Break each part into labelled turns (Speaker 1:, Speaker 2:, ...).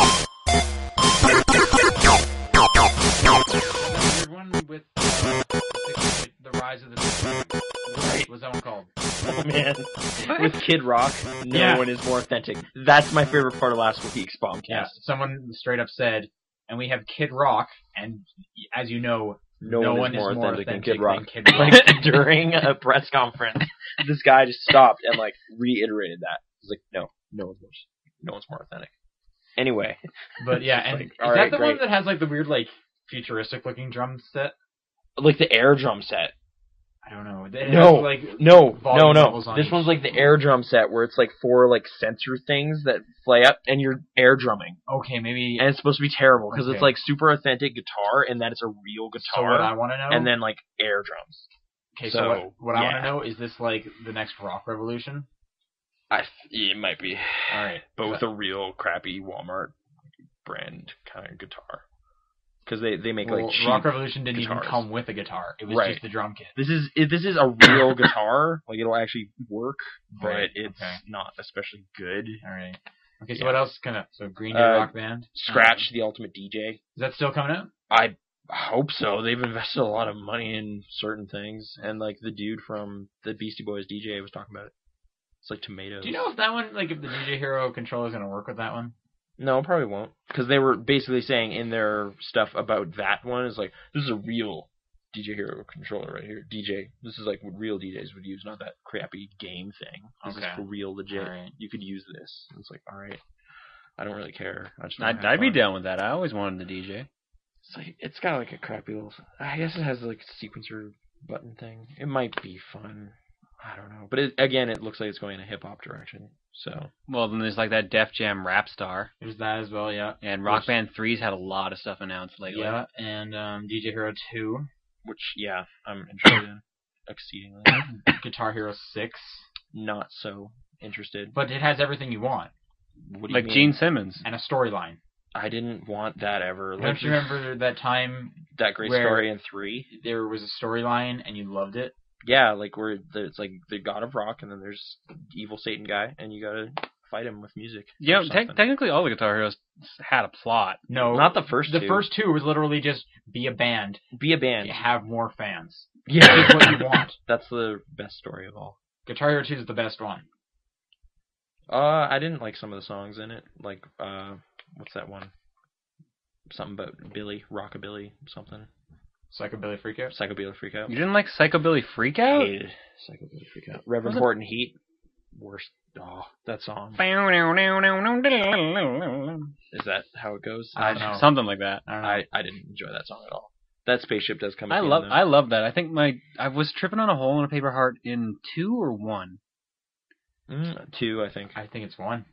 Speaker 1: uh,
Speaker 2: Batman with Kid Rock, no
Speaker 1: Yeah.
Speaker 2: one is more authentic. That's my favorite part of last week's bombcast.
Speaker 1: Yeah, someone straight up said, and we have Kid Rock, and as you know,
Speaker 2: No,
Speaker 1: no
Speaker 2: one,
Speaker 1: one
Speaker 2: is more authentic, than Kid
Speaker 1: than
Speaker 2: Rock.
Speaker 1: Kid Rock.
Speaker 2: Like during a press conference, this guy just stopped and like reiterated that. He's like, no, no one's more, no one's more authentic. Anyway,
Speaker 1: But yeah,
Speaker 2: It's
Speaker 1: and
Speaker 2: like,
Speaker 1: is
Speaker 2: all
Speaker 1: that
Speaker 2: right,
Speaker 1: the one
Speaker 2: great.
Speaker 1: that has like the weird like futuristic looking drum set?
Speaker 2: like the air drum set.
Speaker 1: I don't know. It has,
Speaker 2: No.
Speaker 1: like
Speaker 2: No, no,
Speaker 1: Volume
Speaker 2: no.
Speaker 1: levels on
Speaker 2: This
Speaker 1: each.
Speaker 2: one's like the air drum set where it's like four like sensor things that play up and you're air drumming.
Speaker 1: okay, maybe
Speaker 2: And it's supposed to be terrible because
Speaker 1: Okay.
Speaker 2: it's like super authentic guitar and that it's a real
Speaker 1: so what
Speaker 2: guitar
Speaker 1: I want to know.
Speaker 2: and then like air drums.
Speaker 1: okay, so,
Speaker 2: so,
Speaker 1: what, what I want
Speaker 2: yeah.
Speaker 1: to know is this like the next rock revolution?
Speaker 2: I it might be,
Speaker 1: All right,
Speaker 2: but with a real crappy Walmart brand kind of guitar because they they make
Speaker 1: well,
Speaker 2: like cheap.
Speaker 1: rock revolution didn't
Speaker 2: guitars.
Speaker 1: even come with a guitar. It was
Speaker 2: Right.
Speaker 1: just the drum kit.
Speaker 2: this is it- this is a real guitar, like it'll actually work, but
Speaker 1: Right,
Speaker 2: it's
Speaker 1: okay.
Speaker 2: not especially good.
Speaker 1: All right. Okay, so
Speaker 2: Yeah.
Speaker 1: what else is gonna? So Green Day
Speaker 2: Uh,
Speaker 1: rock band. Um,
Speaker 2: Scratch the ultimate DJ.
Speaker 1: Is that still coming out?
Speaker 2: I hope so. They've invested a lot of money in certain things, and like the dude from the Beastie Boys DJ was talking about it. It's like tomatoes.
Speaker 1: Do you know if that one, like, if the DJ Hero controller is gonna work with that one?
Speaker 2: No, probably won't, because they were basically saying in their stuff about that one is like this is a real DJ Hero controller right here. DJ, this is like what real DJs would use, not that crappy game thing. This
Speaker 1: Okay.
Speaker 2: is for real, legit.
Speaker 1: Alright.
Speaker 2: You could use this. And it's like, all right, I don't really care. I just wanna
Speaker 3: I'd,
Speaker 2: have
Speaker 3: I'd be
Speaker 2: fun.
Speaker 3: down with that. I always wanted the DJ.
Speaker 2: It's like it's got like a crappy little. I guess it has like a sequencer button thing. It might be fun. I don't know, but it, again, it looks like it's going in a hip hop direction. So
Speaker 3: Well, then there's like that Def Jam Rap Star,
Speaker 1: There's that as well, yeah.
Speaker 3: and Rock
Speaker 1: Which-
Speaker 3: Band Three's had a lot of stuff announced lately.
Speaker 1: Yeah, and um, DJ Hero 2,
Speaker 2: which yeah, I'm interested in exceedingly.
Speaker 1: Guitar Hero 6,
Speaker 2: Not so interested.
Speaker 1: but it has everything you want
Speaker 2: What do
Speaker 3: Like
Speaker 2: you mean?
Speaker 3: Gene Simmons.
Speaker 1: and a storyline.
Speaker 2: I didn't want that ever. Like,
Speaker 1: Don't you remember that time
Speaker 2: that great
Speaker 1: where-
Speaker 2: story in three?
Speaker 1: there was a storyline and you loved it?
Speaker 2: Yeah, like where the, it's like the god of rock, and then there's evil Satan guy, and you gotta fight him with music. or
Speaker 3: Yeah, te-
Speaker 2: something.
Speaker 3: technically all the Guitar Heroes had a plot.
Speaker 1: No,
Speaker 2: not the first.
Speaker 1: the
Speaker 2: two.
Speaker 1: first two was literally just be a band,
Speaker 2: be a band.
Speaker 1: and have more fans.
Speaker 2: Yeah,
Speaker 1: That's what you want.
Speaker 2: that's the best story of all.
Speaker 1: Guitar Hero 2 is the best one.
Speaker 2: Uh, I didn't like some of the songs in it. Like, uh, what's that one? Something about Billy, Rockabilly, something.
Speaker 1: Psychobilly Freakout.
Speaker 2: Psychobilly Freakout.
Speaker 3: You didn't like Psychobilly Freakout?
Speaker 2: Hated Psychobilly Freakout. Reverend
Speaker 3: Was it-
Speaker 2: Horton Heat. Worst. Oh, that song. Is that how it goes? Uh,
Speaker 1: I don't know.
Speaker 3: Something like that.
Speaker 1: I don't know.
Speaker 2: I, I didn't enjoy that song at all. That spaceship does come. at
Speaker 3: I
Speaker 2: the end,
Speaker 3: love
Speaker 2: though.
Speaker 3: I love that. I think my I was tripping on a hole in a paper heart in two or one.
Speaker 2: Mm, two, I think.
Speaker 1: I think it's one.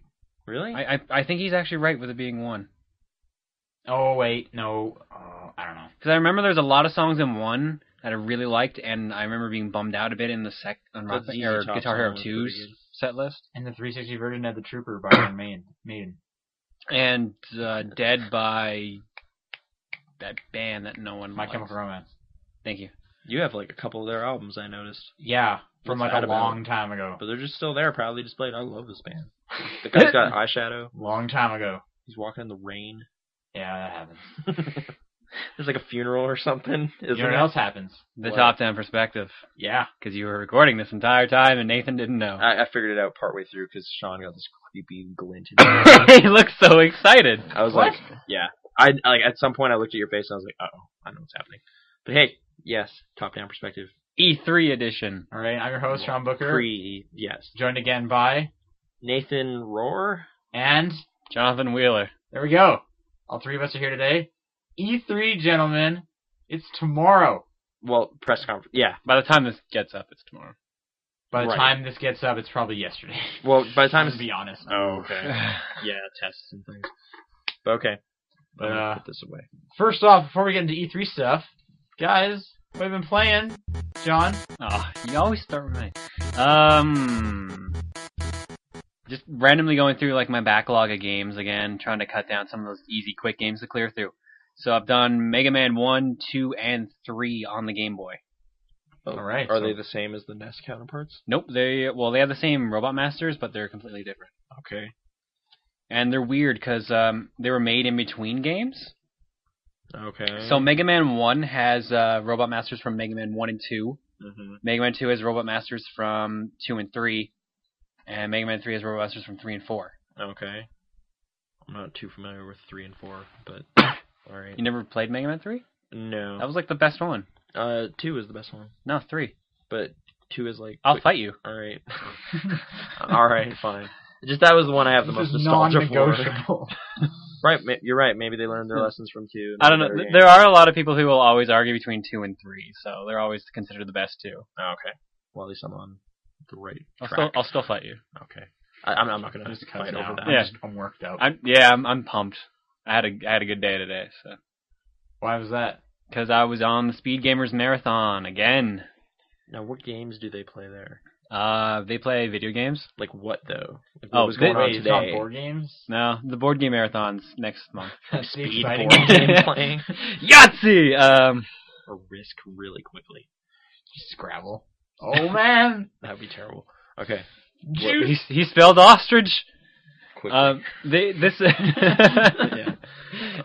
Speaker 2: Really?
Speaker 3: I, I I think he's actually right with it being one
Speaker 1: Oh, wait, no. Uh, I don't know.
Speaker 3: because I remember there's a lot of songs in one that I really liked, and I remember being bummed out a bit in the sec on Rock
Speaker 2: The
Speaker 3: Band-
Speaker 2: ZZ
Speaker 3: or
Speaker 2: Top
Speaker 3: Guitar
Speaker 2: song
Speaker 3: Hero
Speaker 2: was pretty
Speaker 3: 2's
Speaker 2: good.
Speaker 3: set list,
Speaker 1: And the 360 version had The Trooper by Iron Maiden. Maiden.
Speaker 3: and uh, Dead by that band that no one
Speaker 1: My
Speaker 3: likes.
Speaker 1: Chemical Romance.
Speaker 3: Thank you.
Speaker 2: you have like a couple of their albums I noticed,
Speaker 1: Yeah, from
Speaker 2: What's
Speaker 1: like
Speaker 2: that
Speaker 1: a
Speaker 2: about?
Speaker 1: long time ago.
Speaker 2: but they're just still there, proudly displayed. I love this band. The guy's got eyeshadow.
Speaker 1: Long time ago.
Speaker 2: He's walking in the rain.
Speaker 1: Yeah, that happens.
Speaker 2: There's like a funeral or something. Isn't
Speaker 1: you know what
Speaker 2: it?
Speaker 1: else happens?
Speaker 3: The
Speaker 2: What?
Speaker 3: top ten perspective,
Speaker 1: Yeah.
Speaker 3: because you were recording this entire time and Nathan didn't know.
Speaker 2: I, I figured it out partway through because Sean got this creepy glint. In his eye.
Speaker 3: he looks so excited.
Speaker 2: I was
Speaker 1: What?
Speaker 2: like, yeah. I like at some point I looked at your face and I was like, uh oh, I know what's happening. But hey, yes, top down perspective.
Speaker 3: E3 E edition.
Speaker 1: All right. I'm your host, Sean Booker.
Speaker 2: Pre yes.
Speaker 1: Joined again by
Speaker 2: Nathan Roar.
Speaker 1: and
Speaker 3: Jonathan Wheeler.
Speaker 1: there we go. All three of us are here today. E3, gentlemen. It's tomorrow.
Speaker 2: Well, press conference. Yeah.
Speaker 3: By the time this gets up, it's tomorrow.
Speaker 1: By the
Speaker 2: Right.
Speaker 1: time this gets up, it's probably yesterday.
Speaker 2: Well, by the time
Speaker 1: to
Speaker 2: it's
Speaker 1: be honest.
Speaker 2: oh okay. yeah, tests and things. But okay.
Speaker 1: But,
Speaker 2: I'm gonna
Speaker 1: uh,
Speaker 2: put this away.
Speaker 1: First off, before we get into E3 stuff, guys, what have you been playing? John,
Speaker 3: oh, you always start with me. Um, just randomly going through like my backlog of games again, trying to cut down some of those easy, quick games to clear through. So I've done Mega Man one, two, and three on the Game Boy.
Speaker 2: Oh,
Speaker 1: all right,
Speaker 2: Are
Speaker 1: so-
Speaker 2: they the same as the Nest counterparts?
Speaker 3: Nope, they well they have the same Robot Masters, but they're completely different.
Speaker 2: Okay.
Speaker 3: And they're weird because um, they were made in between games.
Speaker 2: Okay.
Speaker 3: So Mega Man One has uh, Robot Masters from Mega Man One and Two,
Speaker 2: Mm-hmm.
Speaker 3: Mega Man 2 has Robot Masters from 2 and 3, and Mega Man 3 has Robot Masters from 3 and 4.
Speaker 2: Okay. I'm not too familiar with three and four, but all right.
Speaker 3: You never played Mega Man 3?
Speaker 2: No.
Speaker 3: That was like the best one.
Speaker 2: Uh, two is the best one,
Speaker 3: No, 3.
Speaker 2: but two is like.
Speaker 3: I'll fight you.
Speaker 2: All right. all right. Fine. Just that was the one I have the
Speaker 1: this
Speaker 2: most
Speaker 1: is
Speaker 2: nostalgia for. Hmm.
Speaker 1: non-negotiable.
Speaker 2: Right. ma- You're right. Maybe they learned their lessons from two. and
Speaker 3: I don't know.
Speaker 2: better
Speaker 3: th-
Speaker 2: games.
Speaker 3: There are a lot of people who will always argue between 2 and 3, so they're always considered the best two.
Speaker 2: Oh, okay. Well, at least I'm on the right
Speaker 3: I'll
Speaker 2: track.
Speaker 3: still, I'll still fight you.
Speaker 2: okay. I, I'm, I'm not gonna
Speaker 1: Just cut
Speaker 2: fight
Speaker 1: it
Speaker 2: over
Speaker 1: out.
Speaker 2: that.
Speaker 1: I'm,
Speaker 3: Yeah.
Speaker 1: just, I'm worked out.
Speaker 3: I'm, yeah, I'm, I'm pumped. I had a I had a good day today, so
Speaker 1: Why was that?
Speaker 3: because I was on the Speed Gamers Marathon again.
Speaker 2: Now, what games do they play there?
Speaker 3: Uh, they play video games.
Speaker 2: Like what though? Like, what
Speaker 3: Oh,
Speaker 2: was
Speaker 3: they-
Speaker 2: going
Speaker 1: Wait,
Speaker 2: on
Speaker 1: it's not
Speaker 2: today?
Speaker 1: board games.
Speaker 3: No, the board game marathons next month.
Speaker 1: That's the
Speaker 2: Speed
Speaker 1: exciting
Speaker 2: board
Speaker 1: game.
Speaker 2: game playing
Speaker 3: Yahtzee. Um,
Speaker 2: or Risk really quickly.
Speaker 1: Scrabble. Oh man,
Speaker 2: That would be terrible. Okay.
Speaker 1: juice.
Speaker 3: he, he spelled ostrich.
Speaker 2: Quick.
Speaker 3: Um, they this
Speaker 2: Yeah.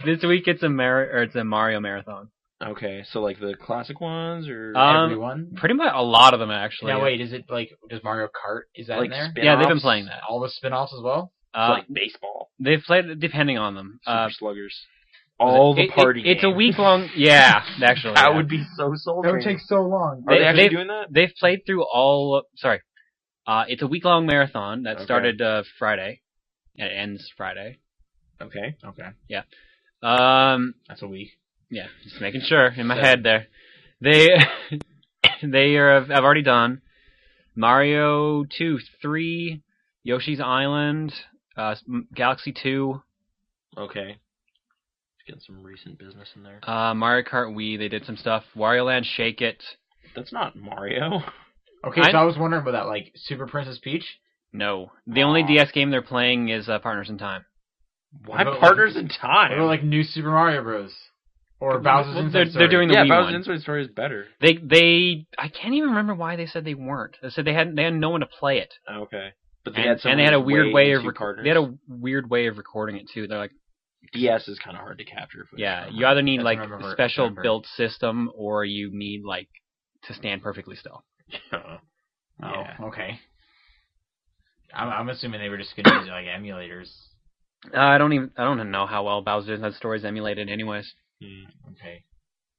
Speaker 3: this week it's a mar- or it's a Mario marathon.
Speaker 2: okay, so like the classic ones or
Speaker 3: Uh, um,
Speaker 1: Everyone.
Speaker 3: Pretty much a lot of them actually.
Speaker 1: Now wait, is it like does Mario Kart is that
Speaker 2: like
Speaker 1: in there?
Speaker 3: Yeah, they've been
Speaker 2: spin-offs?
Speaker 3: playing
Speaker 2: It's
Speaker 3: that.
Speaker 1: All the spin-offs as well.
Speaker 3: Uh,
Speaker 2: like baseball,
Speaker 3: they've played depending on them.
Speaker 2: Super
Speaker 3: Uh,
Speaker 2: Sluggers, all
Speaker 3: it-
Speaker 2: the
Speaker 3: it-
Speaker 2: party.
Speaker 3: It's a
Speaker 2: games.
Speaker 3: week long. Yeah, actually.
Speaker 2: That
Speaker 3: yeah.
Speaker 2: would be so soul
Speaker 1: That would
Speaker 2: draining.
Speaker 1: take so long.
Speaker 2: Are they,
Speaker 3: They-
Speaker 2: actually
Speaker 3: they've-
Speaker 2: doing that?
Speaker 3: They've played through all. Sorry, uh, it's a week long marathon that
Speaker 2: Okay.
Speaker 3: started uh, Friday. and It ends Friday.
Speaker 2: Okay,
Speaker 1: Okay,
Speaker 3: Um,
Speaker 1: that's a week.
Speaker 3: yeah, just making sure in my
Speaker 2: Seven.
Speaker 3: head there. They they are have already done Mario two, three, Yoshi's Island, uh, s- m- Galaxy two,
Speaker 2: okay. Getting some recent business in there.
Speaker 3: uh, Mario Kart Wii. They did some stuff. Wario Land Shake It.
Speaker 2: That's not Mario.
Speaker 1: Okay,
Speaker 3: I-
Speaker 1: so I was wondering about that, like Super Princess Peach.
Speaker 3: No, the only
Speaker 2: Aw.
Speaker 3: DS game they're playing is uh, Partners in Time.
Speaker 2: Why
Speaker 1: about, like-
Speaker 2: partners in
Speaker 1: What
Speaker 2: time?
Speaker 1: about like new Super Mario Bros. Or
Speaker 2: Well,
Speaker 1: Bowser's
Speaker 3: they're-
Speaker 1: Inside
Speaker 3: they're
Speaker 1: Story?
Speaker 3: doing- the
Speaker 2: yeah,
Speaker 3: Wii
Speaker 2: Bowser's
Speaker 3: one.
Speaker 2: Inside Story is better.
Speaker 3: They they I can't even remember why they said they weren't. They said they had they had no one to play it,
Speaker 2: Oh, Okay, but they
Speaker 3: and,
Speaker 2: had
Speaker 3: and
Speaker 2: someone
Speaker 3: they had a
Speaker 2: who's
Speaker 3: weird
Speaker 2: way
Speaker 3: way of
Speaker 2: into
Speaker 3: rec-
Speaker 2: partners.
Speaker 3: they had a weird way of recording it too. They're like,
Speaker 2: DS is kind of hard to capture. if I
Speaker 3: yeah,
Speaker 2: remember.
Speaker 3: you either need
Speaker 1: That's
Speaker 3: like
Speaker 1: remember-
Speaker 3: a special
Speaker 1: remember.
Speaker 3: built system or you need like to stand perfectly still.
Speaker 2: Yeah.
Speaker 1: Oh,
Speaker 2: Yeah.
Speaker 1: okay. I'm, I'm assuming they were just gonna use like emulators.
Speaker 3: Uh, I don't even I don't know how well Bowser's Inside Story is emulated, anyways.
Speaker 2: Mm.
Speaker 1: Okay.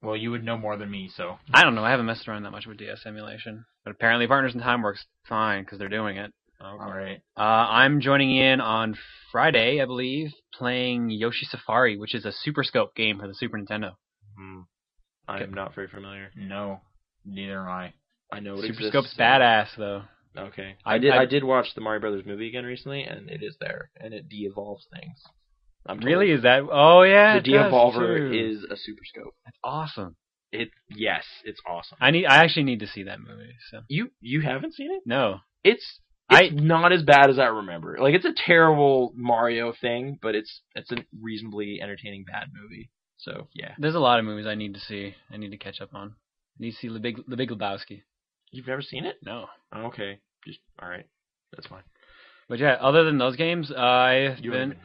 Speaker 1: Well, you would know more than me, so.
Speaker 3: I don't know. I haven't messed around that much with DS emulation, but apparently Partners in Time works fine because they're doing it.
Speaker 2: Okay.
Speaker 1: All right.
Speaker 3: Uh, I'm joining in on Friday, I believe, playing Yoshi Safari, which is a Super Scope game for the Super Nintendo.
Speaker 2: Mm. I am not very familiar.
Speaker 1: No, neither am I.
Speaker 2: I know it
Speaker 3: Super
Speaker 2: exists.
Speaker 3: Scope's badass though.
Speaker 2: Okay.
Speaker 3: I-
Speaker 2: I, did.
Speaker 3: I-
Speaker 2: I, did watch the Mario Brothers movie again recently, and it is there, and it de-evolves things. I'm told.
Speaker 3: Really? Is that? Oh yeah.
Speaker 2: the
Speaker 3: it does,
Speaker 2: de-evolver
Speaker 3: too.
Speaker 2: is a super scope.
Speaker 3: That's awesome.
Speaker 2: It yes, it's awesome.
Speaker 3: I need. I actually need to see that movie. So
Speaker 2: you you haven't seen it?
Speaker 3: no.
Speaker 2: It's
Speaker 3: I-
Speaker 2: it's not as bad as I remember. Like it's a terrible Mario thing, but it's it's a reasonably entertaining bad movie. So yeah,
Speaker 3: There's a lot of movies I need to see. I need to catch up on. I need to see the big the Big Lebowski.
Speaker 2: you've never seen it?
Speaker 3: No.
Speaker 2: Okay, just all right. That's fine.
Speaker 3: But yeah, other than those games, I've
Speaker 2: You
Speaker 3: been.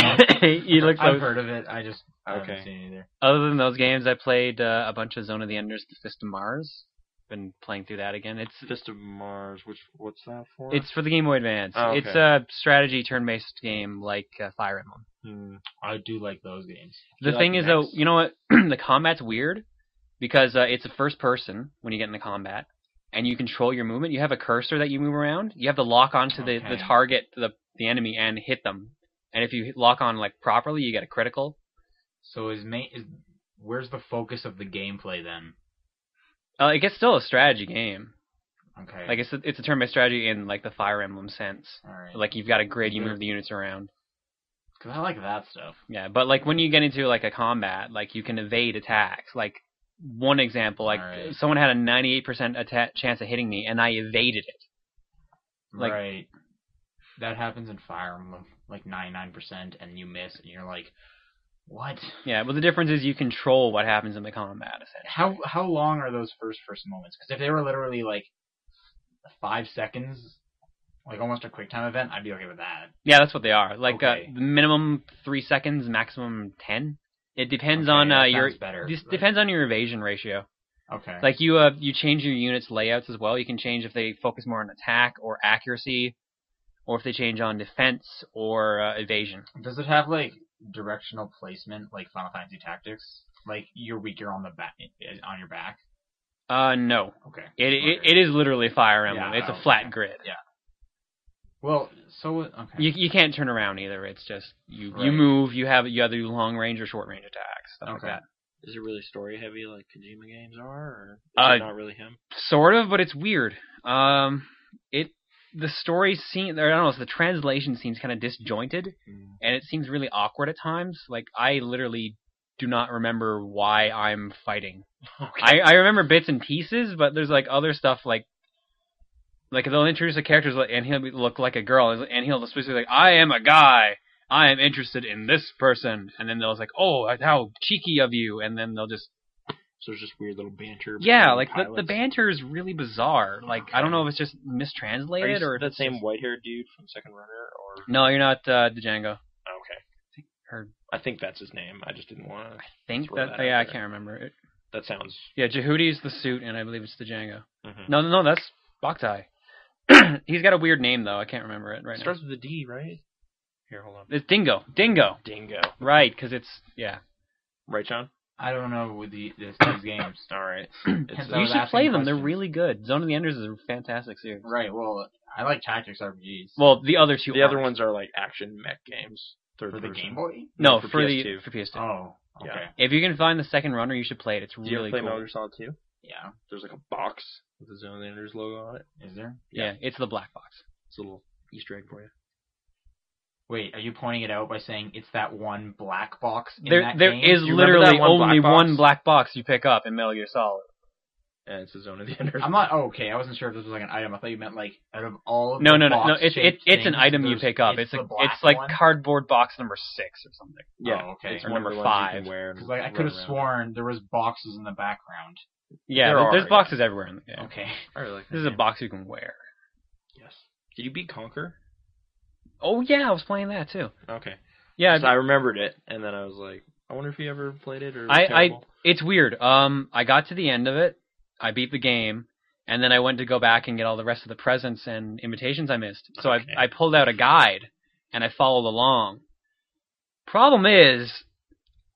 Speaker 1: No,
Speaker 3: he looks
Speaker 1: I've
Speaker 3: like-
Speaker 1: heard of it. I just I haven't
Speaker 2: Okay.
Speaker 1: seen it either.
Speaker 3: Other than those games, I played uh, a bunch of Zone of the Enders, The Fist of Mars. Been playing through that again. It's
Speaker 2: Fist of Mars. Which what's that for?
Speaker 3: it's for the Game Boy Advance.
Speaker 2: Oh, okay.
Speaker 3: It's a strategy turn-based game like uh, Fire Emblem.
Speaker 2: Hmm.
Speaker 1: I do like those games.
Speaker 3: The
Speaker 2: Like
Speaker 3: thing is, though,
Speaker 2: next.
Speaker 3: you know what? the combat's weird because uh, it's a first person when you get into combat, and you control your movement. You have a cursor that you move around. You have to lock onto the, the
Speaker 1: Okay.
Speaker 3: target, the the enemy, and hit them. And if you hit- lock on like properly, you get a critical.
Speaker 1: So is main is where's the focus of the gameplay then?
Speaker 3: Uh, I guess still a strategy game.
Speaker 1: Okay.
Speaker 3: Like it's a, it's a turn-based strategy in like the Fire Emblem sense.
Speaker 1: all right.
Speaker 3: Like you've got a grid, you
Speaker 2: Mm-hmm.
Speaker 1: Mhm.
Speaker 3: move the units around.
Speaker 1: Cause I like that stuff.
Speaker 3: Yeah, but like when you get into like a combat, like you can evade attacks. Like one example, like
Speaker 1: Alright.
Speaker 3: someone had a 98% atta- chance of hitting me, and I evaded it. Like-
Speaker 1: right. That happens in Fire Emblem, like ninety nine percent, and you miss, and you're like, what?
Speaker 3: Yeah, well, the difference is you control what happens in the combat. essentially.
Speaker 1: How how long are those first person moments? Because if they were literally like five seconds, like almost a quick time event, I'd be okay with that.
Speaker 3: Yeah, that's what they are. Like
Speaker 1: Okay.
Speaker 3: uh, minimum three seconds, maximum ten. It depends
Speaker 1: Okay,
Speaker 3: on uh,
Speaker 1: that
Speaker 3: your.
Speaker 1: sounds better.
Speaker 3: This depends on your evasion ratio.
Speaker 1: Okay.
Speaker 3: Like you uh you change your units layouts as well. You can change if they focus more on attack or accuracy, or if they change on defense or uh, evasion.
Speaker 1: Does it have like directional placement like Final Fantasy Tactics? Like you're weaker on the back on your back.
Speaker 3: Uh no,
Speaker 1: Okay.
Speaker 3: it it,
Speaker 1: Okay.
Speaker 3: it is literally Fire Emblem.
Speaker 1: Yeah,
Speaker 3: it's
Speaker 1: okay.
Speaker 3: a flat grid.
Speaker 1: Well, so okay.
Speaker 3: You you can't turn around either. It's just you you
Speaker 1: Right.
Speaker 3: move. You have you either do long range or short range attacks stuff
Speaker 1: Okay.
Speaker 3: like that.
Speaker 2: Is it really story heavy like Kojima games are, or is
Speaker 3: Uh,
Speaker 2: it not really him?
Speaker 3: Sort of, but it's weird. Um, it the story seems I don't know. The translation seems kind of disjointed. and it seems really awkward at times. Like I literally do not remember why I'm fighting. I, I remember bits and pieces, but there's like other stuff like like they'll introduce the characters like- and he'll be, look like a girl, and he'll specifically like I am a guy. I am interested in this person, and then they'll like, "Oh, how cheeky of you!" And then they'll just,
Speaker 2: So it's just weird little banter.
Speaker 3: yeah,
Speaker 2: between
Speaker 3: like the, the
Speaker 2: pilots.
Speaker 3: banter is really bizarre. Like I don't know if it's just
Speaker 2: Are you
Speaker 3: mistranslated
Speaker 2: s-
Speaker 3: or if
Speaker 2: that
Speaker 3: it's
Speaker 2: same
Speaker 3: just-
Speaker 2: white haired dude from Second Runner, or
Speaker 3: No, you're not uh, Django.
Speaker 2: okay,
Speaker 3: Or
Speaker 2: I think that's his name. I just didn't want to.
Speaker 3: I think
Speaker 2: Throw
Speaker 3: that. oh,
Speaker 2: that
Speaker 3: yeah,
Speaker 2: out
Speaker 3: I
Speaker 2: there.
Speaker 3: can't remember it.
Speaker 2: That sounds.
Speaker 3: Yeah, Jehudi's the suit, and I believe it's the Django.
Speaker 2: mhm.
Speaker 3: No, no, no, that's Boktai. He's got a weird name though. I can't remember it right
Speaker 2: It starts with a D, right? Here, hold on.
Speaker 3: now. It's Dingo. Dingo.
Speaker 2: Dingo.
Speaker 3: Right, because it's yeah.
Speaker 2: Right, John.
Speaker 1: I don't know with the, this, these games.
Speaker 2: All right.
Speaker 1: Hence I
Speaker 3: you
Speaker 1: was
Speaker 3: should
Speaker 1: asking
Speaker 3: play them. They're
Speaker 1: questions.
Speaker 3: really good. Zone of the Enders is a fantastic series.
Speaker 1: Right. Well, I like tactics RPGs.
Speaker 3: Well, the other two.
Speaker 2: The other
Speaker 3: aren't.
Speaker 2: ones are like action mech games. Third
Speaker 1: for the
Speaker 2: person.
Speaker 1: Game Boy.
Speaker 3: No,
Speaker 2: for
Speaker 3: for, the
Speaker 2: PS2.
Speaker 3: for PS2.
Speaker 1: Oh. Okay.
Speaker 2: Yeah.
Speaker 3: If you can find the second runner, you should play it. It's
Speaker 2: Do you ever
Speaker 3: really
Speaker 2: play
Speaker 3: cool.
Speaker 2: Metal Gear Solid 2?
Speaker 1: Yeah.
Speaker 2: There's like a box with the Zone of the Enders logo on it.
Speaker 1: Is there?
Speaker 3: yeah. it's the black box.
Speaker 2: It's a little Easter egg for you.
Speaker 1: Wait, are you pointing it out by saying it's that one black box in
Speaker 3: There,
Speaker 1: that
Speaker 3: there
Speaker 1: game?
Speaker 3: is
Speaker 2: You remember
Speaker 3: literally
Speaker 2: that one black
Speaker 3: only
Speaker 2: box?
Speaker 3: one black box you pick up in Metal Gear Solid.
Speaker 2: And it's the Zone of the Enders.
Speaker 1: I'm not oh, okay. I wasn't sure if this was like an item. I thought you meant like out of all. Of
Speaker 3: No,
Speaker 1: the
Speaker 3: no, no, no.
Speaker 1: box
Speaker 3: It's it,
Speaker 1: shaped
Speaker 3: it's an
Speaker 1: things,
Speaker 3: item you
Speaker 1: there's-
Speaker 3: pick up. It's
Speaker 1: the
Speaker 3: a,
Speaker 1: black
Speaker 3: it's like
Speaker 1: one?
Speaker 3: cardboard box number six or something.
Speaker 2: Yeah.
Speaker 1: Oh, okay.
Speaker 2: It's
Speaker 3: Or
Speaker 2: one of
Speaker 3: number
Speaker 2: the ones you
Speaker 3: five.
Speaker 2: can wear and
Speaker 1: 'Cause, like I
Speaker 2: run
Speaker 1: could have
Speaker 2: around.
Speaker 1: sworn there was boxes in the background.
Speaker 2: There
Speaker 3: Yeah, there-
Speaker 2: are,
Speaker 3: there's
Speaker 2: yeah.
Speaker 3: boxes everywhere in the game.
Speaker 1: Okay.
Speaker 2: I really like that
Speaker 3: This is a
Speaker 2: game.
Speaker 3: box you can wear.
Speaker 2: Yes. Did you beat Conquer?
Speaker 3: Oh yeah, I was playing that too.
Speaker 2: Okay.
Speaker 3: Yeah,
Speaker 2: So I remembered it, and then I was like, I wonder if you ever played it or. it was
Speaker 3: I, I
Speaker 2: terrible.
Speaker 3: it's weird. Um, I got to the end of it, I beat the game, and then I went to go back and get all the rest of the presents and invitations I missed. So
Speaker 2: Okay.
Speaker 3: I I pulled out a guide and I followed along. Problem is,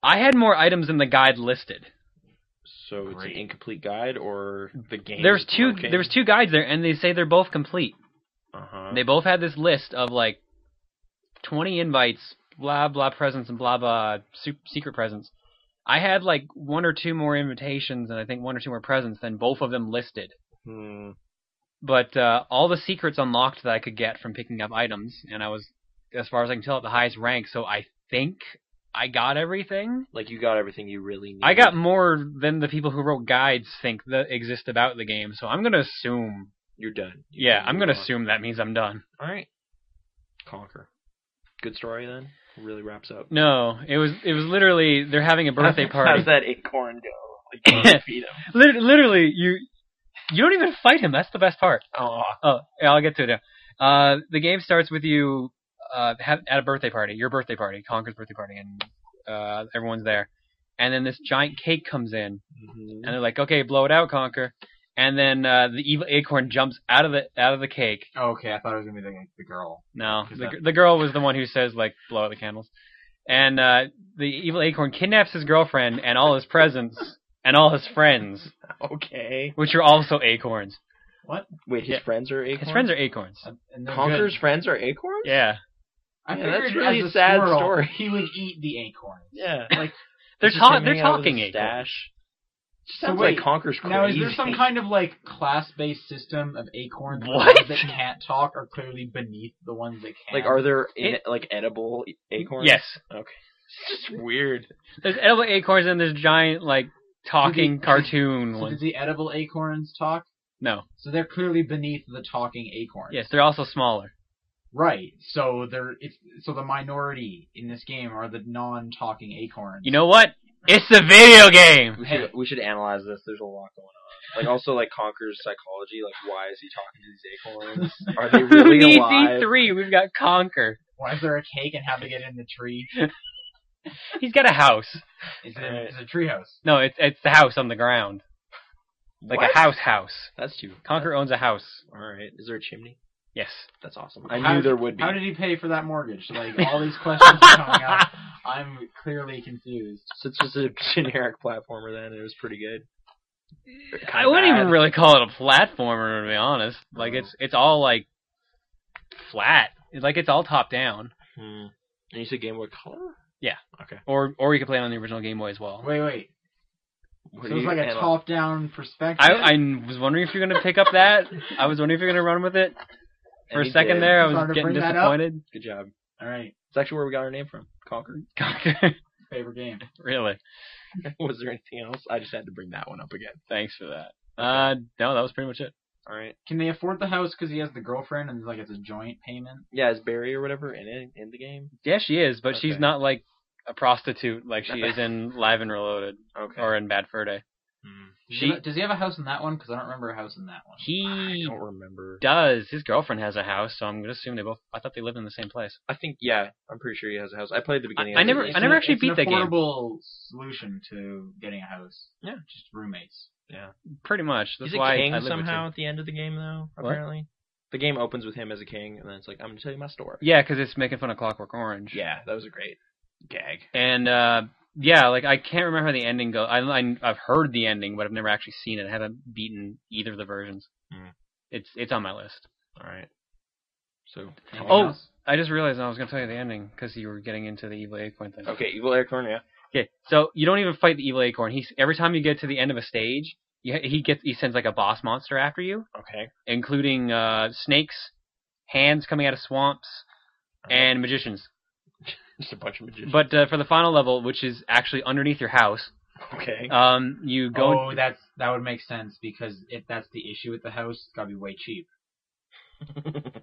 Speaker 3: I had more items than the guide listed.
Speaker 2: So it's an
Speaker 1: Great.
Speaker 2: incomplete guide, or the game.
Speaker 3: There's two there's two guides there, and they say they're both complete.
Speaker 2: Uh huh.
Speaker 3: They both had this list of like 20 invites, blah blah presents and blah blah su- secret presents. I had like one or two more invitations and I think one or two more presents than both of them listed.
Speaker 2: Hmm.
Speaker 3: But uh, all the secrets unlocked that I could get from picking up items, and I was, as far as I can tell, at the highest rank. So I think I got everything.
Speaker 2: Like you got everything you really need.
Speaker 3: I got more than the people who wrote guides think that exist about the game. So I'm gonna assume.
Speaker 2: You're done. You
Speaker 3: Yeah,
Speaker 2: can
Speaker 3: I'm
Speaker 2: move
Speaker 3: gonna
Speaker 2: on.
Speaker 3: assume that means I'm done.
Speaker 2: All right. Conquer. Good story then. Really wraps up.
Speaker 3: No, it was it was literally they're having a birthday party.
Speaker 2: How's that acorn go? Like, you don't feed him.
Speaker 3: Lit- literally, you you don't even fight him. That's the best part.
Speaker 2: Oh,
Speaker 3: Oh, yeah, I'll get to it. Now. Uh, the game starts with you uh, ha at a birthday party, your birthday party, Conker's birthday party, and uh, everyone's there. And then this giant cake comes in,
Speaker 2: mhm.
Speaker 3: and they're like, "Okay, blow it out, Conker." And then uh, the evil acorn jumps out of the out of the cake.
Speaker 1: Oh, okay. I thought it was gonna be the, the girl.
Speaker 3: No,
Speaker 1: Is
Speaker 3: the,
Speaker 1: that-
Speaker 3: gr- the girl was the one who says like blow out the candles, and uh, the evil acorn kidnaps his girlfriend and all his presents and all his friends,
Speaker 2: okay.
Speaker 3: which are also acorns.
Speaker 1: What?
Speaker 2: Wait, his
Speaker 3: Yeah.
Speaker 2: friends are acorns.
Speaker 3: His friends are acorns.
Speaker 1: Uh, And they're
Speaker 2: Conquer's
Speaker 1: good.
Speaker 2: friends are acorns.
Speaker 3: Yeah,
Speaker 1: I
Speaker 2: Yeah, that's
Speaker 1: figured
Speaker 2: really
Speaker 1: as a
Speaker 2: sad
Speaker 1: squirrel,
Speaker 2: story.
Speaker 1: He would eat the acorn.
Speaker 2: Yeah. Like
Speaker 3: they're
Speaker 2: just
Speaker 3: ta-
Speaker 2: him
Speaker 3: they're
Speaker 2: hanging out with
Speaker 3: talking
Speaker 2: a
Speaker 3: acorns.
Speaker 2: stash. Just
Speaker 1: So
Speaker 2: sounds
Speaker 1: wait,
Speaker 2: like Conquer's crazy.
Speaker 1: Now, is there some kind of like class-based system of acorns? where
Speaker 3: What?
Speaker 1: those that can't talk are clearly beneath the ones that can.
Speaker 2: Like, are there in,
Speaker 3: It-
Speaker 2: like edible acorns?
Speaker 3: Yes,
Speaker 2: Okay. It's just weird.
Speaker 3: there's edible acorns and there's giant like talking
Speaker 1: Did he-
Speaker 3: cartoon
Speaker 1: So did
Speaker 3: ones.
Speaker 1: the edible acorns talk?
Speaker 3: No,
Speaker 1: So they're clearly beneath the talking acorns.
Speaker 3: yes, they're also smaller.
Speaker 1: Right. So they're it's so the minority in this game are the non-talking acorns.
Speaker 3: You know what? It's a video game.
Speaker 2: We should we should analyze this. There's a lot going on. Like also like Conquer's psychology. Like why is he talking to these acorns? Are they
Speaker 3: we
Speaker 2: really
Speaker 3: need
Speaker 2: alive?
Speaker 3: three. We've got Conquer.
Speaker 1: why is there a cake and how to get it in the tree?
Speaker 3: He's got a house.
Speaker 1: Is it
Speaker 2: Alright.
Speaker 1: it's a treehouse?
Speaker 3: No, it's it's the house on the ground. like
Speaker 2: What?
Speaker 3: a house house.
Speaker 2: That's too.
Speaker 3: Conquer owns a house.
Speaker 2: All right. Is there a chimney?
Speaker 3: Yes.
Speaker 2: That's awesome. I
Speaker 1: How-
Speaker 2: knew there would be.
Speaker 1: How did he pay for that mortgage? Like all these questions are coming up. I'm clearly confused.
Speaker 2: so it's just a generic platformer then. and It was pretty good.
Speaker 3: I wouldn't
Speaker 2: bad.
Speaker 3: even really call it a platformer to be honest. Like
Speaker 2: No.
Speaker 3: it's it's all like flat. It's Like it's all top down.
Speaker 2: Hmm. And you said Game Boy Color?
Speaker 3: Or or you could play it on the original Game Boy as well.
Speaker 1: Wait, wait.
Speaker 2: What
Speaker 1: So
Speaker 2: do
Speaker 1: it's
Speaker 2: you
Speaker 1: like a
Speaker 2: handle?
Speaker 1: top-down perspective.
Speaker 3: I, I was wondering if you're gonna pick up that. I was wondering if you're gonna run with it. For
Speaker 2: And
Speaker 3: a
Speaker 2: he
Speaker 3: second
Speaker 2: did.
Speaker 3: there, I
Speaker 1: Sorry to
Speaker 3: was getting
Speaker 1: bring that up.
Speaker 3: disappointed.
Speaker 2: Good job.
Speaker 1: All right.
Speaker 2: It's actually where we got our name from. Conquer.
Speaker 3: Conquer.
Speaker 1: Favorite game.
Speaker 3: really?
Speaker 2: Was there anything else? I just had to bring that one up again.
Speaker 3: Thanks for that. Uh, no, that was pretty much it.
Speaker 2: All right.
Speaker 1: Can they afford the house because he has the girlfriend and like it's a joint payment?
Speaker 2: Yeah, is Barry or whatever in it, in the game?
Speaker 3: Yeah, she is, but she's
Speaker 2: Okay.
Speaker 3: not like a prostitute like she is in Live and Reloaded
Speaker 2: Okay.
Speaker 3: or in Bad Fur Day.
Speaker 2: Hmm.
Speaker 1: Does
Speaker 3: She
Speaker 1: he, does he have a house in that one? Because I don't remember a house in that one.
Speaker 2: I
Speaker 3: he
Speaker 2: don't remember.
Speaker 3: does. His girlfriend has a house, so I'm gonna assume they both. I thought they lived in the same place.
Speaker 2: I think yeah. I'm pretty sure he has a house. I played the beginning.
Speaker 3: I
Speaker 2: of the
Speaker 3: never-
Speaker 2: game.
Speaker 3: I never
Speaker 1: an-
Speaker 3: actually
Speaker 1: it's an
Speaker 3: beat that game.
Speaker 1: affordable solution to getting a house.
Speaker 2: Yeah.
Speaker 1: just roommates.
Speaker 3: Pretty much. That's
Speaker 2: He's a
Speaker 3: why
Speaker 2: king
Speaker 3: I live
Speaker 2: somehow
Speaker 3: With
Speaker 2: at the end of the game though.
Speaker 3: What?
Speaker 2: Apparently, the game opens with him as a king, and then it's like I'm gonna tell you my story.
Speaker 3: you. Yeah, because it's making fun of Clockwork Orange.
Speaker 2: Yeah, that was a great gag.
Speaker 3: And uh, yeah, like I can't remember how the ending goes. I, I I've heard the ending, but I've never actually seen it. I haven't beaten either of the versions.
Speaker 2: Hmm.
Speaker 3: It's it's on my list.
Speaker 2: All right. So
Speaker 1: Anything
Speaker 3: Oh.
Speaker 1: else?
Speaker 3: I just realized I was gonna tell you the ending because you were getting into the evil acorn thing.
Speaker 2: okay, evil acorn. Yeah.
Speaker 3: Okay, so you don't even fight the evil acorn. He's every time you get to the end of a stage, you, he gets he sends like a boss monster after you,
Speaker 2: Okay.
Speaker 3: including uh, snakes, hands coming out of swamps,
Speaker 2: Uh-huh.
Speaker 3: and magicians.
Speaker 2: Just a bunch of magicians.
Speaker 3: But uh, for the final level, which is actually underneath your house,
Speaker 2: okay.
Speaker 3: um, you go.
Speaker 1: oh, that's that would make sense because if that's the issue with the house, it's gotta be way cheap.
Speaker 3: the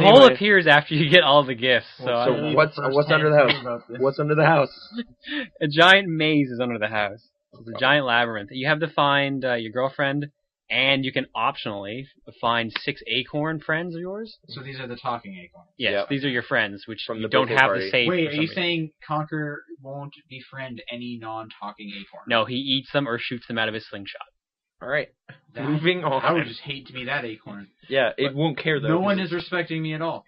Speaker 3: hole
Speaker 2: Anyway,
Speaker 3: appears after you get all the gifts. So,
Speaker 2: Well,
Speaker 3: uh,
Speaker 2: so
Speaker 3: I don't know.
Speaker 1: Really,
Speaker 2: what's-
Speaker 1: the first
Speaker 2: what's
Speaker 1: hand
Speaker 2: under the
Speaker 1: I knew about this.
Speaker 2: what's under the house?
Speaker 3: a giant maze is under the house. It's a giant labyrinth. You have to find uh, your girlfriend, and you can optionally find six acorn friends of yours.
Speaker 1: So these are the talking acorns.
Speaker 3: Yes,
Speaker 2: Yep.
Speaker 3: these are your friends, which
Speaker 2: From
Speaker 3: you
Speaker 2: the
Speaker 3: don't
Speaker 2: birthday
Speaker 3: have
Speaker 2: party.
Speaker 3: to save.
Speaker 1: Wait,
Speaker 3: for
Speaker 1: are
Speaker 3: some
Speaker 1: you
Speaker 3: reason.
Speaker 1: saying Conquer won't befriend any non-talking acorn?
Speaker 3: No, he eats them or shoots them out of his slingshot.
Speaker 2: All right.
Speaker 1: That-
Speaker 2: Moving on.
Speaker 1: I would just hate to be that acorn.
Speaker 2: Yeah, it won't care though.
Speaker 1: No one
Speaker 2: 'cause
Speaker 1: is respecting me at all.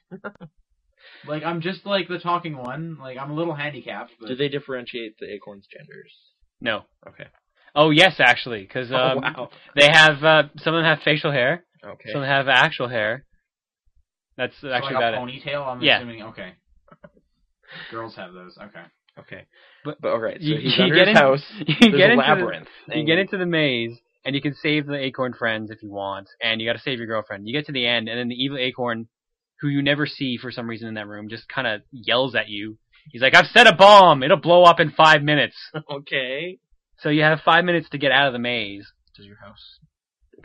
Speaker 1: like I'm just like the talking one. Like I'm a little handicapped. But
Speaker 2: Do they differentiate the acorns' genders?
Speaker 3: No.
Speaker 2: Okay.
Speaker 3: Oh yes, actually, because um,
Speaker 2: oh wow.
Speaker 3: they have uh, some of them have facial hair,
Speaker 2: Okay.
Speaker 3: some have actual hair. That's
Speaker 1: So,
Speaker 3: actually
Speaker 1: like
Speaker 3: about
Speaker 1: a
Speaker 3: it.
Speaker 1: ponytail. I'm
Speaker 3: Yeah.
Speaker 1: assuming. Okay. Girls have those. Okay.
Speaker 2: okay. But,
Speaker 3: But-
Speaker 2: all right. So
Speaker 3: you-
Speaker 2: he's
Speaker 3: you
Speaker 2: under
Speaker 3: get
Speaker 2: his
Speaker 3: in-
Speaker 2: house.
Speaker 3: You
Speaker 2: There's
Speaker 3: get
Speaker 2: a
Speaker 3: into
Speaker 2: labyrinth.
Speaker 3: the, you
Speaker 2: and-
Speaker 3: get into the maze, and you can save the acorn friends if you want, and you got to save your girlfriend. You get to the end, and then the evil acorn, who you never see for some reason in that room, just kind of yells at you. He's like, "I've set a bomb. It'll blow up in five minutes."
Speaker 2: okay.
Speaker 3: so you have five minutes to get out of the maze.
Speaker 2: Does your house?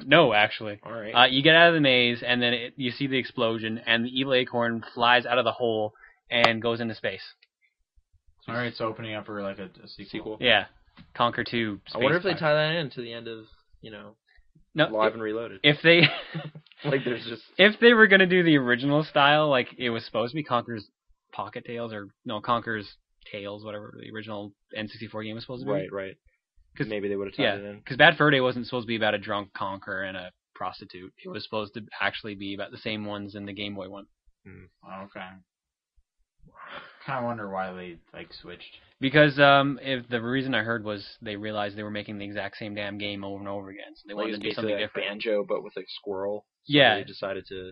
Speaker 3: No, actually.
Speaker 2: All right.
Speaker 3: Uh, you get out of the maze, and then it, you see the explosion, and the evil acorn flies out of the hole and goes into space.
Speaker 1: All right. So opening up for like a, a sequel.
Speaker 2: Sequel.
Speaker 3: Yeah, Conquer Two.
Speaker 2: I
Speaker 3: Space
Speaker 2: wonder if they
Speaker 3: Pirate.
Speaker 2: tie that in to the end of you know
Speaker 3: no,
Speaker 2: Live and Reloaded.
Speaker 3: if they
Speaker 2: like there's just
Speaker 3: if they were gonna do the original style, like it was supposed to be Conquer's Pocket Tales or no Conquer's Tales, whatever the original N64 game was supposed to be.
Speaker 2: right, right.
Speaker 3: 'Cause-
Speaker 2: maybe they would have tied
Speaker 3: yeah.
Speaker 2: it in.
Speaker 3: Because Bad Fur Day wasn't supposed to be about a drunk conqueror and a prostitute. It was supposed to actually be about the same ones in the Game Boy one.
Speaker 1: Oh, okay. Kind of wonder why they like switched.
Speaker 3: Because um, if the reason I heard was they realized they were making the exact same damn game over and over again, so they
Speaker 2: Like
Speaker 3: wanted
Speaker 2: it's
Speaker 3: to do something
Speaker 2: basically like
Speaker 3: different.
Speaker 2: banjo, but with a squirrel. So
Speaker 3: Yeah.
Speaker 2: They decided to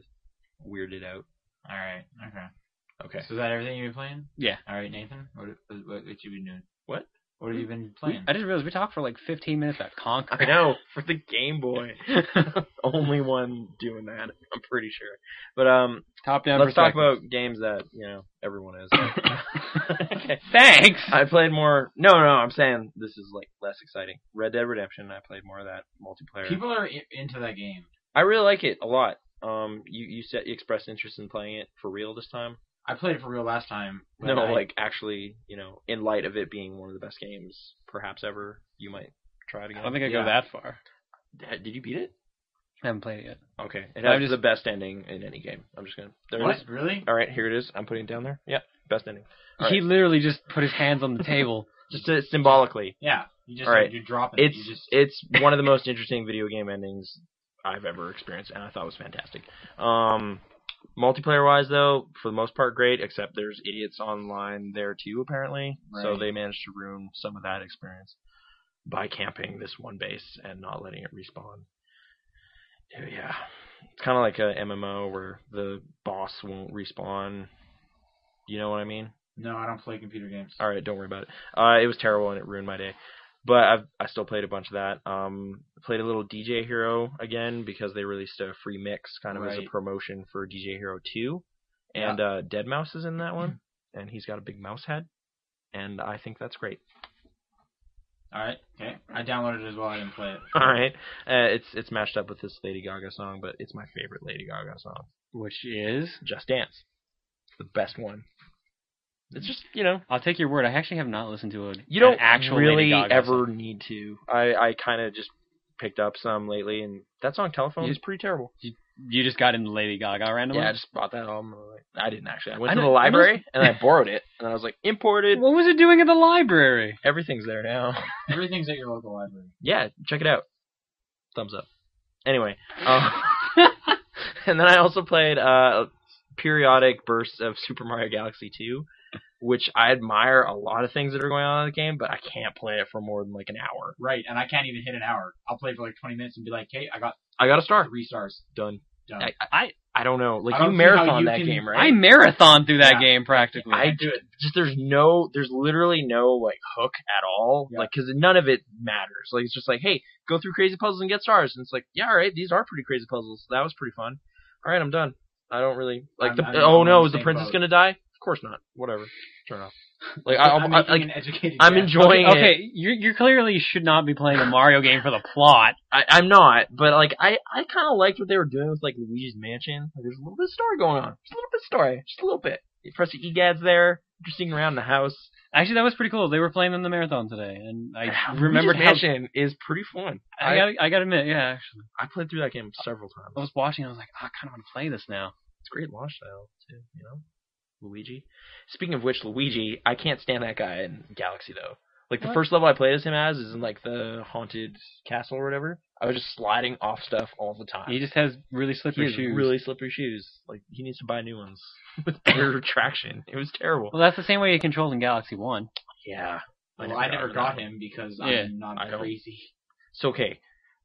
Speaker 2: weird it out.
Speaker 1: All right. Okay.
Speaker 2: Okay.
Speaker 1: So is that everything you've been playing?
Speaker 3: Yeah.
Speaker 1: All right, Nathan. What what, what you been doing?
Speaker 2: What?
Speaker 1: What have you been
Speaker 3: We-
Speaker 1: playing?
Speaker 3: I just realized we talked for like 15 minutes about Conquer.
Speaker 2: I know for the Game Boy, only one doing that. I'm pretty sure. But um,
Speaker 3: Top down.
Speaker 2: let's talk about games that you know everyone is. okay.
Speaker 3: Thanks.
Speaker 2: I played more. No, no, I'm saying this is like less exciting. Red Dead Redemption. I played more of that multiplayer.
Speaker 1: People are I- into that game.
Speaker 2: I really like it a lot. Um, you you said you expressed interest in playing it for real this time.
Speaker 1: I played it for real last time. but
Speaker 2: no,
Speaker 1: I-
Speaker 2: like actually, you know, in light of it being one of the best games perhaps ever, you might try it
Speaker 3: I
Speaker 2: again.
Speaker 3: don't think I
Speaker 1: Yeah.
Speaker 3: go that far.
Speaker 2: Dad, Did you beat it?
Speaker 3: I haven't played it yet.
Speaker 2: Okay, it
Speaker 3: I'm
Speaker 2: has
Speaker 3: just-
Speaker 2: the best ending in any game. I'm just gonna. There it
Speaker 1: what?
Speaker 2: is.
Speaker 1: Really?
Speaker 2: All right, here it is. I'm putting it down there. Yeah, best ending. All
Speaker 3: He literally just put his hands on the table.
Speaker 2: Just to, symbolically.
Speaker 1: Yeah. You just
Speaker 2: All right.
Speaker 1: you're dropping. it.
Speaker 2: It's
Speaker 1: You just,
Speaker 2: it's one of the most interesting video game endings I've ever experienced, and I thought it was fantastic. Um, multiplayer wise, though, for the most part, great. Except there's idiots online there too, apparently. So
Speaker 1: Right.
Speaker 2: they managed to ruin some of that experience by camping this one base and not letting it respawn. So, yeah, it's kind of like a MMO where the boss won't respawn. You know what I mean?
Speaker 1: no, I don't play computer games.
Speaker 2: All right, don't worry about it. Uh, it was terrible and it ruined my day, but I've, I still played a bunch of that. Um, played a little DJ Hero again because they released a free mix, kind of as
Speaker 1: Right.
Speaker 2: a promotion for DJ Hero Two, and uh, Dead Mouse is in that one, and he's got a big mouse head, and I think that's great.
Speaker 1: All right. Okay. I downloaded it as well. I didn't play it.
Speaker 2: All right, uh, it's it's matched up with this Lady Gaga song, but it's my favorite Lady Gaga song,
Speaker 3: Which is?
Speaker 2: Just Dance, the best one. It's just you know
Speaker 3: I'll take your word. I actually have not listened to a,
Speaker 2: you don't
Speaker 3: an actual Lady
Speaker 2: really
Speaker 3: Gaga
Speaker 2: ever
Speaker 3: song.
Speaker 2: need to. I I kind of just picked up some lately, and that song "Telephone"
Speaker 3: You-
Speaker 2: is pretty terrible.
Speaker 3: You just got into Lady Gaga randomly.
Speaker 2: Yeah, I just bought that album. and, like, I didn't actually. I went
Speaker 3: I
Speaker 2: to the
Speaker 3: don't- I
Speaker 2: library and I borrowed it, and I was like, imported.
Speaker 3: what was it doing at the library?
Speaker 2: Everything's there now.
Speaker 1: Everything's at your local library.
Speaker 2: yeah, check it out. Thumbs up. Anyway, um, and then I also played uh, periodic bursts of Super Mario Galaxy 2, which I admire a lot of things that are going on in the game, but I can't play it for more than like an hour.
Speaker 1: Right. And I can't even hit an hour. I'll play for like 20 minutes and be like, "Hey, I got
Speaker 2: I got a star.
Speaker 1: three stars."
Speaker 2: Done.
Speaker 1: Done.
Speaker 2: I, I
Speaker 3: I-
Speaker 2: I don't know. Like
Speaker 1: I
Speaker 2: you
Speaker 1: don't see how
Speaker 2: marathon
Speaker 1: you
Speaker 2: that
Speaker 1: can-
Speaker 2: game,
Speaker 3: I
Speaker 2: right?
Speaker 3: marathoned through
Speaker 1: Yeah.
Speaker 3: that game practically.
Speaker 2: I
Speaker 1: do it.
Speaker 2: just there's no there's literally no like hook at all.
Speaker 1: Yeah.
Speaker 2: Like 'cause Like because none of it matters. Like it's just like hey, go through crazy puzzles and get stars. And it's like yeah, all right, these are pretty crazy puzzles. That was pretty fun. All right, I'm done. I don't really like
Speaker 1: I'm-
Speaker 2: the
Speaker 1: I'm
Speaker 2: oh
Speaker 1: in
Speaker 2: no,
Speaker 1: the
Speaker 2: is the
Speaker 1: same
Speaker 2: princess
Speaker 1: boat.
Speaker 2: gonna die? Of course not. Whatever. Turn off. Like I,
Speaker 1: I'm
Speaker 2: I'm, I,
Speaker 1: making
Speaker 2: like
Speaker 1: an educated
Speaker 2: I'm
Speaker 1: guess.
Speaker 2: enjoying
Speaker 3: okay,
Speaker 2: it.
Speaker 3: okay, you you clearly should not be playing a Mario game for the plot.
Speaker 2: I, I'm not, but like I, I kind of liked what they were doing with like Luigi's Mansion. Like, there's a little bit of story going on, just a little bit of story, just a little bit. You press the E egads there, interesting around the house.
Speaker 3: Actually, that was pretty cool. They were playing in the marathon today, and I
Speaker 2: Luigi's
Speaker 3: remembered how.
Speaker 2: Mansion is pretty fun.
Speaker 3: I got I got to admit, yeah, actually,
Speaker 2: I played through that game several times.
Speaker 3: I was watching. I was like, "Ah, I kind of want to play this now.
Speaker 2: It's great launch style too, you know. Luigi. Speaking of which, Luigi, I can't stand that guy in Galaxy though. Like the
Speaker 3: What?
Speaker 2: first level I played as him as is in like the haunted castle or whatever. I was just sliding off stuff all the time.
Speaker 3: He just has really
Speaker 2: he
Speaker 3: slippery
Speaker 2: has
Speaker 3: shoes.
Speaker 2: really slippery shoes. Like he needs to buy new ones with better traction. It was terrible.
Speaker 3: Well, that's the same way he controlled in Galaxy One.
Speaker 2: Yeah.
Speaker 1: Well, I never got
Speaker 2: him.
Speaker 1: him because
Speaker 3: Yeah,
Speaker 1: I'm not
Speaker 2: I don't-
Speaker 1: crazy.
Speaker 2: So okay,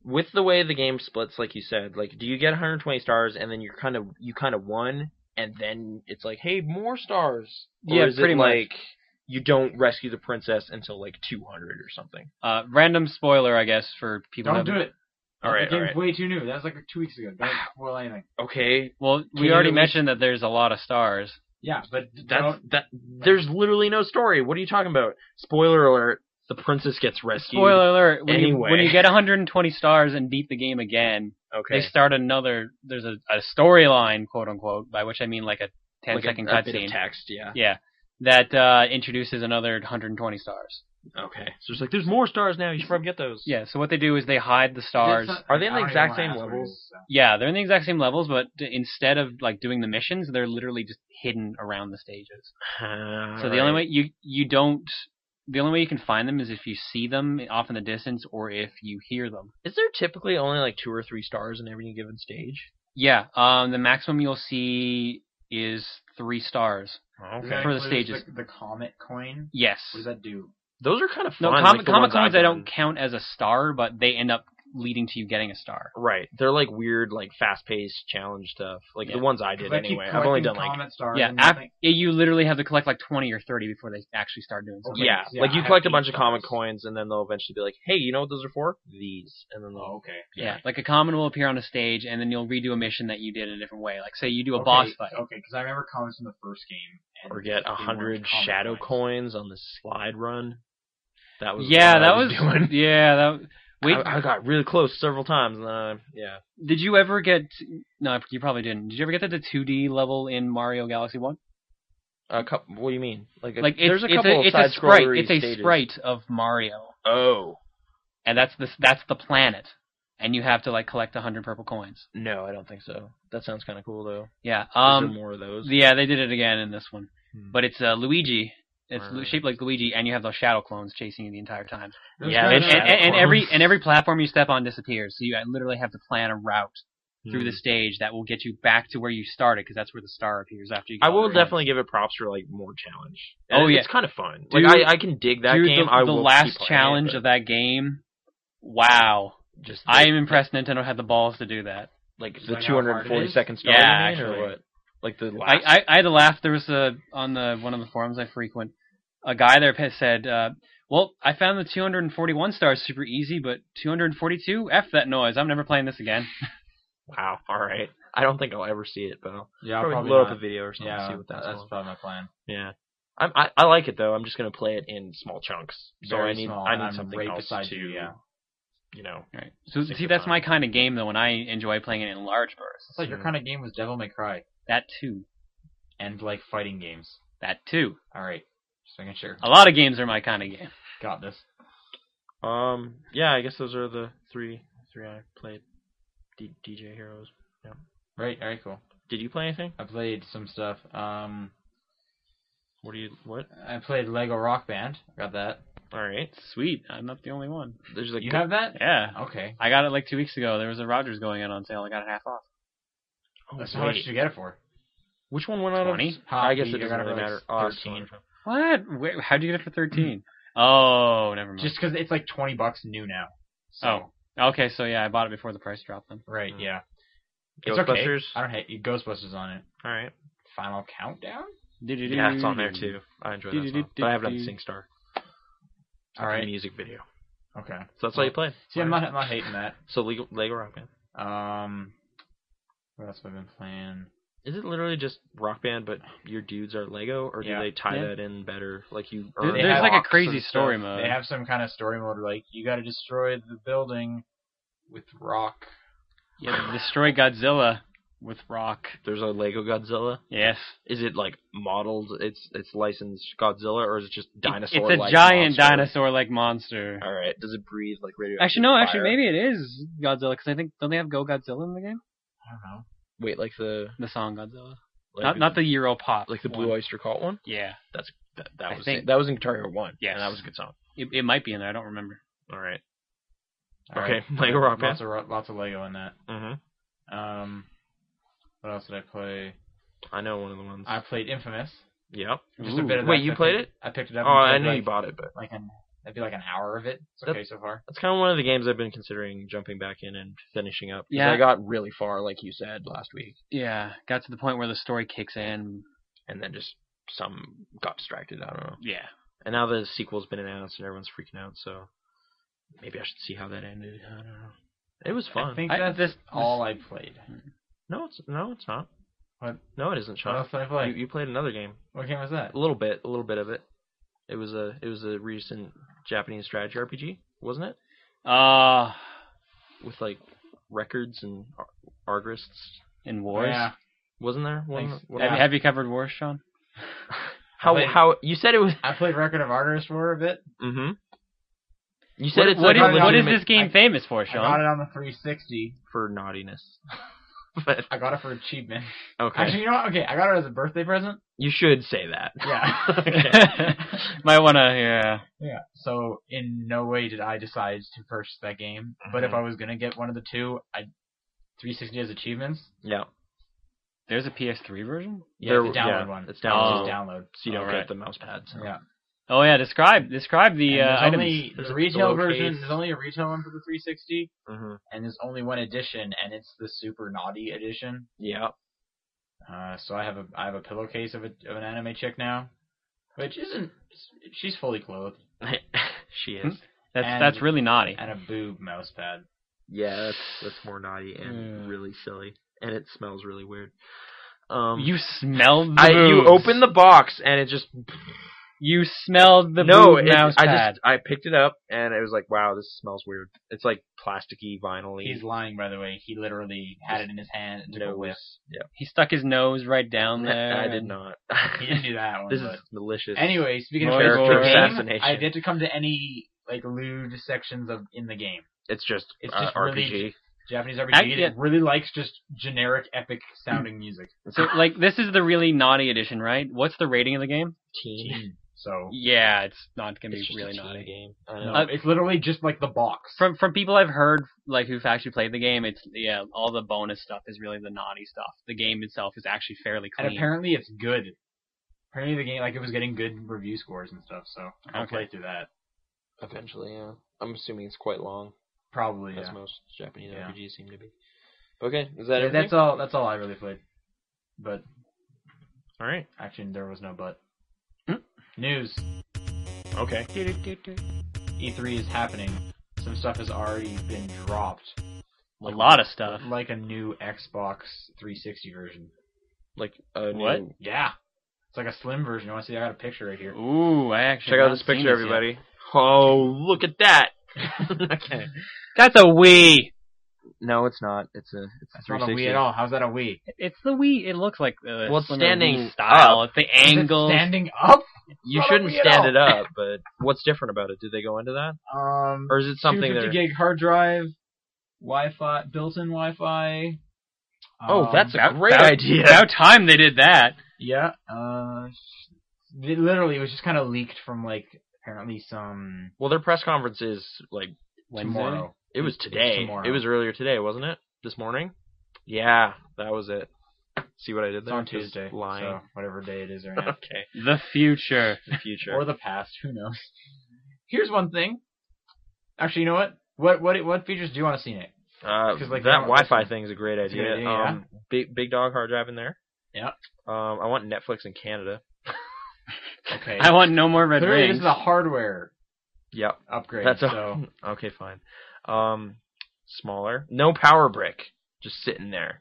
Speaker 2: with the way the game splits, like you said, like do you get 120 stars and then you're kind of you kind of won, and then it's like, hey, more stars.
Speaker 3: Yeah,
Speaker 2: or is
Speaker 3: pretty
Speaker 2: it
Speaker 3: much.
Speaker 2: like you don't rescue the princess until like 200 or something.
Speaker 3: Uh, random spoiler, I guess, for people.
Speaker 1: Don't
Speaker 3: that-
Speaker 1: do it.
Speaker 2: All right,
Speaker 1: the
Speaker 2: all
Speaker 1: game's
Speaker 2: right,
Speaker 1: way too new. That was like two weeks ago. Don't spoil anything.
Speaker 2: okay.
Speaker 3: Well, we
Speaker 2: you
Speaker 3: already
Speaker 2: at least-
Speaker 3: mentioned that there's a lot of stars.
Speaker 1: Yeah, but
Speaker 2: That's
Speaker 1: don't,
Speaker 2: that. There's literally no story. What are you talking about? Spoiler alert: the princess gets rescued.
Speaker 3: Spoiler alert: when,
Speaker 2: Anyway.
Speaker 3: you, when you get 120 stars and beat the game again,
Speaker 2: Okay.
Speaker 3: they start another. There's a, a storyline, quote unquote, by which I mean like a 10
Speaker 2: Like a-
Speaker 3: second
Speaker 2: a bit of
Speaker 3: cutscene.
Speaker 2: text. Yeah.
Speaker 3: Yeah, that uh, introduces another 120 stars.
Speaker 2: Okay. So it's like there's more stars now. You should probably get those.
Speaker 3: Yeah. So what they do is they hide the stars.
Speaker 1: that's not-
Speaker 2: Are they in the
Speaker 1: I don't
Speaker 2: exact
Speaker 1: even wanna
Speaker 2: same
Speaker 1: ask what it
Speaker 2: level?
Speaker 1: is, so.
Speaker 3: Yeah, they're in the exact same levels, but d- instead of like doing the missions, they're literally just hidden around the stages.
Speaker 2: Ah,
Speaker 3: so the
Speaker 2: right.
Speaker 3: only way you you don't the only way you can find them is if you see them off in the distance or if you hear them.
Speaker 2: Is there typically only like two or three stars in every given stage?
Speaker 3: Yeah, um, the maximum you'll see is three stars.
Speaker 1: Does that
Speaker 3: For the
Speaker 1: include
Speaker 3: stages.
Speaker 1: The, the comet coin.
Speaker 3: Yes.
Speaker 1: What does that do?
Speaker 2: Those are kind of
Speaker 3: No,
Speaker 2: fun.
Speaker 3: com-
Speaker 2: like the
Speaker 3: comic
Speaker 2: ones
Speaker 3: cons
Speaker 2: I've
Speaker 3: I don't
Speaker 2: done.
Speaker 3: count as a star, but they end up leading to you getting a star.
Speaker 2: Right, they're like weird, like fast-paced challenge stuff, like
Speaker 3: Yeah.
Speaker 2: the ones I did
Speaker 1: 'Cause I keep
Speaker 2: anyway. I've only
Speaker 1: collecting
Speaker 2: done like
Speaker 1: comet stars
Speaker 3: Yeah,
Speaker 1: and
Speaker 3: af-
Speaker 1: nothing-
Speaker 3: yeah, you literally have to collect like twenty or thirty before they actually start doing something.
Speaker 2: yeah,
Speaker 1: Yeah,
Speaker 2: like
Speaker 1: I
Speaker 2: you
Speaker 1: have
Speaker 2: collect a
Speaker 1: eight
Speaker 2: bunch of comic
Speaker 1: stars.
Speaker 2: coins, and then they'll eventually be like, "Hey, you know what those are for? These." And then
Speaker 1: Oh,
Speaker 2: they'll
Speaker 1: okay.
Speaker 3: Yeah. like a common will appear on a stage, and then you'll redo a mission that you did in a different way. Like say you do a
Speaker 1: okay,
Speaker 3: boss fight.
Speaker 2: Oh,
Speaker 1: Okay, because I remember comments from the first game. and
Speaker 2: or
Speaker 1: Oh,
Speaker 2: get
Speaker 1: they
Speaker 2: a
Speaker 1: weren't
Speaker 2: hundred
Speaker 1: comet
Speaker 2: shadow
Speaker 1: coins.
Speaker 2: coins on the slide run. That was
Speaker 3: Yeah,
Speaker 2: what
Speaker 3: that
Speaker 2: I
Speaker 3: was,
Speaker 2: was, doing.
Speaker 3: yeah that. Wait,
Speaker 2: I, I got really close several times, and uh, yeah,
Speaker 3: did you ever get? No, you probably didn't. Did you ever get to the two D level in Mario Galaxy One?
Speaker 2: a couple. What do you mean? Like,
Speaker 3: Like it's
Speaker 2: there's a couple
Speaker 3: it's a,
Speaker 2: of
Speaker 3: it's a sprite.
Speaker 2: side-scrollery
Speaker 3: It's a
Speaker 2: stages.
Speaker 3: sprite of Mario.
Speaker 2: Oh
Speaker 3: and that's the that's the planet, and you have to like collect hundred purple coins.
Speaker 2: no, I don't think so. That sounds kind of cool though.
Speaker 3: Yeah.
Speaker 2: Is there
Speaker 3: Um.
Speaker 2: more of those?
Speaker 3: Yeah, they did it again in this one,
Speaker 2: Hmm.
Speaker 3: but it's uh, Luigi, It's
Speaker 2: Right.
Speaker 3: shaped like Luigi, and you have those shadow clones chasing you the entire time.
Speaker 1: Those guys
Speaker 2: Yeah, they
Speaker 3: and,
Speaker 1: are-
Speaker 2: shadow
Speaker 3: and, and every
Speaker 2: clones.
Speaker 3: and every platform you step on disappears, so you uh, literally have to plan a route through
Speaker 2: Hmm.
Speaker 3: the stage that will get you back to where you started, because that's where the star appears after you. Get
Speaker 2: I
Speaker 3: all
Speaker 2: will
Speaker 3: the-
Speaker 2: definitely give it props for like more challenge.
Speaker 3: Oh, yeah.
Speaker 2: it's kind of fun.
Speaker 3: Dude-
Speaker 2: like I, I can dig that
Speaker 3: Dude,
Speaker 2: game.
Speaker 3: The,
Speaker 2: I
Speaker 3: the
Speaker 2: will
Speaker 3: last
Speaker 2: keep playing
Speaker 3: challenge
Speaker 2: it,
Speaker 3: of that game. Wow,
Speaker 2: but just
Speaker 3: I
Speaker 2: like,
Speaker 3: am impressed. Nintendo had the balls to do that.
Speaker 2: like
Speaker 1: Just
Speaker 2: the
Speaker 1: like how
Speaker 2: two
Speaker 1: hard it
Speaker 2: hundred and forty
Speaker 1: is?
Speaker 2: second star.
Speaker 3: Yeah,
Speaker 2: you mean,
Speaker 3: actually.
Speaker 2: or what? Like the
Speaker 3: I,
Speaker 2: last.
Speaker 3: I, I had to laugh. There was a on the one of the forums I frequent, a guy there had said, uh, "Well, I found the 241 stars super easy, but 242, f that noise. I'm never playing this again."
Speaker 2: wow. All right. I don't think I'll ever see it though.
Speaker 1: Yeah,
Speaker 2: probably,
Speaker 1: probably
Speaker 2: load
Speaker 1: not.
Speaker 2: up a video or something.
Speaker 1: yeah,
Speaker 2: see what that's.
Speaker 1: that's
Speaker 2: on.
Speaker 1: probably my plan.
Speaker 2: Yeah. I'm, I I like it though. I'm just gonna play it in small chunks. So
Speaker 1: Very
Speaker 2: I need
Speaker 1: small,
Speaker 2: I
Speaker 1: and
Speaker 2: need
Speaker 1: I'm
Speaker 2: something
Speaker 1: right
Speaker 2: else
Speaker 1: beside
Speaker 2: to
Speaker 1: you, yeah.
Speaker 2: you know.
Speaker 3: Right. So
Speaker 2: Six
Speaker 3: see,
Speaker 2: to
Speaker 3: that's
Speaker 2: five.
Speaker 3: my kind of game though. When I enjoy playing it in large
Speaker 1: I
Speaker 3: bursts,
Speaker 1: thought your kind of game was Devil May Cry
Speaker 3: that too,
Speaker 1: and like fighting games.
Speaker 3: that too.
Speaker 1: All right, just making sure.
Speaker 3: A lot of games are my kind of game.
Speaker 1: Got this.
Speaker 2: Um. Yeah. I guess those are the three three I played. D- DJ Heroes.
Speaker 1: Right. All right. Cool.
Speaker 2: Did you play anything?
Speaker 1: I played some stuff. Um,
Speaker 2: What do you what?
Speaker 1: I played Lego Rock Band. Got that.
Speaker 2: All right.
Speaker 3: Sweet, I'm not the only one.
Speaker 2: There's like
Speaker 1: You have that?
Speaker 3: Yeah,
Speaker 1: Okay.
Speaker 3: I got it like two weeks ago. There was a Rogers going in on sale. I got it half off.
Speaker 2: Oh,
Speaker 1: So how much
Speaker 2: wait.
Speaker 1: did you get it for?
Speaker 2: Mm-hmm. Which one went out of?
Speaker 3: 20?
Speaker 1: Huh,
Speaker 2: I guess
Speaker 1: you
Speaker 2: it doesn't
Speaker 1: got it
Speaker 2: really
Speaker 1: for, like,
Speaker 2: matter. Oh,
Speaker 1: 13.
Speaker 2: 20.
Speaker 3: What? Where, how'd you get it for 13? oh, never mind.
Speaker 1: Just because it's like twenty bucks new now. So,
Speaker 3: Oh. Okay, so yeah, I bought it before the price dropped then.
Speaker 1: Right.
Speaker 2: Mm.
Speaker 1: Yeah. It's okay.
Speaker 2: Ghostbusters.
Speaker 1: I don't hate Ghostbusters on it.
Speaker 2: All right.
Speaker 1: Final Countdown.
Speaker 2: Yeah, it's on there too. I enjoy that song, but I have it on SingStar.
Speaker 1: All right.
Speaker 2: Music video.
Speaker 1: Okay.
Speaker 2: So that's all you played.
Speaker 1: See, I'm
Speaker 2: All right.
Speaker 1: not, I'm not hating that.
Speaker 2: So Lego, Lego Rock Band.
Speaker 1: Um, what else have I been playing?
Speaker 2: Is it literally just Rock Band, but your dudes are Lego, or do
Speaker 1: Yeah.
Speaker 2: they tie
Speaker 3: Yeah.
Speaker 2: that in better? Like you.
Speaker 3: There-
Speaker 2: earn
Speaker 1: there's like a
Speaker 2: blocks
Speaker 3: crazy
Speaker 2: and stuff?
Speaker 3: story mode.
Speaker 1: They have some kind of story mode like you got to destroy the building with rock.
Speaker 3: Yeah, destroy Godzilla with rock.
Speaker 2: There's a Lego Godzilla.
Speaker 3: Yes.
Speaker 2: Is it like modeled? It's it's licensed Godzilla, or is it just dinosaur?
Speaker 3: It's a giant dinosaur-like monster.
Speaker 2: All right. Does it breathe like radioactive?
Speaker 3: Actually, no. Actually,
Speaker 2: fire?
Speaker 3: maybe it is Godzilla because I think don't they have Go Godzilla in the game?
Speaker 1: I don't know.
Speaker 2: Wait, like the
Speaker 3: The song Godzilla,
Speaker 2: like
Speaker 3: not not the Euro pop,
Speaker 2: like the
Speaker 3: one.
Speaker 2: Blue Oyster Cult one.
Speaker 3: Yeah,
Speaker 2: That, that
Speaker 3: I
Speaker 2: was
Speaker 3: think-
Speaker 2: it. that was in Guitar Hero One.
Speaker 3: Yes.
Speaker 2: and that was a good song.
Speaker 3: it, it might be in there. I don't remember.
Speaker 2: All right.
Speaker 1: All
Speaker 2: Okay, Lego Rock
Speaker 1: Lots
Speaker 2: Band.
Speaker 1: of ro- lots of Lego in that.
Speaker 2: Mm-hmm.
Speaker 1: Um, what else did I play?
Speaker 2: I know one of the ones.
Speaker 1: I played Infamous.
Speaker 2: Yep.
Speaker 1: Just a bit of
Speaker 2: Wait,
Speaker 1: that.
Speaker 2: you
Speaker 1: I
Speaker 2: played
Speaker 1: picked-
Speaker 2: it?
Speaker 1: I picked it
Speaker 2: Oh,
Speaker 1: up. and
Speaker 2: I
Speaker 1: played,
Speaker 2: know you
Speaker 1: like,
Speaker 2: bought it, but
Speaker 1: Like an that'd be like an hour of it. It's
Speaker 2: That-
Speaker 1: okay so far.
Speaker 2: that's kind of one of the games I've been considering jumping back in and finishing up. 'cause
Speaker 3: Yeah.
Speaker 2: I got really far, like you said last week,
Speaker 3: Yeah, got to the point where the story kicks in.
Speaker 2: and then just some got distracted. I don't know.
Speaker 3: Yeah,
Speaker 2: And now the sequel's been announced, and everyone's freaking out. So maybe I should see how that ended. I don't know. It was fun.
Speaker 1: I think
Speaker 3: I-
Speaker 1: that's
Speaker 3: this- this-
Speaker 1: all I played.
Speaker 2: No, it's no, it's not.
Speaker 1: What?
Speaker 2: No, it isn't.
Speaker 1: What
Speaker 2: Sean.
Speaker 1: else did I play?
Speaker 2: You, you played another game.
Speaker 1: what game was that?
Speaker 2: A little bit, a little bit of it. It was a it was a recent Japanese strategy RPG, wasn't it?
Speaker 3: Uh,
Speaker 2: With like records and ar- artists,
Speaker 3: in wars.
Speaker 1: Yeah.
Speaker 2: wasn't there? One,
Speaker 1: Thanks.
Speaker 2: one-
Speaker 3: Have, have you covered wars, Sean?
Speaker 2: How
Speaker 1: Wait.
Speaker 2: how you said it was?
Speaker 1: I played Record of Artists for a bit.
Speaker 2: Mm-hmm. You said
Speaker 3: What-
Speaker 2: it's like
Speaker 3: what is-
Speaker 2: a
Speaker 3: what is
Speaker 2: legitimate-
Speaker 3: this game
Speaker 1: I-
Speaker 3: famous for,
Speaker 1: I got
Speaker 3: Sean?
Speaker 1: it on the 360.
Speaker 2: for naughtiness? but
Speaker 1: I got it for achievement.
Speaker 2: okay,
Speaker 1: Actually, you know what? Okay, I got it as a birthday present.
Speaker 2: you should say that.
Speaker 1: Yeah.
Speaker 2: Okay.
Speaker 3: Might wanna, uh, yeah.
Speaker 1: Yeah. So in no way did I decide to purchase that game. But if
Speaker 2: Mhm.
Speaker 1: I was gonna get one of the two, I 360 as achievements.
Speaker 2: yeah.
Speaker 3: There's a PS3 version.
Speaker 1: Yeah,
Speaker 2: There-
Speaker 1: it's a download
Speaker 2: yeah,
Speaker 1: one.
Speaker 2: It's
Speaker 1: It's
Speaker 2: download.
Speaker 1: just download.
Speaker 2: So you don't
Speaker 3: Alright.
Speaker 2: get the mouse pad. So.
Speaker 1: Yeah.
Speaker 3: Oh yeah, describe describe
Speaker 1: And
Speaker 3: the uh,
Speaker 1: there's
Speaker 3: items.
Speaker 1: only
Speaker 2: There's
Speaker 1: the
Speaker 2: a
Speaker 1: retail
Speaker 2: little
Speaker 1: version.
Speaker 2: case.
Speaker 1: There's only a retail one for the 360,
Speaker 2: hmm
Speaker 1: and there's only one edition, and it's the super naughty edition.
Speaker 2: Yeah.
Speaker 1: Uh, so I have a I have a pillowcase of, a, of an anime chick now, which isn't. She's fully clothed
Speaker 2: she is.
Speaker 3: That's
Speaker 1: and-
Speaker 3: that's really naughty.
Speaker 1: and a boob mouse pad.
Speaker 2: Yeah, that's that's more naughty and
Speaker 3: Yeah.
Speaker 2: really silly, and it smells really weird. Um,
Speaker 3: you smelled the
Speaker 2: I, you
Speaker 3: boobs.
Speaker 2: open the box and it just
Speaker 3: You smelled the
Speaker 2: no,
Speaker 3: boob
Speaker 2: it-
Speaker 3: mouse
Speaker 2: I
Speaker 3: pad.
Speaker 2: just I picked it up and it was like, wow, this smells weird. It's like plasticky, vinyl-y.
Speaker 1: He's lying, by the way. He literally had it in his hand and took a
Speaker 2: nose.
Speaker 1: whiff.
Speaker 2: Yeah,
Speaker 3: He stuck his nose right down there.
Speaker 2: I did
Speaker 3: and-
Speaker 2: not.
Speaker 1: He didn't do that one.
Speaker 2: this is
Speaker 1: but-
Speaker 2: malicious.
Speaker 1: Anyway, speaking of
Speaker 3: Character
Speaker 1: physical game,
Speaker 2: assassination.
Speaker 1: I get to come to any like lewd sections of in the game.
Speaker 2: it's just,
Speaker 1: It's
Speaker 2: uh,
Speaker 1: just
Speaker 2: RPG.
Speaker 1: really- Japanese RPG
Speaker 3: Actually,
Speaker 1: that really likes just generic epic sounding music.
Speaker 3: So like this is the really naughty edition, right? What's the rating of the game?
Speaker 2: teen.
Speaker 1: So
Speaker 3: Yeah, it's not gonna
Speaker 2: It's
Speaker 3: be
Speaker 2: just
Speaker 3: really
Speaker 2: a team
Speaker 3: naughty.
Speaker 2: game. I
Speaker 1: no,
Speaker 2: know.
Speaker 3: Uh,
Speaker 1: it's literally just like the box.
Speaker 3: From from people I've heard like who've actually played the game, it's yeah, all the bonus stuff is really the naughty stuff. The game itself is actually fairly clean.
Speaker 1: and apparently it's good. Apparently the game like it was getting good review scores and stuff. So I'll
Speaker 3: Okay.
Speaker 1: play through that
Speaker 2: Eventually, yeah. I'm assuming it's quite long,
Speaker 1: probably.
Speaker 2: as
Speaker 1: yeah.
Speaker 2: most Japanese
Speaker 1: Yeah.
Speaker 2: RPGs seem to be. Okay, is that
Speaker 1: Yeah,
Speaker 2: it?
Speaker 1: that's all. That's all I really played. But
Speaker 2: all right.
Speaker 1: actually, there was no but.
Speaker 2: Hmm?
Speaker 1: News:
Speaker 2: Okay.
Speaker 1: E3 is happening. Some stuff has already been dropped,
Speaker 3: a lot of stuff.
Speaker 1: like a new Xbox 360 version.
Speaker 2: Like a new-
Speaker 3: What?
Speaker 1: Yeah, it's like a slim version. You want to see? I got a picture right here.
Speaker 3: Ooh, I actually
Speaker 2: Check
Speaker 3: have
Speaker 2: out
Speaker 3: not
Speaker 2: this
Speaker 3: seen
Speaker 2: picture,
Speaker 3: yet.
Speaker 2: everybody. Oh, look at that. okay.
Speaker 3: That's a Wii.
Speaker 2: No, it's not. It's a it's
Speaker 1: That's
Speaker 2: a
Speaker 1: not a
Speaker 2: 360.
Speaker 1: Wii at all. How's that a Wii?
Speaker 3: It's the Wii. It looks like uh,
Speaker 2: Well, it's
Speaker 3: some of the Wii
Speaker 2: standing
Speaker 3: style. It's the
Speaker 1: Is it
Speaker 3: angle.
Speaker 1: standing up.
Speaker 2: You
Speaker 1: Not a
Speaker 2: shouldn't
Speaker 1: Wii at
Speaker 2: stand
Speaker 1: all.
Speaker 2: it up, but what's different about it? Did they go into that,
Speaker 1: Um,
Speaker 2: or is it something
Speaker 1: 250
Speaker 2: that?
Speaker 1: gig hard drive, Wi-Fi, built-in Wi-Fi.
Speaker 2: oh,
Speaker 1: Um,
Speaker 2: that's a
Speaker 3: about-
Speaker 2: great
Speaker 3: about-
Speaker 2: idea.
Speaker 3: About time they did that.
Speaker 1: yeah. Uh, it literally was just kind of leaked from like apparently some
Speaker 2: well, their press conference is like
Speaker 1: tomorrow.
Speaker 2: it was
Speaker 1: It's
Speaker 2: today.
Speaker 1: tomorrow.
Speaker 2: It was earlier today, wasn't it? This morning. Yeah, that was it. See what I did
Speaker 1: It's
Speaker 2: there?
Speaker 1: on
Speaker 2: Just
Speaker 1: Tuesday,
Speaker 2: Lying.
Speaker 1: so whatever day it is right now,
Speaker 2: okay.
Speaker 3: The future.
Speaker 2: The future.
Speaker 1: or the past, who knows? Here's one thing. Actually, you know what? What what what features do you want to see in it?
Speaker 2: Uh,
Speaker 1: 'Cause, like,
Speaker 2: that
Speaker 1: they're not
Speaker 2: Wi-Fi
Speaker 1: listening.
Speaker 2: thing is a great
Speaker 1: It's a good
Speaker 2: idea.
Speaker 1: idea, yeah.
Speaker 2: um, big big dog hard drive in there.
Speaker 1: Yeah.
Speaker 2: Um, I want Netflix in Canada.
Speaker 1: Okay.
Speaker 3: I want no more red
Speaker 1: Clearly,
Speaker 3: rings.
Speaker 1: this is a hardware
Speaker 2: Yep.
Speaker 1: upgrade.
Speaker 2: That's a,
Speaker 1: so
Speaker 2: okay, fine. Um, smaller. No power brick, just sitting there.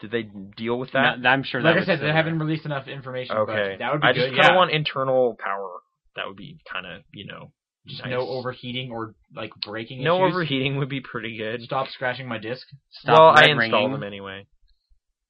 Speaker 2: Did they deal with that?
Speaker 3: No, I'm sure
Speaker 1: like
Speaker 3: that
Speaker 1: I
Speaker 3: was
Speaker 1: said, they
Speaker 3: similar.
Speaker 1: haven't released enough information.
Speaker 2: okay,
Speaker 1: but that would be
Speaker 2: I
Speaker 1: good.
Speaker 2: just kind of
Speaker 1: yeah.
Speaker 2: want internal power. That would be kind of you know
Speaker 1: just
Speaker 2: nice.
Speaker 1: no overheating or like breaking.
Speaker 2: No
Speaker 1: issues.
Speaker 2: overheating would be pretty good.
Speaker 1: Stop scratching my disc.
Speaker 3: Stop
Speaker 2: well, I
Speaker 3: red
Speaker 2: installed
Speaker 3: ringing.
Speaker 2: them anyway.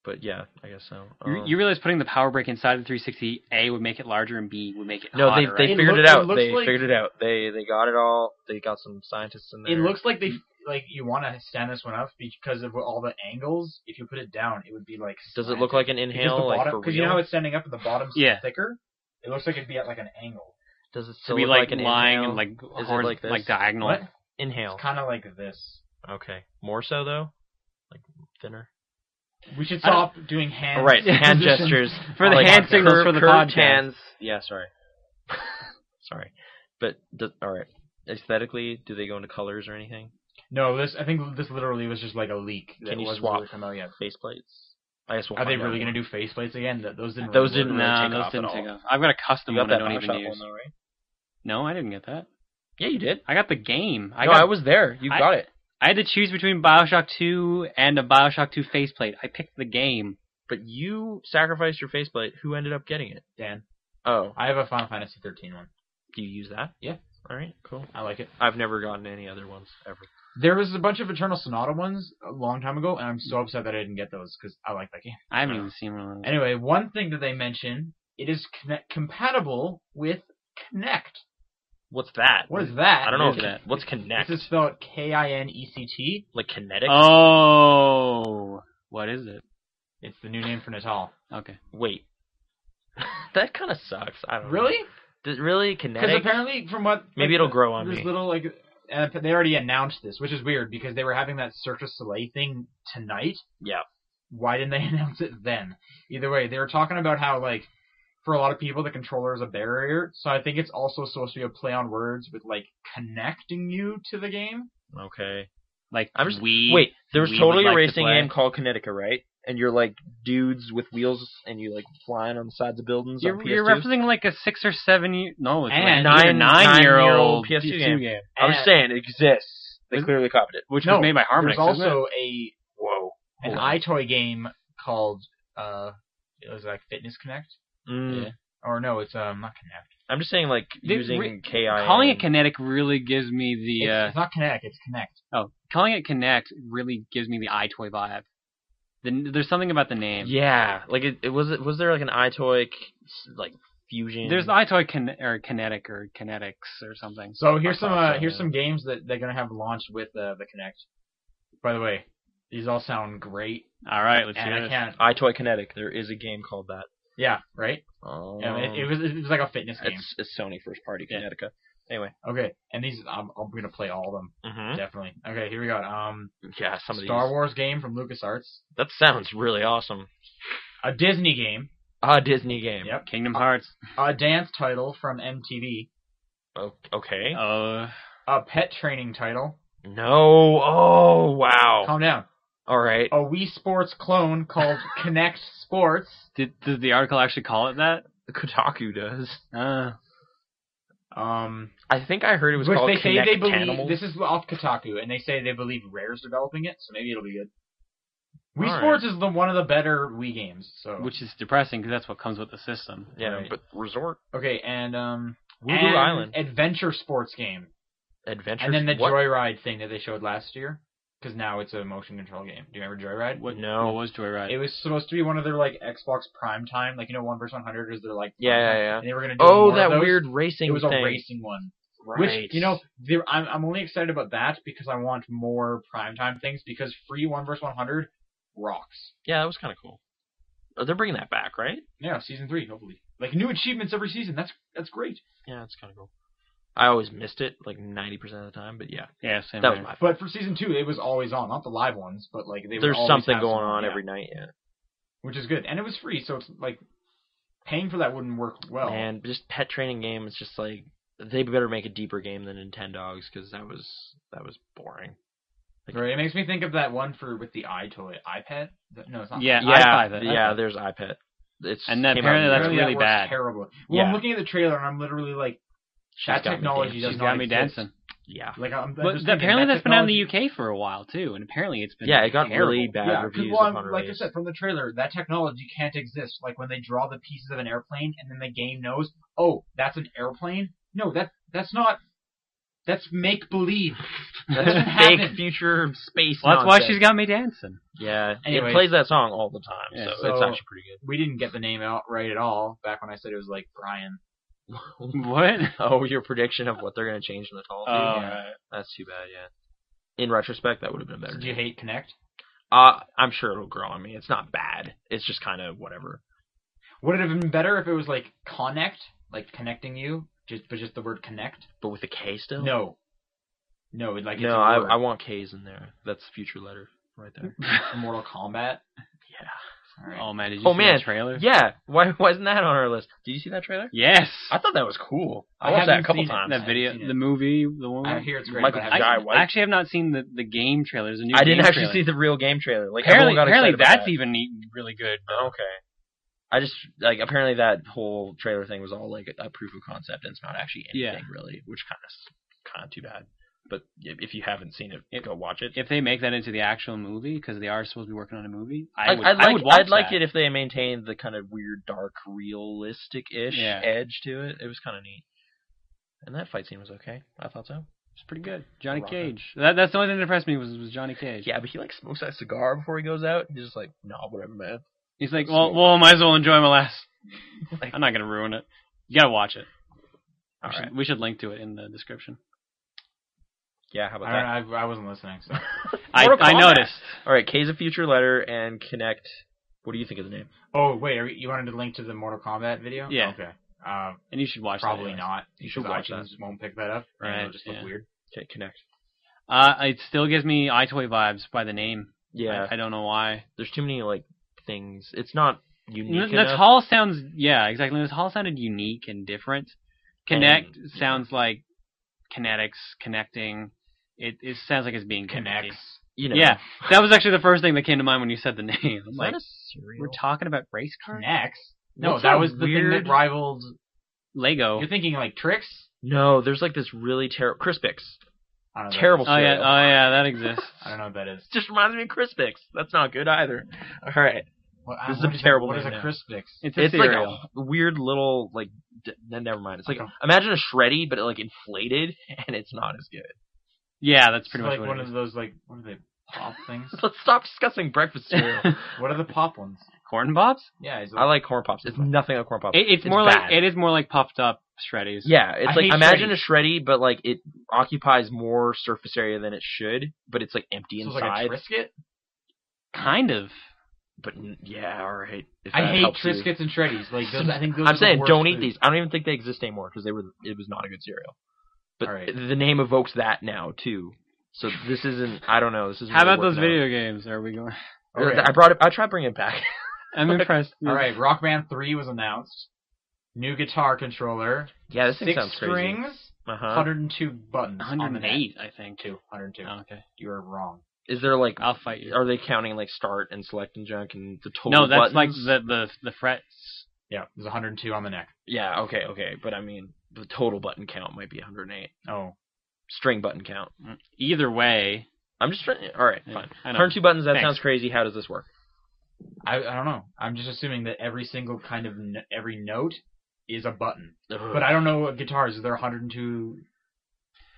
Speaker 2: But yeah, I guess so.
Speaker 3: You,
Speaker 2: Um,
Speaker 3: you realize putting the power brick inside the 360 A would make it larger and B would make it
Speaker 2: no, they
Speaker 3: hotter,
Speaker 2: they
Speaker 3: right?
Speaker 1: It
Speaker 2: figured
Speaker 1: look-
Speaker 2: it out.
Speaker 1: it looks
Speaker 2: they
Speaker 1: like-
Speaker 2: figured it out. They they got it all. They got some scientists in there.
Speaker 1: It looks like they like you want to stand this one up because of all the angles. If you put it down, it would be like.
Speaker 2: Does it
Speaker 1: slanted.
Speaker 2: look like an
Speaker 1: Because the
Speaker 2: inhale? Like
Speaker 1: bottom-
Speaker 2: for
Speaker 1: you know how
Speaker 2: real?
Speaker 1: it's standing up at the bottom,
Speaker 3: Yeah.
Speaker 1: thicker. It looks like it'd be at like an angle.
Speaker 2: Does it
Speaker 3: to
Speaker 2: still
Speaker 3: be
Speaker 2: look
Speaker 3: like,
Speaker 2: an
Speaker 3: lying
Speaker 2: inhale?
Speaker 3: and like
Speaker 2: it
Speaker 3: hor-
Speaker 2: like this?
Speaker 3: diagonal.
Speaker 1: What?
Speaker 2: inhale?
Speaker 1: It's kind of like this.
Speaker 2: Okay. More so though? Like thinner.
Speaker 1: We should
Speaker 3: I don't-
Speaker 1: stop doing hand.
Speaker 2: All
Speaker 3: Oh,
Speaker 2: right, hand
Speaker 1: positions.
Speaker 2: gestures
Speaker 3: For the
Speaker 2: Like,
Speaker 3: hand
Speaker 2: cur-
Speaker 3: signals for the
Speaker 2: curved
Speaker 3: podcast.
Speaker 2: hands. Yeah, sorry. sorry. But does, all right. Aesthetically, do they go into colors or anything?
Speaker 1: No, this I think this literally was just like a leak. that
Speaker 2: Can you
Speaker 1: wasn't
Speaker 2: swap?
Speaker 1: Really come out yet.
Speaker 2: Face plates. I guess we'll
Speaker 1: Are they
Speaker 2: find out.
Speaker 1: really gonna do faceplates again? That those didn't. uh,
Speaker 2: Those
Speaker 1: really
Speaker 2: didn't
Speaker 1: work.
Speaker 2: really
Speaker 3: no,
Speaker 2: take
Speaker 3: those
Speaker 2: off
Speaker 3: didn't
Speaker 2: at
Speaker 3: take
Speaker 2: all.
Speaker 3: off. I've got a custom
Speaker 2: You got
Speaker 3: one I
Speaker 2: that
Speaker 3: don't even
Speaker 2: Bioshock
Speaker 3: use.
Speaker 2: one though, right?
Speaker 3: No, I didn't get that.
Speaker 2: Yeah, you did.
Speaker 3: I got the game. I
Speaker 2: no,
Speaker 3: got
Speaker 2: I was there. You
Speaker 3: I-
Speaker 2: got it.
Speaker 3: I had to choose between Bioshock 2 and a Bioshock 2 faceplate. I picked the game.
Speaker 2: But you sacrificed your faceplate. Who ended up getting it?
Speaker 1: Dan,
Speaker 2: Oh,
Speaker 1: I have a Final Fantasy 13 one.
Speaker 2: do you use that?
Speaker 1: Yeah.
Speaker 2: All right. Cool.
Speaker 1: I like it.
Speaker 2: I've never gotten any other ones ever.
Speaker 1: There was a bunch of Eternal Sonata ones a long time ago, and I'm so upset that I didn't get those because I like that game.
Speaker 3: I haven't
Speaker 2: Oh.
Speaker 3: even seen one of those.
Speaker 1: Anyway, one thing that they mention it is connect- compatible with Connect.
Speaker 2: What's that?
Speaker 1: What is that?
Speaker 2: I don't know.
Speaker 3: is
Speaker 2: if-
Speaker 3: that?
Speaker 2: What's connect?
Speaker 1: This is spelled K I N E C T.
Speaker 2: like kinetic?
Speaker 3: Oh, what is it?
Speaker 1: It's the new name for Natal.
Speaker 3: Okay.
Speaker 2: Wait. that kind of sucks. I don't know.
Speaker 1: Really?
Speaker 2: Does it really
Speaker 1: Because
Speaker 2: kinetic?
Speaker 1: apparently, from what
Speaker 2: Maybe
Speaker 1: like,
Speaker 2: it'll grow on
Speaker 1: this
Speaker 2: me.
Speaker 1: little like uh, they already announced this, which is weird because they were having that Cirque du Soleil thing tonight.
Speaker 2: Yeah.
Speaker 1: Why didn't they announce it then? Either way, they were talking about how like for a lot of people the controller is a barrier, so I think it's also supposed to be a play on words with like connecting you to the game.
Speaker 2: Okay.
Speaker 3: Like
Speaker 2: I'm just-
Speaker 3: we
Speaker 2: Wait, there was
Speaker 3: we
Speaker 2: totally
Speaker 3: would like
Speaker 2: a
Speaker 3: to
Speaker 2: racing
Speaker 3: play.
Speaker 2: game called Connecticut, right? And you're like dudes with wheels, and you like flying on the sides of buildings.
Speaker 3: You're,
Speaker 2: on PS2.
Speaker 3: you're referencing like a six or seven year no, it's like
Speaker 1: And
Speaker 3: eight or
Speaker 2: nine-
Speaker 3: nine year
Speaker 2: nine-year-old
Speaker 3: old
Speaker 2: PS2 game. I'm
Speaker 1: And
Speaker 2: just saying it exists. They
Speaker 3: Is-
Speaker 2: clearly copied it.
Speaker 3: which
Speaker 1: No,
Speaker 3: was made by Harmonix.
Speaker 1: There's
Speaker 3: isn't it?
Speaker 1: also a
Speaker 2: Whoa.
Speaker 1: an iToy game called uh, it was like Fitness Connect
Speaker 2: Mm.
Speaker 3: Yeah.
Speaker 1: or no, it's um not Connect.
Speaker 2: I'm just saying, like
Speaker 3: They-
Speaker 2: using
Speaker 3: re-
Speaker 2: KI.
Speaker 3: calling it kinetic really gives me the
Speaker 1: It's,
Speaker 3: uh,
Speaker 1: it's not Connect, it's Connect.
Speaker 3: oh calling it connect really gives me the iToy vibe. The, there's something about the name.
Speaker 2: Yeah, like it, it was. It, was there like an iToy like fusion?
Speaker 3: There's iToy Kin- or kinetic or kinetics or something.
Speaker 1: So here's some
Speaker 2: thought
Speaker 1: uh,
Speaker 2: so,
Speaker 1: here's
Speaker 2: yeah.
Speaker 1: some games that they're gonna have launched with uh, the Connect. By the way, these all sound great,
Speaker 3: All right, let's
Speaker 1: and
Speaker 3: hear
Speaker 1: I
Speaker 3: this.
Speaker 1: can't.
Speaker 2: iToy Kinetic. There is a game called that.
Speaker 1: Yeah, right.
Speaker 2: Um,
Speaker 1: Yeah, it, it was it was like a fitness game.
Speaker 2: it's, it's Sony first party
Speaker 3: Yeah.
Speaker 2: Connecticut. Anyway.
Speaker 1: Okay, and these I'm, I'm gonna play all of them
Speaker 2: Mm-hmm.
Speaker 1: definitely. Okay, here we go. Um,
Speaker 2: Yeah, some of
Speaker 1: Star
Speaker 2: these.
Speaker 1: Wars game from LucasArts,
Speaker 2: That sounds really awesome.
Speaker 1: a Disney game,
Speaker 2: A Disney game.
Speaker 1: Yep.
Speaker 3: Kingdom Hearts.
Speaker 1: a dance title from MTV,
Speaker 2: O- Okay.
Speaker 3: Uh,
Speaker 1: a pet training title.
Speaker 2: no. Oh wow.
Speaker 1: Calm down.
Speaker 2: All right.
Speaker 1: A Wii Sports clone called Connect Sports.
Speaker 3: did, does the article actually call it that?
Speaker 2: Kotaku does.
Speaker 3: Uh,
Speaker 1: Um,
Speaker 2: I think I heard it was
Speaker 1: which
Speaker 2: called
Speaker 1: they say they
Speaker 2: Connect
Speaker 1: believe
Speaker 2: Animals.
Speaker 1: this is off Kotaku, and they say they believe Rare's developing it, so maybe it'll be good. Wii
Speaker 2: Alright.
Speaker 1: Sports is the one of the better Wii games. So
Speaker 3: which is depressing because that's what comes with the system.
Speaker 2: yeah,
Speaker 1: Right.
Speaker 2: but Resort
Speaker 1: okay, and um,
Speaker 2: Voodoo
Speaker 1: an
Speaker 2: Island
Speaker 1: adventure sports game.
Speaker 2: Adventure.
Speaker 1: And then the
Speaker 2: what?
Speaker 1: Joyride thing that they showed last year, because now it's a motion control game. Do you remember Joyride?
Speaker 3: What,
Speaker 2: No.
Speaker 3: what Oh, was Joyride?
Speaker 1: It was supposed to be one of their like Xbox Prime Time, like you know, one versus one hundred is their like.
Speaker 2: Yeah,
Speaker 1: prime
Speaker 2: yeah,
Speaker 1: time,
Speaker 2: yeah.
Speaker 1: And they were gonna do
Speaker 2: Oh,
Speaker 1: more of
Speaker 2: that
Speaker 1: those.
Speaker 2: weird racing
Speaker 1: It was a
Speaker 2: thing.
Speaker 1: racing one,
Speaker 2: Right.
Speaker 1: which you know, there- I'm I'm only excited about that because I want more Prime Time things because free one versus one hundred rocks.
Speaker 2: Yeah, that was kind of cool. Uh, They're bringing that back, right?
Speaker 1: Yeah, season three hopefully. Like new achievements every season. That's that's great.
Speaker 2: Yeah, that's kind of cool. I always missed it like 90% of the time, but yeah,
Speaker 3: yeah, same
Speaker 2: that was
Speaker 3: here.
Speaker 2: my fault.
Speaker 1: But for season two, it was always on, not the live ones, but like they. would
Speaker 2: There's
Speaker 1: always
Speaker 2: something
Speaker 1: have
Speaker 2: going
Speaker 1: something,
Speaker 2: on
Speaker 1: yeah.
Speaker 2: every night, yeah.
Speaker 1: which is good, and it was free, so it's like paying for that wouldn't work
Speaker 3: Oh.
Speaker 1: well.
Speaker 2: And just pet training game, it's just like they better make a deeper game than Nintendogs because that was that was boring.
Speaker 1: Right, it makes me think of that one for with the iToy iPad. Th- No, it's not.
Speaker 3: Yeah,
Speaker 2: yeah,
Speaker 3: iPad,
Speaker 2: yeah.
Speaker 3: iPad.
Speaker 2: There's iPad. It's
Speaker 3: And that-
Speaker 2: came out
Speaker 3: apparently
Speaker 2: in Europe.
Speaker 3: that's
Speaker 1: Apparently that
Speaker 3: really
Speaker 1: works
Speaker 3: bad.
Speaker 1: Terrible. Well, I'm
Speaker 2: Yeah.
Speaker 1: looking at the trailer and I'm literally like,
Speaker 2: She's
Speaker 1: that
Speaker 2: got me
Speaker 1: technology
Speaker 2: dancing.
Speaker 1: does
Speaker 3: She's
Speaker 1: not
Speaker 3: got me
Speaker 1: exist.
Speaker 3: dancing.
Speaker 2: Yeah,
Speaker 1: Like, I'm, I'm
Speaker 3: But
Speaker 1: just thinking,
Speaker 3: apparently
Speaker 1: that
Speaker 3: that's been out in the UK for a while too, and apparently it's been
Speaker 2: yeah. It got
Speaker 3: terrible.
Speaker 2: really bad
Speaker 1: technology- Yeah, 'cause,
Speaker 2: reviews
Speaker 1: well, I'm-
Speaker 2: upon
Speaker 1: like I
Speaker 2: release.
Speaker 1: said from the trailer, that technology can't exist. Like when they draw the pieces of an airplane and then the game knows, oh, that's an airplane. No, that that's not. That's make believe. doesn't
Speaker 2: that's fake
Speaker 1: happen.
Speaker 2: future space.
Speaker 3: Well, that's why
Speaker 2: nonsense.
Speaker 3: she's got me dancing.
Speaker 2: Yeah,
Speaker 1: Anyways.
Speaker 2: it plays that song all the time,
Speaker 3: Yeah,
Speaker 2: so,
Speaker 1: so-
Speaker 2: it's actually pretty
Speaker 1: We didn't get the name out right at all back when I said it was like Brian.
Speaker 2: good.
Speaker 3: What?
Speaker 2: Oh, your prediction of what they're gonna change in the
Speaker 3: Oh,
Speaker 2: tall.
Speaker 3: right.
Speaker 2: That's too bad. Yeah. In retrospect, that would have been better.
Speaker 1: Did you hate Connect?
Speaker 2: Uh, I'm sure it'll grow on me. It's not bad. It's just kind of whatever.
Speaker 1: Would it have been better if it was like connect, like connecting you, just but just the word connect?
Speaker 2: But with a K still.
Speaker 1: No, no, like it's
Speaker 2: No,
Speaker 1: a
Speaker 2: I,
Speaker 1: word.
Speaker 2: I want K's in there. That's the future letter right there.
Speaker 1: Mortal Kombat.
Speaker 2: Yeah.
Speaker 1: All right.
Speaker 3: Oh man, did you
Speaker 2: Oh,
Speaker 3: see
Speaker 2: man.
Speaker 3: that trailer?
Speaker 2: Yeah. Why wasn't that on our list? Did you see that trailer?
Speaker 3: Yes.
Speaker 2: I thought that was cool. I,
Speaker 1: I
Speaker 2: watched that a
Speaker 1: haven't
Speaker 2: couple
Speaker 1: seen it.
Speaker 2: times.
Speaker 3: that video,
Speaker 1: seen it.
Speaker 3: the movie, the one.
Speaker 1: I hear it's great.
Speaker 2: Michael
Speaker 1: but I
Speaker 3: I,
Speaker 2: Jai
Speaker 1: haven't-
Speaker 2: Guy White.
Speaker 3: I actually have not seen the, the game trailer. There's a new
Speaker 2: I didn't
Speaker 3: game
Speaker 2: actually
Speaker 3: trailer.
Speaker 2: see the real game trailer. Like
Speaker 3: apparently,
Speaker 2: everyone got
Speaker 3: apparently
Speaker 2: excited about
Speaker 3: that's
Speaker 2: that. Oh,
Speaker 3: even e- really good. But
Speaker 2: okay. I just like apparently that whole trailer thing was all like a proof of concept, and it's not actually
Speaker 3: Yeah.
Speaker 2: anything really, which kind of kind of too bad. But i- if you haven't seen it,
Speaker 3: It-
Speaker 2: go watch it.
Speaker 3: if they make that into the actual movie, because they are supposed to be working on a movie, I
Speaker 2: I,
Speaker 3: would,
Speaker 2: I like,
Speaker 3: I would watch
Speaker 2: would like
Speaker 3: that.
Speaker 2: it if they maintained the kind of weird, dark, realistic-ish
Speaker 3: Yeah.
Speaker 2: edge to it. It was kind of neat, and that fight scene was okay. I thought so.
Speaker 3: It's pretty good. Johnny
Speaker 2: Rocket.
Speaker 3: Cage. That, that's the only thing that impressed me was, was Johnny Cage.
Speaker 2: Yeah, but he like smokes that cigar before he goes out. He's just like, nah, whatever, man.
Speaker 3: He's like,
Speaker 2: So-
Speaker 3: well, well, I might as well enjoy my last. I'm not gonna ruin it. You gotta watch it.
Speaker 2: All
Speaker 3: we,
Speaker 2: right.
Speaker 3: should, we should link to it in the description.
Speaker 2: Yeah, how about
Speaker 1: I
Speaker 2: that?
Speaker 1: don't know. I, I wasn't listening. So
Speaker 3: I,
Speaker 2: Mortal
Speaker 3: I
Speaker 2: Kombat.
Speaker 3: noticed.
Speaker 2: All right, K's a future letter and connect. What do you think of the name?
Speaker 1: oh wait, are we, you wanted to link to the Mortal Kombat video?
Speaker 3: Yeah.
Speaker 1: Okay. Uh,
Speaker 3: And you should watch
Speaker 1: probably
Speaker 3: that.
Speaker 1: not.
Speaker 2: You should
Speaker 1: because
Speaker 2: watch that.
Speaker 1: iTunes Won't pick that up. and
Speaker 3: Right,
Speaker 1: It'll just look
Speaker 3: yeah.
Speaker 1: weird.
Speaker 2: Okay, connect.
Speaker 3: not. Uh, it still gives me iToy vibes by the name.
Speaker 2: Yeah,
Speaker 3: I, I don't know why.
Speaker 2: there's too many like things. It's not unique.
Speaker 3: That's
Speaker 2: enough.
Speaker 3: Hall sounds yeah exactly. That's Hall sounded unique and different. Connect
Speaker 2: And-
Speaker 3: sounds like kinetics connecting. It it sounds like it's being
Speaker 1: Connects.
Speaker 2: you know.
Speaker 3: Yeah, that was actually the first thing that came to mind when you said the name. I'm
Speaker 2: Is
Speaker 3: like,
Speaker 2: that a cereal?
Speaker 3: we're talking about race cars,
Speaker 1: Connects. No,
Speaker 2: What's
Speaker 1: that
Speaker 2: that
Speaker 1: was the thing
Speaker 2: weird-
Speaker 1: that rivaled.
Speaker 2: Oh.
Speaker 3: Lego.
Speaker 1: You're thinking like tricks.
Speaker 2: no, there's like this really terrible Crispix.
Speaker 1: I don't know what that
Speaker 2: Terrible.
Speaker 1: is.
Speaker 3: Oh yeah,
Speaker 2: cereal.
Speaker 3: oh yeah, that exists.
Speaker 1: I don't know what that is.
Speaker 2: Just reminds me of Crispix. That's not good either. All right,
Speaker 1: What,
Speaker 2: This
Speaker 1: uh,
Speaker 2: is a
Speaker 1: what
Speaker 2: terrible
Speaker 1: What is
Speaker 2: name
Speaker 1: a
Speaker 2: now.
Speaker 1: Crispix?
Speaker 3: It's a
Speaker 2: it's like
Speaker 3: cereal.
Speaker 2: a weird little like. D- no, never mind. It's like
Speaker 1: Like
Speaker 2: imagine a shreddy, but like inflated, and it's not as good.
Speaker 3: yeah, that's
Speaker 1: It's
Speaker 3: pretty
Speaker 1: like
Speaker 3: much what
Speaker 1: one
Speaker 3: it
Speaker 1: of
Speaker 3: is.
Speaker 1: those like what are they pop things?
Speaker 2: Let's stop discussing breakfast cereal.
Speaker 1: What are the pop ones?
Speaker 3: Corn pops.
Speaker 1: Yeah, is it,
Speaker 2: I like corn pops. It's nothing like corn pops.
Speaker 3: It, it's,
Speaker 2: It's
Speaker 3: more
Speaker 2: bad.
Speaker 3: like it is more like puffed up shreddies.
Speaker 2: Yeah, it's
Speaker 1: I
Speaker 2: like
Speaker 1: hate
Speaker 2: imagine a shreddy, but like it occupies more surface area than it should, but it's like empty
Speaker 1: so it's
Speaker 2: inside.
Speaker 1: like a Trisket.
Speaker 3: kind of.
Speaker 2: But n- yeah, all right. If
Speaker 1: I
Speaker 2: that
Speaker 1: hate
Speaker 2: helps you.
Speaker 1: Triscuits and Shreddies. Like those, I think those.
Speaker 2: I'm
Speaker 1: are
Speaker 2: saying
Speaker 1: the
Speaker 2: don't
Speaker 1: worst
Speaker 2: eat
Speaker 1: foods.
Speaker 2: these. I don't even think they exist anymore because they were. It was not a good cereal. But
Speaker 1: All right.
Speaker 2: the name evokes that now too. So this isn't. I don't know. This is.
Speaker 3: How about those video games? Are we going?
Speaker 1: Okay.
Speaker 2: I brought it. I tried bringing it back.
Speaker 3: I'm impressed.
Speaker 1: All right, Rock Band 3 was announced. New guitar controller,
Speaker 2: yeah, this thing
Speaker 1: six
Speaker 2: sounds crazy.
Speaker 1: strings,
Speaker 2: Uh huh.
Speaker 1: 102 buttons. on the neck.
Speaker 3: 108, I think.
Speaker 1: Two, 102.
Speaker 3: Oh, okay,
Speaker 1: You are wrong.
Speaker 2: Is there like?
Speaker 3: I'll fight you.
Speaker 2: Are they counting like start and select and junk and the total?
Speaker 3: No, that's like
Speaker 2: buttons?
Speaker 3: the the the frets.
Speaker 1: Yeah, there's 102 on the neck.
Speaker 2: Yeah. Okay. Okay. But I mean, the total button count might be 108.
Speaker 1: Oh,
Speaker 2: String button count.
Speaker 3: Either way,
Speaker 2: I'm just trying. All right.
Speaker 3: Yeah,
Speaker 2: Fine.
Speaker 3: I know.
Speaker 2: 102 buttons. That
Speaker 3: Thanks.
Speaker 2: sounds crazy. How does this work?
Speaker 1: I, I don't know. I'm just assuming that every single kind of n- every note is a button. But I don't know what guitars. Is there 102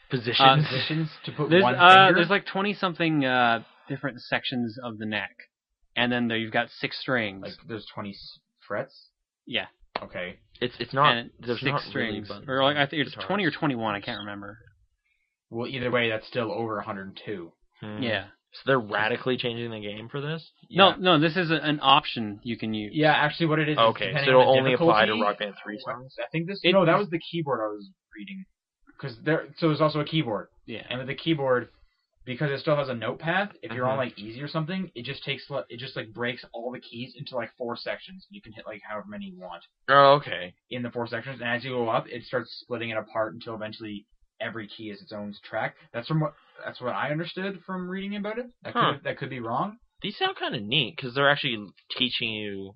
Speaker 2: Positions.
Speaker 3: Uh,
Speaker 1: positions to put
Speaker 3: there's
Speaker 1: one
Speaker 3: uh,
Speaker 1: finger?
Speaker 3: there's like 20 something uh, different sections of the neck, and then there you've got six strings.
Speaker 1: Like, there's 20 s- frets.
Speaker 3: yeah,
Speaker 1: Okay.
Speaker 2: it's it's not.
Speaker 3: and
Speaker 2: there's
Speaker 3: six
Speaker 2: not really
Speaker 3: strings,
Speaker 2: buttons
Speaker 3: or like
Speaker 2: on
Speaker 3: I think it's
Speaker 2: guitars.
Speaker 3: 20 or 21. I can't remember.
Speaker 1: Well, either way, that's still over 102.
Speaker 2: Hmm.
Speaker 3: Yeah.
Speaker 2: So they're radically changing the game for this.
Speaker 3: No, no, this is a, an option you can use.
Speaker 1: Yeah, actually, what it is. is
Speaker 2: Okay, so
Speaker 1: depending
Speaker 2: it'll
Speaker 1: on the
Speaker 2: only apply to
Speaker 1: difficulty-
Speaker 2: Rock Band three songs.
Speaker 1: I think this.
Speaker 3: It-
Speaker 1: no, that was the keyboard I was reading. Because there, so there's also a keyboard,
Speaker 3: Yeah.
Speaker 1: and with the keyboard, because it still has a note path, if you're on
Speaker 2: Uh-huh.
Speaker 1: like easy or something, it just takes li- it just like breaks all the keys into like four sections. You can hit like however many you want
Speaker 2: Oh, okay.
Speaker 1: in the four sections, and as you go up, it starts splitting it apart until eventually every key is its own track. That's from what that's what I understood from reading about it. That
Speaker 2: Huh.
Speaker 1: could that could be wrong.
Speaker 2: These sound kind of neat because they're actually teaching you,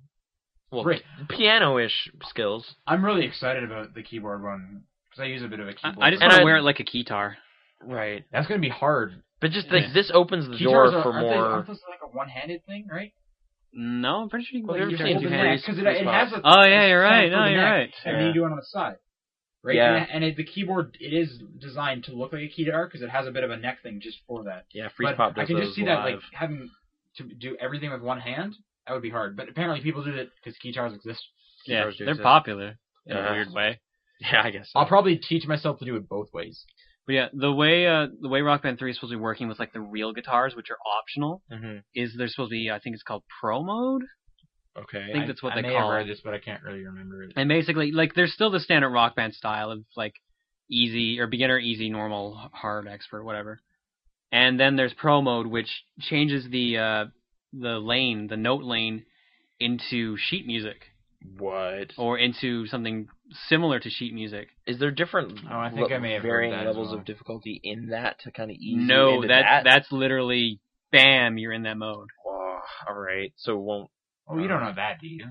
Speaker 2: well,
Speaker 1: Great.
Speaker 2: piano-ish skills.
Speaker 1: I'm really excited about the keyboard one because I use a bit of a keyboard.
Speaker 3: I, I just
Speaker 1: but
Speaker 2: And
Speaker 3: want to
Speaker 2: I-
Speaker 3: wear it like a guitar.
Speaker 2: Right.
Speaker 1: that's gonna be hard.
Speaker 2: But just
Speaker 3: Yeah.
Speaker 2: like this opens the
Speaker 1: Keyboards
Speaker 2: door
Speaker 1: are,
Speaker 2: for
Speaker 1: aren't they-
Speaker 2: more.
Speaker 1: aren't those like a one-handed thing, right?
Speaker 3: No, I'm pretty sure you can
Speaker 2: Well,
Speaker 3: play
Speaker 2: you're
Speaker 3: guitar
Speaker 2: saying
Speaker 3: with two
Speaker 2: the
Speaker 3: hands.
Speaker 2: neck.
Speaker 1: because it, it has a.
Speaker 3: Oh yeah, you're
Speaker 1: it's
Speaker 3: right.
Speaker 1: kind of
Speaker 3: No,
Speaker 1: for the
Speaker 3: you're
Speaker 1: neck,
Speaker 3: right.
Speaker 1: And then
Speaker 2: Yeah.
Speaker 1: you do it on the side, right?
Speaker 2: Yeah.
Speaker 1: And, and it, the keyboard it is designed to look like a guitar because it has a bit of a neck thing just for that.
Speaker 2: Yeah, freeze
Speaker 1: but
Speaker 2: pop does
Speaker 1: I can
Speaker 2: those
Speaker 1: just see that like
Speaker 2: live.
Speaker 1: having to do everything with one hand. That would be hard, but apparently people do that because guitars exist.
Speaker 3: Yeah,
Speaker 2: Keyboards do
Speaker 3: they're
Speaker 2: exist.
Speaker 3: popular in a
Speaker 2: Yeah.
Speaker 3: weird way.
Speaker 2: Yeah, I guess. so.
Speaker 1: uh, I'll probably teach myself to do it both ways.
Speaker 3: But yeah, the way uh, the way Rock Band Three is supposed to be working with like the real guitars, which are optional,
Speaker 2: Mhm.
Speaker 3: is they're supposed to be I think it's called Pro Mode,
Speaker 2: Okay.
Speaker 3: I think that's what
Speaker 1: I
Speaker 3: they
Speaker 1: may
Speaker 3: call
Speaker 1: have
Speaker 3: it.
Speaker 1: read this, but I can't really remember it.
Speaker 3: and basically like there's still the standard Rock Band style of like easy or beginner, easy, normal, hard, expert, whatever. And then there's Pro Mode, which changes the uh, the lane, the note lane, into sheet music
Speaker 2: what
Speaker 3: or into something similar to sheet music.
Speaker 2: is there different?
Speaker 1: Oh, I think
Speaker 2: le-
Speaker 1: I may have heard
Speaker 2: varying
Speaker 1: that as
Speaker 2: levels
Speaker 1: well.
Speaker 2: of difficulty in that to kind of ease. you
Speaker 3: No,
Speaker 2: into
Speaker 3: that
Speaker 2: that.
Speaker 3: that's literally bam, you're in that mode.
Speaker 2: Oh, all right. So it won't.
Speaker 1: Oh, you don't know that, do you?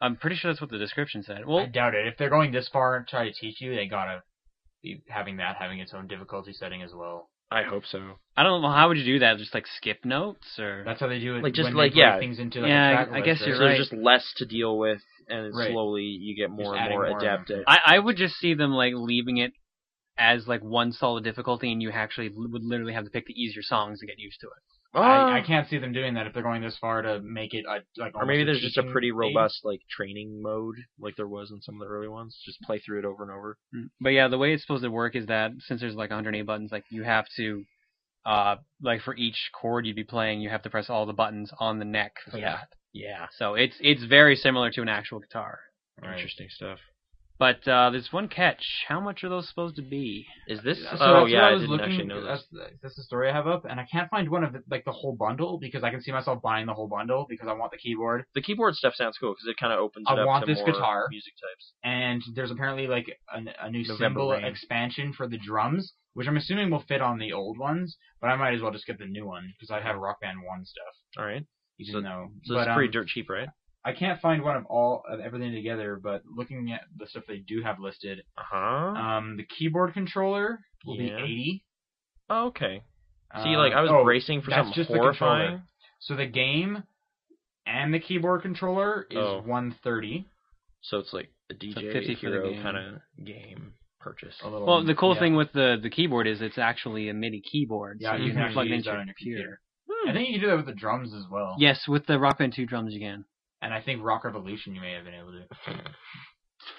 Speaker 3: I'm pretty sure that's what the description said.
Speaker 1: I
Speaker 3: Well,
Speaker 1: doubt it. If they're going this far and try to teach you, they gotta be having that having its own difficulty setting as well.
Speaker 2: I hope so.
Speaker 3: I don't know how would you do that? Just like skip notes or
Speaker 1: That's how they do it.
Speaker 2: Like, just
Speaker 1: when
Speaker 2: like,
Speaker 1: they put
Speaker 2: yeah.
Speaker 1: things into like,
Speaker 3: Yeah, I-
Speaker 1: a track
Speaker 3: I
Speaker 1: list,
Speaker 3: guess
Speaker 1: right?
Speaker 3: you're
Speaker 2: So
Speaker 3: right.
Speaker 2: there's just less to deal with, and
Speaker 1: Right.
Speaker 2: slowly you get more and
Speaker 1: adding
Speaker 2: more
Speaker 1: more of
Speaker 2: adept
Speaker 1: them.
Speaker 2: at.
Speaker 3: I, I would just see them like leaving it as like one solid difficulty, and you actually li- would literally have to pick the easier songs to get used to it.
Speaker 1: I, I
Speaker 2: Ah.
Speaker 1: can't see them doing that if they're going this far to make it a, like.
Speaker 2: Or
Speaker 1: almost
Speaker 2: maybe there's just a
Speaker 1: teaching
Speaker 2: pretty
Speaker 1: aid.
Speaker 2: robust like training mode, like there was in some of the early ones. Just play through it over and over.
Speaker 3: Hmm. But yeah, the way it's supposed to work is that since there's like 108 buttons, like you have to, uh, like for each chord you'd be playing, you have to press all the buttons on the neck. For
Speaker 2: Yeah.
Speaker 3: that.
Speaker 2: Yeah,
Speaker 3: So it's it's very similar to an actual guitar.
Speaker 1: Right.
Speaker 2: interesting stuff.
Speaker 3: But uh, there's one catch. How much are those supposed to be?
Speaker 2: Is this?
Speaker 1: So
Speaker 2: oh
Speaker 1: that's what
Speaker 2: yeah,
Speaker 1: I
Speaker 2: I,
Speaker 1: was
Speaker 2: didn't
Speaker 1: looking.
Speaker 2: actually know this.
Speaker 1: that's, the- that's the story I have up, and I can't find one of the, like the whole bundle because I can see myself buying the whole bundle because I want the keyboard.
Speaker 2: The keyboard stuff sounds cool because it kind of opens
Speaker 1: I
Speaker 2: it up
Speaker 1: want
Speaker 2: to
Speaker 1: this
Speaker 2: more
Speaker 1: guitar.
Speaker 2: music types.
Speaker 1: And there's apparently like a, a new
Speaker 2: November
Speaker 1: symbol
Speaker 2: Rain.
Speaker 1: expansion for the drums, which I'm assuming will fit on the old ones, but I might as well just get the new one because I have Rock Band One stuff.
Speaker 2: All right,
Speaker 1: Even
Speaker 2: So-
Speaker 1: though,
Speaker 2: so
Speaker 1: but,
Speaker 2: it's pretty
Speaker 1: um,
Speaker 2: dirt cheap, right?
Speaker 1: I can't find one of all of everything together, but looking at the stuff they do have listed,
Speaker 2: Uh huh.
Speaker 1: um, the keyboard controller will
Speaker 2: Yeah.
Speaker 1: be eighty.
Speaker 2: Oh, okay.
Speaker 1: Uh,
Speaker 2: See, like I was
Speaker 1: oh,
Speaker 2: bracing for
Speaker 1: that's
Speaker 2: something
Speaker 1: just the
Speaker 2: horrifying.
Speaker 1: controller. So the game and the keyboard controller is
Speaker 2: Oh.
Speaker 1: one thirty.
Speaker 2: so it's like a DJ
Speaker 3: 50 for the
Speaker 2: hero
Speaker 3: game.
Speaker 2: kind of game purchase.
Speaker 1: A little.
Speaker 3: Well, the cool
Speaker 1: yeah.
Speaker 3: thing with the the keyboard is it's actually a MIDI keyboard,
Speaker 1: yeah,
Speaker 3: so
Speaker 1: you
Speaker 2: Mhm.
Speaker 3: you
Speaker 1: can
Speaker 3: can plug
Speaker 1: actually
Speaker 3: it
Speaker 1: use
Speaker 3: into
Speaker 1: that
Speaker 3: your
Speaker 1: on your
Speaker 3: computer.
Speaker 1: computer.
Speaker 2: Hmm.
Speaker 1: I think you can do that with the drums as well.
Speaker 3: Yes, with the Rock Band 2 drums again.
Speaker 1: And I think Rock Revolution you may have been able to.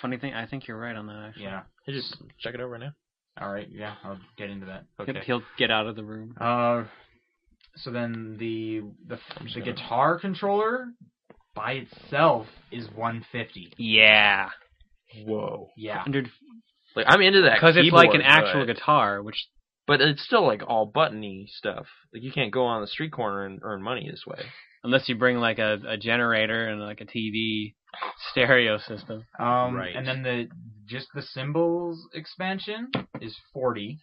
Speaker 3: Funny thing, I think you're right on that. Actually.
Speaker 1: Yeah.
Speaker 2: Hey, just check it out right now.
Speaker 1: All right. Yeah, I'll get into that.
Speaker 3: He'll- He'll get out of the room.
Speaker 1: Uh, So then the the
Speaker 2: just
Speaker 1: the
Speaker 2: gonna-
Speaker 1: guitar controller by itself is 150.
Speaker 3: Yeah.
Speaker 2: Whoa.
Speaker 1: Yeah.
Speaker 2: Like I'm into that
Speaker 3: Because it's like an
Speaker 2: keyboard,
Speaker 3: actual
Speaker 2: but,
Speaker 3: guitar, which
Speaker 2: but it's still like all buttony stuff. Like you can't go on the street corner and earn money this way.
Speaker 3: unless you bring like a, a generator and like a TV stereo system.
Speaker 1: Um,
Speaker 2: Right.
Speaker 1: And then the just the symbols expansion is 40,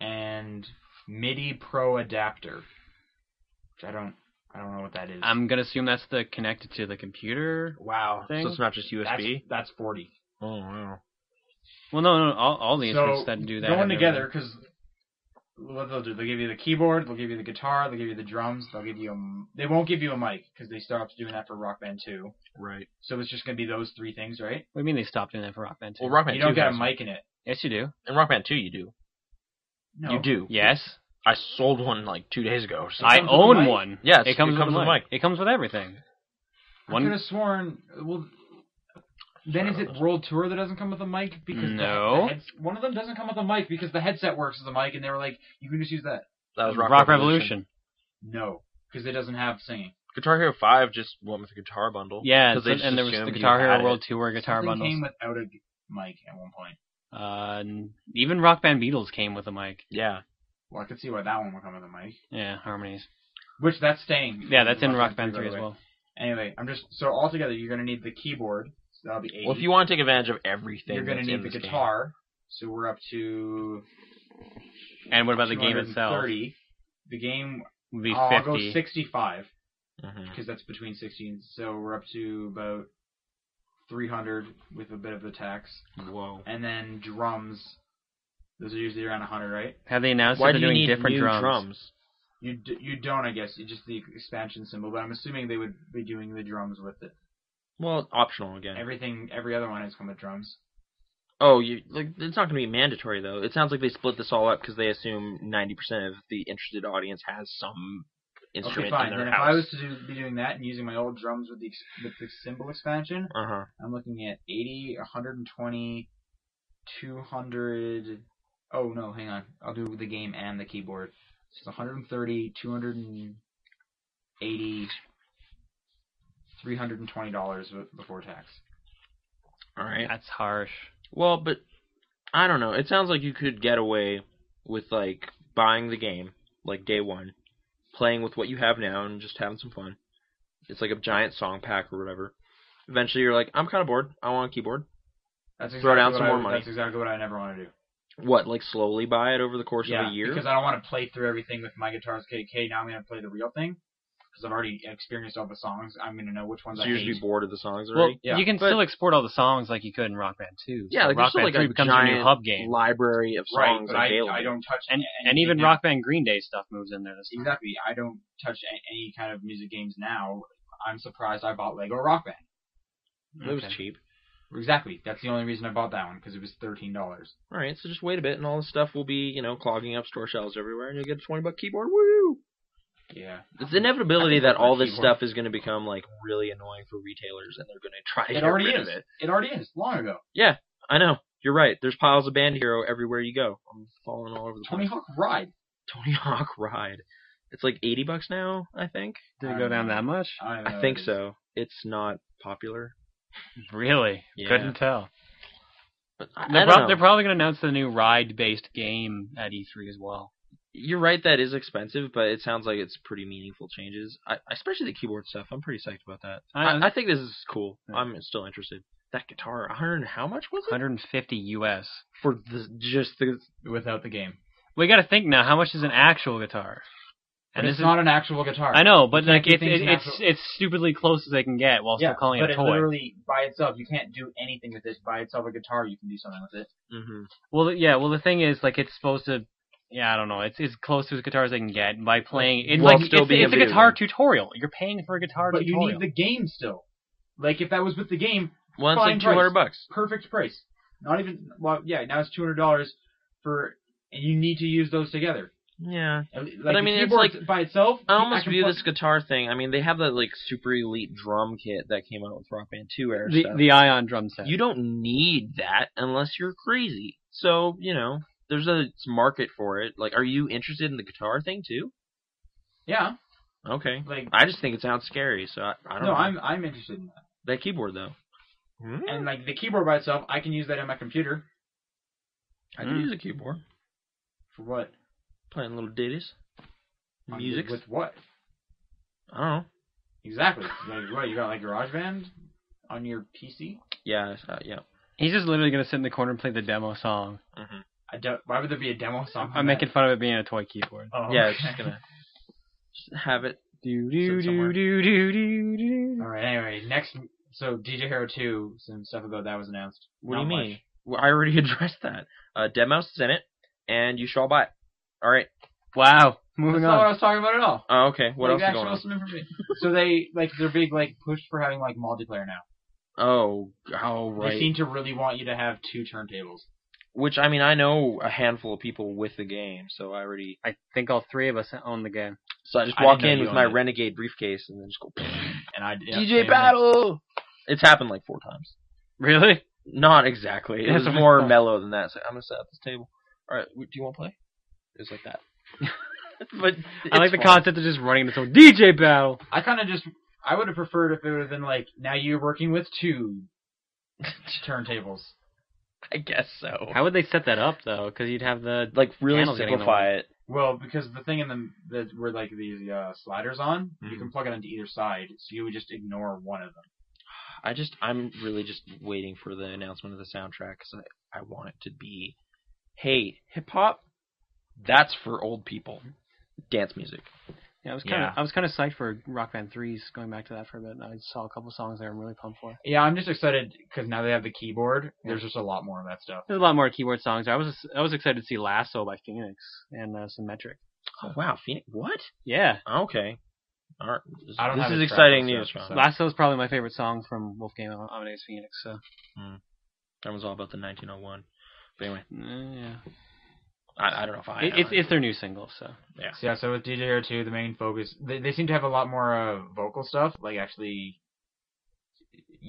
Speaker 1: and MIDI Pro adapter, which I don't I don't know what that is.
Speaker 3: I'm gonna assume that's the connected to the computer.
Speaker 1: wow.
Speaker 3: Thing?
Speaker 2: So it's not just
Speaker 1: That's,
Speaker 2: USB.
Speaker 1: that's 40.
Speaker 2: Oh wow.
Speaker 3: Well, no, no, all, all the
Speaker 1: So,
Speaker 3: instruments that do that have
Speaker 1: Going
Speaker 3: their
Speaker 1: together because what they'll do, they'll give you the keyboard, they'll give you the guitar, they'll give you the drums, they'll give you a, m- they won't give you a mic because they stopped doing that for Rock Band 2.
Speaker 2: Right.
Speaker 1: So it's just gonna be those three things, right?
Speaker 3: What do you mean they stopped doing that for Rock Band? 2?
Speaker 2: Well, Rock Band
Speaker 1: You
Speaker 2: 2
Speaker 1: don't get a
Speaker 2: has-
Speaker 1: mic in it.
Speaker 3: yes, you do.
Speaker 2: In Rock Band 2, you do.
Speaker 1: No.
Speaker 2: You do.
Speaker 3: Yes,
Speaker 2: I sold one like two days ago. So
Speaker 3: I
Speaker 1: comes with a
Speaker 3: own
Speaker 1: mic?
Speaker 3: one.
Speaker 2: Yes,
Speaker 3: it comes,
Speaker 2: it comes
Speaker 3: with,
Speaker 2: with
Speaker 3: a
Speaker 2: a
Speaker 3: mic. It comes with everything.
Speaker 1: I could
Speaker 3: One.
Speaker 1: have sworn. Well, then is it World Tour that doesn't come with a mic because the-
Speaker 3: No.
Speaker 1: the heads- one of them doesn't come with a mic because the headset works as a mic, and they were like, you can just use that.
Speaker 2: that was Rock, Revolution.
Speaker 3: Revolution.
Speaker 1: No, because it doesn't have singing.
Speaker 2: Guitar Hero 5 just went with the guitar bundle.
Speaker 3: Yeah,
Speaker 2: 'Cause they
Speaker 3: and-
Speaker 2: just
Speaker 3: and there was
Speaker 2: assumed
Speaker 3: the
Speaker 2: you
Speaker 3: Guitar
Speaker 2: had
Speaker 3: Hero
Speaker 2: it.
Speaker 3: World Tour guitar
Speaker 1: Something
Speaker 3: bundles.
Speaker 1: came without a g- mic at one point.
Speaker 3: Uh, n- even Rock Band Beatles came with a mic.
Speaker 2: Yeah.
Speaker 1: Well, I could see why that one would come with a mic.
Speaker 3: Yeah, harmonies.
Speaker 1: Which that's staying.
Speaker 3: Yeah, that's in Rock Band
Speaker 1: by the
Speaker 3: 3 as
Speaker 1: way.
Speaker 3: well.
Speaker 1: Anyway, I'm just so altogether you're gonna need the keyboard. So that'll be eight.
Speaker 2: Well, if you want to take advantage of everything,
Speaker 1: you're gonna
Speaker 2: that's in
Speaker 1: need the
Speaker 2: this game.
Speaker 1: guitar. So we're up to.
Speaker 3: And what about the game itself?
Speaker 1: 230. The game.
Speaker 3: Would
Speaker 2: Oh,
Speaker 3: be
Speaker 1: I'll go
Speaker 3: 50.
Speaker 1: 65.
Speaker 2: Mhm.
Speaker 1: because that's between 16. So we're up to about 300 with a bit of the tax,
Speaker 2: Whoa.
Speaker 1: and then drums. Those are usually around 100, right?
Speaker 3: Have they announced
Speaker 2: Why
Speaker 3: that
Speaker 2: do
Speaker 3: they're
Speaker 2: you
Speaker 3: doing
Speaker 2: need
Speaker 3: different
Speaker 2: new
Speaker 3: drums?
Speaker 1: You d- you don't, I guess. You just the expansion symbol, but I'm assuming they would be doing the drums with it.
Speaker 2: Well, optional again.
Speaker 1: Everything, every other one has come with drums.
Speaker 2: Oh, you like it's not going to be mandatory though. It sounds like they split this all up because they assume ninety percent of the interested audience has some
Speaker 1: Okay,
Speaker 2: instrument
Speaker 1: fine.
Speaker 2: in their
Speaker 1: Then if
Speaker 2: house.
Speaker 1: I was to do, be doing that and using my old drums with the ex- with the symbol expansion,
Speaker 2: Uh huh.
Speaker 1: I'm looking at 80, 120, 200. Oh no, hang on. I'll do the game and the keyboard. So It's 130, 280, 320 dollars before tax.
Speaker 2: All right.
Speaker 3: That's harsh.
Speaker 2: Well, but I don't know. It sounds like you could get away with like buying the game like day one, playing with what you have now, and just having some fun. It's like a giant song pack or whatever. Eventually, you're like, I'm kind of bored. I want a keyboard.
Speaker 1: That's exactly
Speaker 2: Throw down
Speaker 1: what
Speaker 2: some
Speaker 1: I-
Speaker 2: more money.
Speaker 1: That's exactly what I never want to do.
Speaker 2: What? Like slowly buy it over the course
Speaker 1: yeah,
Speaker 2: of a year?
Speaker 1: because I don't want to play through everything with my guitars KK. Now I'm going to play the real thing because I've already experienced all the songs. I'm going to know which ones
Speaker 2: so
Speaker 1: I
Speaker 2: you're just
Speaker 1: hate.
Speaker 2: be bored of the songs
Speaker 3: Well,
Speaker 2: already.
Speaker 1: Yeah,
Speaker 3: you can
Speaker 2: but-
Speaker 3: still export all the songs like you could in Rock Band 2.
Speaker 2: Yeah,
Speaker 3: So
Speaker 2: like, there's
Speaker 3: Rock
Speaker 2: still,
Speaker 3: Band
Speaker 2: like,
Speaker 3: 3
Speaker 2: a
Speaker 3: becomes your new
Speaker 2: giant
Speaker 3: hub game.
Speaker 2: library of
Speaker 1: right,
Speaker 2: songs
Speaker 1: but I,
Speaker 2: available.
Speaker 1: I don't touch
Speaker 3: And
Speaker 1: anything
Speaker 3: and even
Speaker 1: now.
Speaker 3: Rock Band Green Day stuff moves in there. This time.
Speaker 1: Exactly. I don't touch a- any kind of music games now. I'm surprised I bought Lego Rock Band.
Speaker 2: It was
Speaker 3: Okay.
Speaker 2: cheap.
Speaker 1: Exactly. That's the only reason I bought that one because it was thirteen dollars.
Speaker 2: All right, so just wait a bit, and all this stuff will be, you know, clogging up store shelves everywhere, and you'll get a twenty buck keyboard. Woo!
Speaker 1: Yeah.
Speaker 2: It's the inevitability that
Speaker 1: that's
Speaker 2: all
Speaker 1: my
Speaker 2: this
Speaker 1: keyboard.
Speaker 2: stuff is going to become like really annoying for retailers, and they're going to try to
Speaker 1: It
Speaker 2: get
Speaker 1: already
Speaker 2: rid
Speaker 1: is.
Speaker 2: of it.
Speaker 1: It. already is. Long ago.
Speaker 2: I know. You're right. There's piles of Band Hero everywhere you go. I'm falling all over the
Speaker 1: Tony
Speaker 2: place.
Speaker 1: Hawk Ride.
Speaker 2: Tony Hawk Ride. It's like eighty bucks now, I think.
Speaker 3: Did it go down that much?
Speaker 1: I, don't know
Speaker 2: I
Speaker 1: what
Speaker 2: think
Speaker 1: it is.
Speaker 2: so. It's not popular.
Speaker 3: Really?
Speaker 2: Yeah.
Speaker 3: Couldn't tell.
Speaker 2: But I,
Speaker 3: They're,
Speaker 2: I don't
Speaker 3: prob-
Speaker 2: know.
Speaker 3: they're probably going to announce the new ride-based game at E3 as well.
Speaker 2: You're right. That is expensive, but it sounds like it's pretty meaningful changes. I, especially the keyboard stuff. I'm pretty psyched about that.
Speaker 3: I-
Speaker 2: I, I think this is cool.
Speaker 3: Yeah.
Speaker 2: I'm still interested. That guitar, 100 how much was it
Speaker 3: 150 US.
Speaker 2: for the, just the?
Speaker 1: Without the game.
Speaker 3: We got to think now. How much is an actual guitar?
Speaker 1: But
Speaker 3: And
Speaker 1: it's
Speaker 3: this is
Speaker 1: not an actual guitar.
Speaker 3: I know, but
Speaker 1: You can't
Speaker 3: like
Speaker 1: do
Speaker 3: it,
Speaker 1: things
Speaker 3: it, it's
Speaker 1: natural.
Speaker 3: it's stupidly close as they can get while
Speaker 1: Yeah,
Speaker 3: still calling it
Speaker 1: but
Speaker 3: a
Speaker 1: it
Speaker 3: toy.
Speaker 1: literally by itself, you can't do anything with this. By itself, a guitar, you can do something with it.
Speaker 2: Mm-hmm.
Speaker 3: Well, yeah. Well, the thing is, like, it's supposed to. Yeah, I don't know. It's as close to as guitar as they can get by playing. It's
Speaker 2: While
Speaker 3: like
Speaker 2: still
Speaker 3: it's,
Speaker 2: being a
Speaker 3: it's a
Speaker 2: video
Speaker 3: guitar
Speaker 2: game.
Speaker 3: tutorial. You're paying for a guitar
Speaker 1: But you need
Speaker 3: tutorial.
Speaker 1: the game still. Like if that was with the game,
Speaker 2: Well, it's
Speaker 1: Fine
Speaker 2: like 200 bucks.
Speaker 1: perfect price. Not even well, yeah. Now it's two hundred dollars for, and you need to use those together.
Speaker 2: Yeah.
Speaker 1: Like,
Speaker 2: But I mean,
Speaker 1: the
Speaker 2: it's
Speaker 1: keyboard by itself.
Speaker 2: I almost
Speaker 1: can
Speaker 2: view
Speaker 1: plug-
Speaker 2: this guitar thing. I mean, they have that like super elite drum kit that came out with Rock Band 2 era
Speaker 3: the,
Speaker 2: stuff.
Speaker 3: the ion drum set.
Speaker 2: you don't need that unless you're crazy. So you know, there's a market for it. Like, are you interested in the guitar thing too?
Speaker 1: Yeah,
Speaker 2: Okay.
Speaker 1: like
Speaker 2: I just think it sounds scary, so I, I don't
Speaker 1: no,
Speaker 2: know.
Speaker 1: I'm I'm interested in that.
Speaker 2: That keyboard though.
Speaker 3: Hmm?
Speaker 1: And like the keyboard by itself, I can use that on my computer
Speaker 2: I can
Speaker 3: Mm.
Speaker 2: use a keyboard.
Speaker 1: for what
Speaker 2: Hmm. Playing little ditties.
Speaker 1: On-
Speaker 2: Music.
Speaker 1: with what
Speaker 2: I don't know.
Speaker 1: exactly? Like what you got like GarageBand on your PC?
Speaker 2: Yeah, it's, uh, yeah.
Speaker 3: He's just literally gonna sit in the corner and play the demo song.
Speaker 1: I don't. Why would there be a demo song?
Speaker 3: I'm making fun of it being a toy keyboard.
Speaker 1: Oh,
Speaker 2: Yeah, it's just
Speaker 1: okay.
Speaker 2: gonna just have it.
Speaker 3: Do
Speaker 2: do,
Speaker 3: do
Speaker 2: do,
Speaker 3: do do do do do.
Speaker 1: All right. Anyway, next. So DJ Hero Two, some stuff about that was announced.
Speaker 2: What
Speaker 1: Not
Speaker 2: do you
Speaker 1: much.
Speaker 2: mean? Well, I already addressed that. Uh, Dead Mouse is in it, and you shall buy it. All right.
Speaker 3: Wow. Moving
Speaker 1: That's not what I
Speaker 3: on.
Speaker 1: was talking about at all.
Speaker 2: Oh, okay. What
Speaker 1: Like,
Speaker 2: else is
Speaker 1: actually
Speaker 2: going on?
Speaker 1: some information. so they like they're big like push for having like multiplayer now.
Speaker 2: Oh, oh, right.
Speaker 1: They seem to really want you to have two turntables.
Speaker 2: Which I mean, I know a handful of people with the game, so I already.
Speaker 3: I think all three of us own the game.
Speaker 2: So I just
Speaker 1: I
Speaker 2: walk
Speaker 1: didn't know
Speaker 2: in
Speaker 1: you
Speaker 2: with my
Speaker 1: owned it.
Speaker 2: renegade briefcase and then just go.
Speaker 1: And I yeah,
Speaker 2: DJ
Speaker 1: they-
Speaker 2: Battle. It's happened like four times.
Speaker 3: Really?
Speaker 2: Not exactly. It
Speaker 3: That's
Speaker 2: was
Speaker 3: what I
Speaker 2: more
Speaker 3: thought.
Speaker 2: mellow than that. So I'm gonna set up this table. All right, w- do you want to play? It was like that. but
Speaker 3: I like
Speaker 2: it's
Speaker 3: the
Speaker 2: fun.
Speaker 3: concept of just running into some DJ battle.
Speaker 1: I kind of just I would have preferred if it would have been like now you're working with two turntables.
Speaker 2: I guess so.
Speaker 3: How would they set that up though? Because you'd have the
Speaker 2: like really
Speaker 3: Channel's getting in the
Speaker 2: simplify it.
Speaker 1: Well, because the thing in the that were like these uh, sliders on, you
Speaker 2: Mhm.
Speaker 1: can plug it into either side, so you would just ignore one of them.
Speaker 2: I just I'm really just waiting for the announcement of the soundtrack because I I want it to be, hey, hip hop, that's for old people, dance music.
Speaker 3: yeah. I was kind of
Speaker 2: Yeah.
Speaker 3: I was kind of psyched for Rock Band threes. Going back to that for a bit, I saw a couple songs there. I'm really pumped for.
Speaker 1: Yeah, I'm just excited because now they have the keyboard. There's just a lot more of that stuff.
Speaker 3: There's a lot more keyboard songs. I was I was excited to see Lasso by Phoenix and uh, Symmetric.
Speaker 2: Oh wow, Phoenix, what?
Speaker 3: Yeah,
Speaker 2: Okay, all right. This,
Speaker 1: I don't
Speaker 2: this
Speaker 1: have
Speaker 2: is
Speaker 1: a track
Speaker 2: exciting
Speaker 1: list,
Speaker 2: news.
Speaker 1: so-
Speaker 2: Sean.
Speaker 1: so-
Speaker 3: Lasso is probably my favorite song from Wolfgang Am- Amadeus Phoenix. So
Speaker 2: That was all about the 1901. But anyway,
Speaker 3: mm, yeah,
Speaker 2: I, I don't know if I.
Speaker 3: it, it's it's their new single. So
Speaker 1: So yeah, so with DJ Air 2, the main focus, they, they seem to have a lot more uh, vocal stuff, like actually,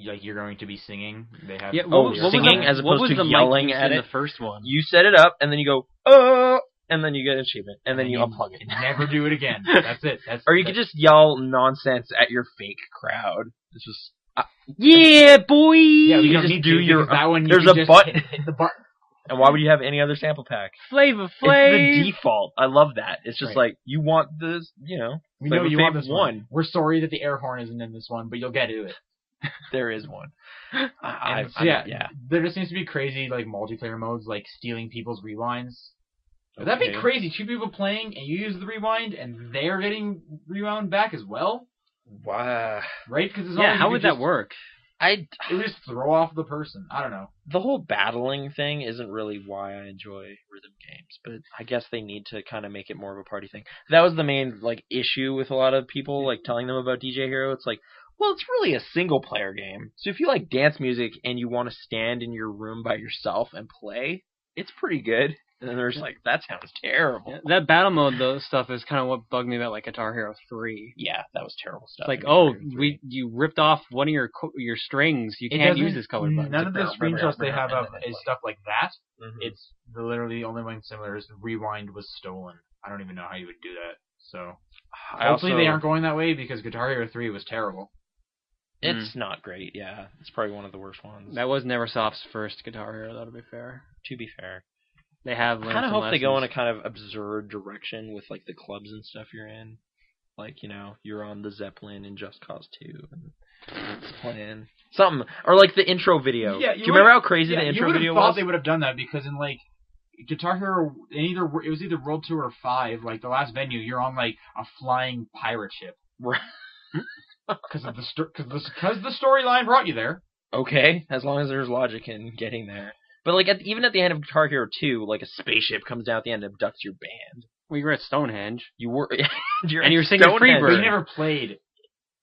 Speaker 1: like you're going to be singing. They have
Speaker 3: yeah,
Speaker 2: what
Speaker 1: Oh,
Speaker 2: was-
Speaker 1: yeah.
Speaker 2: what was singing as
Speaker 3: what
Speaker 2: opposed
Speaker 3: was
Speaker 2: to
Speaker 3: the mic
Speaker 2: yelling
Speaker 3: use
Speaker 2: at
Speaker 3: in
Speaker 2: it?
Speaker 3: the first one.
Speaker 2: you set it up and then you go oh and then you get an achievement and then
Speaker 1: And
Speaker 2: you
Speaker 3: Mm.
Speaker 1: you-
Speaker 2: unplug it
Speaker 1: Never do it again. That's it. That's
Speaker 2: or you
Speaker 1: that-
Speaker 2: could just yell nonsense at your fake crowd it's just uh,
Speaker 3: yeah, boy.
Speaker 1: yeah, you
Speaker 2: you could
Speaker 1: don't
Speaker 2: just
Speaker 1: need
Speaker 2: do
Speaker 1: to,
Speaker 2: your-
Speaker 1: because that one. You
Speaker 2: there's
Speaker 1: can
Speaker 2: a
Speaker 1: just
Speaker 2: button.
Speaker 1: hit- hit the button.
Speaker 2: and why would you have any other sample pack
Speaker 3: Flavor
Speaker 2: it's the
Speaker 3: Flav.
Speaker 2: default i love that it's just
Speaker 1: Right.
Speaker 2: like you want this you know
Speaker 1: We
Speaker 2: Flavor
Speaker 1: know you want
Speaker 2: Flav
Speaker 1: this one.
Speaker 2: won.
Speaker 1: We're sorry that the air horn isn't in this one, but you'll get to it.
Speaker 2: there is one I, I,
Speaker 1: And so,
Speaker 2: I-
Speaker 1: yeah,
Speaker 2: yeah
Speaker 1: There just seems to be crazy like multiplayer modes, like stealing people's rewinds. That'd be
Speaker 2: Okay.
Speaker 1: crazy. Two people playing, and you use the rewind, and they're getting rewound back as well,
Speaker 2: wow
Speaker 1: right? Because
Speaker 3: Yeah, how would that work?
Speaker 2: i
Speaker 1: It would just throw off the person. I don't know.
Speaker 2: the whole battling thing isn't really why I enjoy rhythm games, but I guess they need to kind of make it more of a party thing. That was the main like issue with a lot of people like telling them about DJ Hero. It's like, well, it's really a single player game. So if you like dance music and you want to stand in your room by yourself and play, it's pretty good. And then they're just like, that sounds terrible.
Speaker 3: Yeah,
Speaker 2: Yeah,
Speaker 3: that battle mode though stuff is kind of what bugged me about like Guitar Hero three.
Speaker 2: that was terrible stuff.
Speaker 3: It's like,
Speaker 2: in
Speaker 3: oh,
Speaker 2: Hero 3.
Speaker 3: we you ripped off one of your co- your strings. You
Speaker 1: It
Speaker 3: can't
Speaker 1: doesn't-
Speaker 3: use this color button.
Speaker 1: None of the
Speaker 2: Just barrel,
Speaker 1: screenshots they
Speaker 2: barrel,
Speaker 1: have
Speaker 2: barrel,
Speaker 1: up
Speaker 2: and then
Speaker 1: is
Speaker 2: play.
Speaker 1: stuff like that.
Speaker 2: Mhm.
Speaker 1: It's the literally the only one similar is rewind was stolen. I don't even know how you would do that. So
Speaker 2: I
Speaker 1: hopefully
Speaker 2: also-
Speaker 1: they aren't going that way because Guitar Hero 3 was terrible.
Speaker 2: It's not great. Yeah, it's probably one of the worst ones.
Speaker 3: That was NeverSoft's first Guitar Hero. Though to be fair,
Speaker 2: to be fair.
Speaker 3: they have.
Speaker 2: I
Speaker 3: learned
Speaker 2: kind of
Speaker 3: some
Speaker 2: hope they go in a
Speaker 3: lessons.
Speaker 2: kind of absurd direction with like the clubs and stuff you're in. Like you know, you're on the Zeppelin and Just Cause Two, and it's playing something, or like the intro video.
Speaker 1: Yeah, you
Speaker 2: Do you remember
Speaker 1: would've-
Speaker 2: how crazy the
Speaker 1: you
Speaker 2: intro
Speaker 1: would
Speaker 2: video
Speaker 1: have thought
Speaker 2: was?
Speaker 1: they would have done that because in like Guitar Hero, in either it was either World Tour or Five, like the last venue, you're on like a flying pirate ship
Speaker 2: Right.
Speaker 1: because of the because the, 'cause the storyline brought you there.
Speaker 2: okay, as long as there's logic in getting there. But like at, even at the end of Guitar Hero Two, like a spaceship comes down at the end and abducts your band.
Speaker 3: We were at Stonehenge.
Speaker 2: You were you're
Speaker 3: And you were
Speaker 2: at
Speaker 3: singing
Speaker 2: Stonehenge
Speaker 1: But
Speaker 3: Freebird.
Speaker 1: you never played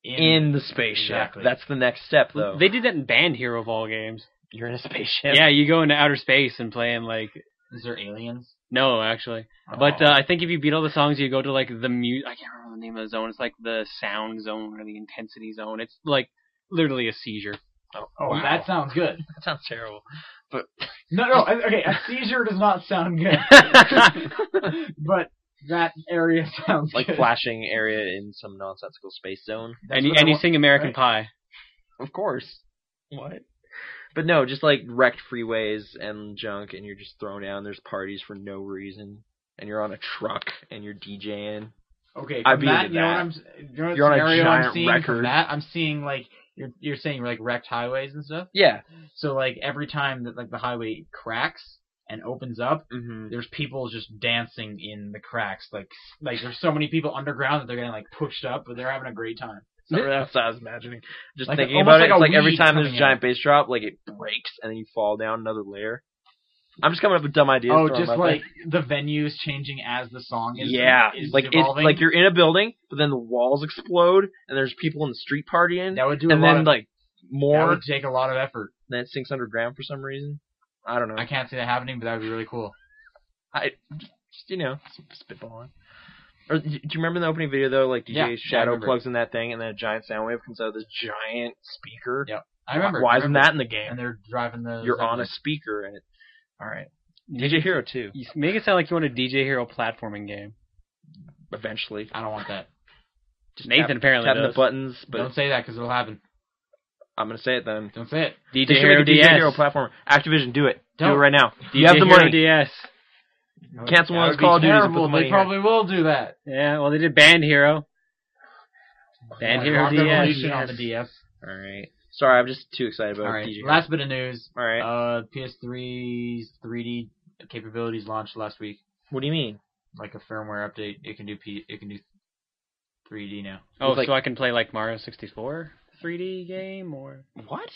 Speaker 2: in the spaceship.
Speaker 1: Exactly.
Speaker 2: That's the next step, though.
Speaker 3: They did that in Band Hero of all games.
Speaker 2: You're in a spaceship.
Speaker 3: Yeah, you go into outer space and play in like
Speaker 1: Is there aliens?
Speaker 3: no, actually.
Speaker 1: Oh.
Speaker 3: But
Speaker 2: Oh.
Speaker 3: uh, I think if you beat all the songs, you go to like the mute. I can't remember the name of the zone. It's like the sound zone or the intensity zone. It's like literally a seizure.
Speaker 2: Oh,
Speaker 1: oh,
Speaker 2: wow.
Speaker 1: that sounds good.
Speaker 2: that sounds terrible.
Speaker 1: No, no. I- Okay, a seizure does not sound good. but That area sounds
Speaker 2: like
Speaker 1: good.
Speaker 2: flashing area in some nonsensical space zone.
Speaker 1: That's
Speaker 3: And, you-
Speaker 1: what I
Speaker 3: and you
Speaker 1: want-
Speaker 3: sing American
Speaker 1: right.
Speaker 3: Pie.
Speaker 2: Of course. What? But no, just like wrecked freeways and junk, and you're just thrown down. There's parties for no reason, and you're on a truck and you're DJing.
Speaker 1: Okay,
Speaker 2: I'd
Speaker 1: from
Speaker 2: be
Speaker 1: that,
Speaker 2: into
Speaker 1: you know what
Speaker 2: that.
Speaker 1: I'm, s- you know what
Speaker 2: You're on a
Speaker 1: scenario I'm
Speaker 2: giant
Speaker 1: seeing from
Speaker 2: record.
Speaker 1: that? I'm seeing like you're you're saying like wrecked highways and stuff.
Speaker 2: Yeah.
Speaker 1: So like every time that like the highway cracks and opens up,
Speaker 2: Mm-hmm.
Speaker 1: there's people just dancing in the cracks. Like like there's so many people underground that they're getting like pushed up, but they're having a great time.
Speaker 2: That's what I was imagining. Just
Speaker 1: Like,
Speaker 2: thinking
Speaker 1: almost
Speaker 2: about it,
Speaker 1: like a
Speaker 2: it's like every
Speaker 1: weed
Speaker 2: time there's
Speaker 1: coming
Speaker 2: a giant bass drop, like it breaks and then you fall down another layer. I'm just coming up with dumb ideas.
Speaker 1: oh,
Speaker 2: throwing
Speaker 1: just
Speaker 2: them out there.
Speaker 1: like the venues changing as the song is
Speaker 2: yeah,
Speaker 1: is
Speaker 2: like it's
Speaker 1: evolving.
Speaker 2: like you're in a building, but then the walls explode and there's people in the street partying,
Speaker 1: that would do a
Speaker 2: and
Speaker 1: lot
Speaker 2: then
Speaker 1: of,
Speaker 2: like
Speaker 1: that
Speaker 2: more
Speaker 1: would take a lot of effort.
Speaker 2: and then it sinks underground for some reason. I don't know.
Speaker 1: I can't see that happening, but that would be really cool.
Speaker 2: I just you know s- spitballing. Or do you do you remember in the opening video though, like DJ
Speaker 1: Yeah, yeah, I
Speaker 2: Shadow
Speaker 1: remember.
Speaker 2: plugs in that thing, and then a giant sound wave comes out of this giant speaker.
Speaker 1: Yeah, I remember.
Speaker 2: Why
Speaker 1: I
Speaker 2: isn't
Speaker 1: remember.
Speaker 2: that in the game?
Speaker 1: And they're driving the.
Speaker 2: You're on a speaker, and it, all right. DJ Hero too.
Speaker 3: You s- make it sound like you want a DJ Hero platforming game.
Speaker 2: Eventually,
Speaker 1: I don't want that.
Speaker 2: just
Speaker 3: Nathan
Speaker 2: tap,
Speaker 3: apparently
Speaker 2: tapping
Speaker 3: does.
Speaker 2: the buttons, but
Speaker 1: Don't say that because it'll happen.
Speaker 2: I'm gonna say it then.
Speaker 1: Don't say it.
Speaker 2: They
Speaker 3: DJ
Speaker 2: should make
Speaker 3: Hero
Speaker 2: a DJ Hero
Speaker 3: DS.
Speaker 2: platform. Activision, do it. Do
Speaker 1: Don't.
Speaker 2: it right now.
Speaker 3: DJ
Speaker 2: you have the
Speaker 3: Hero
Speaker 2: money.
Speaker 3: DS.
Speaker 2: Cancel
Speaker 1: That
Speaker 2: one of
Speaker 1: would
Speaker 2: those
Speaker 1: be
Speaker 2: Call of Duties and put
Speaker 1: terrible.
Speaker 2: the money
Speaker 1: They
Speaker 2: in.
Speaker 1: probably will do that.
Speaker 3: Yeah, well, they did Band Hero. Band
Speaker 1: Yeah,
Speaker 3: Hero
Speaker 1: Rock
Speaker 3: DS.
Speaker 1: Revolution on the DS.
Speaker 2: All right. Sorry, I'm just too excited about
Speaker 1: All right.
Speaker 2: DJ. Hero.
Speaker 1: Last bit of news.
Speaker 2: all right.
Speaker 1: Uh, PS3's 3D capabilities launched last week.
Speaker 2: what do you mean?
Speaker 1: Like a firmware update, it can do P. It can do 3D now.
Speaker 3: Oh,
Speaker 2: It's like-
Speaker 3: so I can play like Mario 64 3D game or
Speaker 2: What?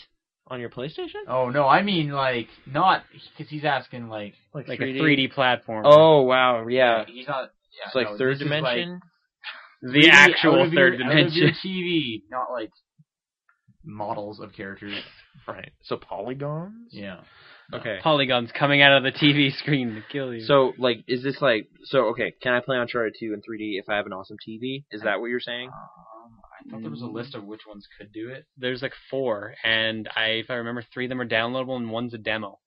Speaker 2: On your PlayStation?
Speaker 1: Oh no, I mean like not because he's asking like
Speaker 3: like a 3D platform.
Speaker 2: Oh wow, yeah.
Speaker 1: he's not. Yeah,
Speaker 2: It's like
Speaker 1: no,
Speaker 2: third
Speaker 1: this is, like,
Speaker 2: dimension.
Speaker 3: the
Speaker 1: 3D out
Speaker 3: actual
Speaker 1: of your- out
Speaker 3: third
Speaker 1: of your
Speaker 3: dimension.
Speaker 1: TV, not like models of characters.
Speaker 2: Right. So polygons.
Speaker 1: Yeah.
Speaker 2: Okay.
Speaker 3: Polygons coming out of the TV screen to kill you.
Speaker 2: So like, is this like? So okay, can I play Uncharted 2 in 3D if I have an awesome TV? Is that what you're saying?
Speaker 1: Um, I thought there was a list of which ones could do it.
Speaker 3: There's like four, and I, if I remember, three of them are downloadable and one's a demo.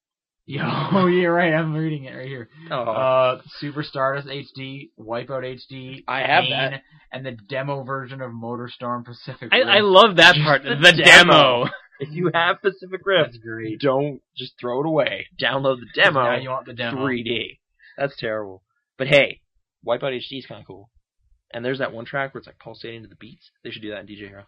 Speaker 1: Yo, oh, yeah, right. I'm reading it right here.
Speaker 2: Oh,
Speaker 1: Uh, Super Stardust HD, Wipeout HD.
Speaker 3: I have
Speaker 1: Pain,
Speaker 3: that.
Speaker 1: And the demo version of MotorStorm Pacific.
Speaker 3: I,
Speaker 1: Rim.
Speaker 3: I love that
Speaker 2: Just
Speaker 3: part.
Speaker 2: the
Speaker 3: The,
Speaker 2: demo.
Speaker 3: demo.
Speaker 2: if you have Pacific Rim,
Speaker 1: That's great.
Speaker 2: don't just throw it away. Download the
Speaker 1: 'Cause
Speaker 2: demo.
Speaker 1: Now you want the demo.
Speaker 2: 3D. That's terrible. But hey, Wipeout HD is kind of cool. And there's that one track where it's like pulsating to the beats. They should do that in DJ Hero.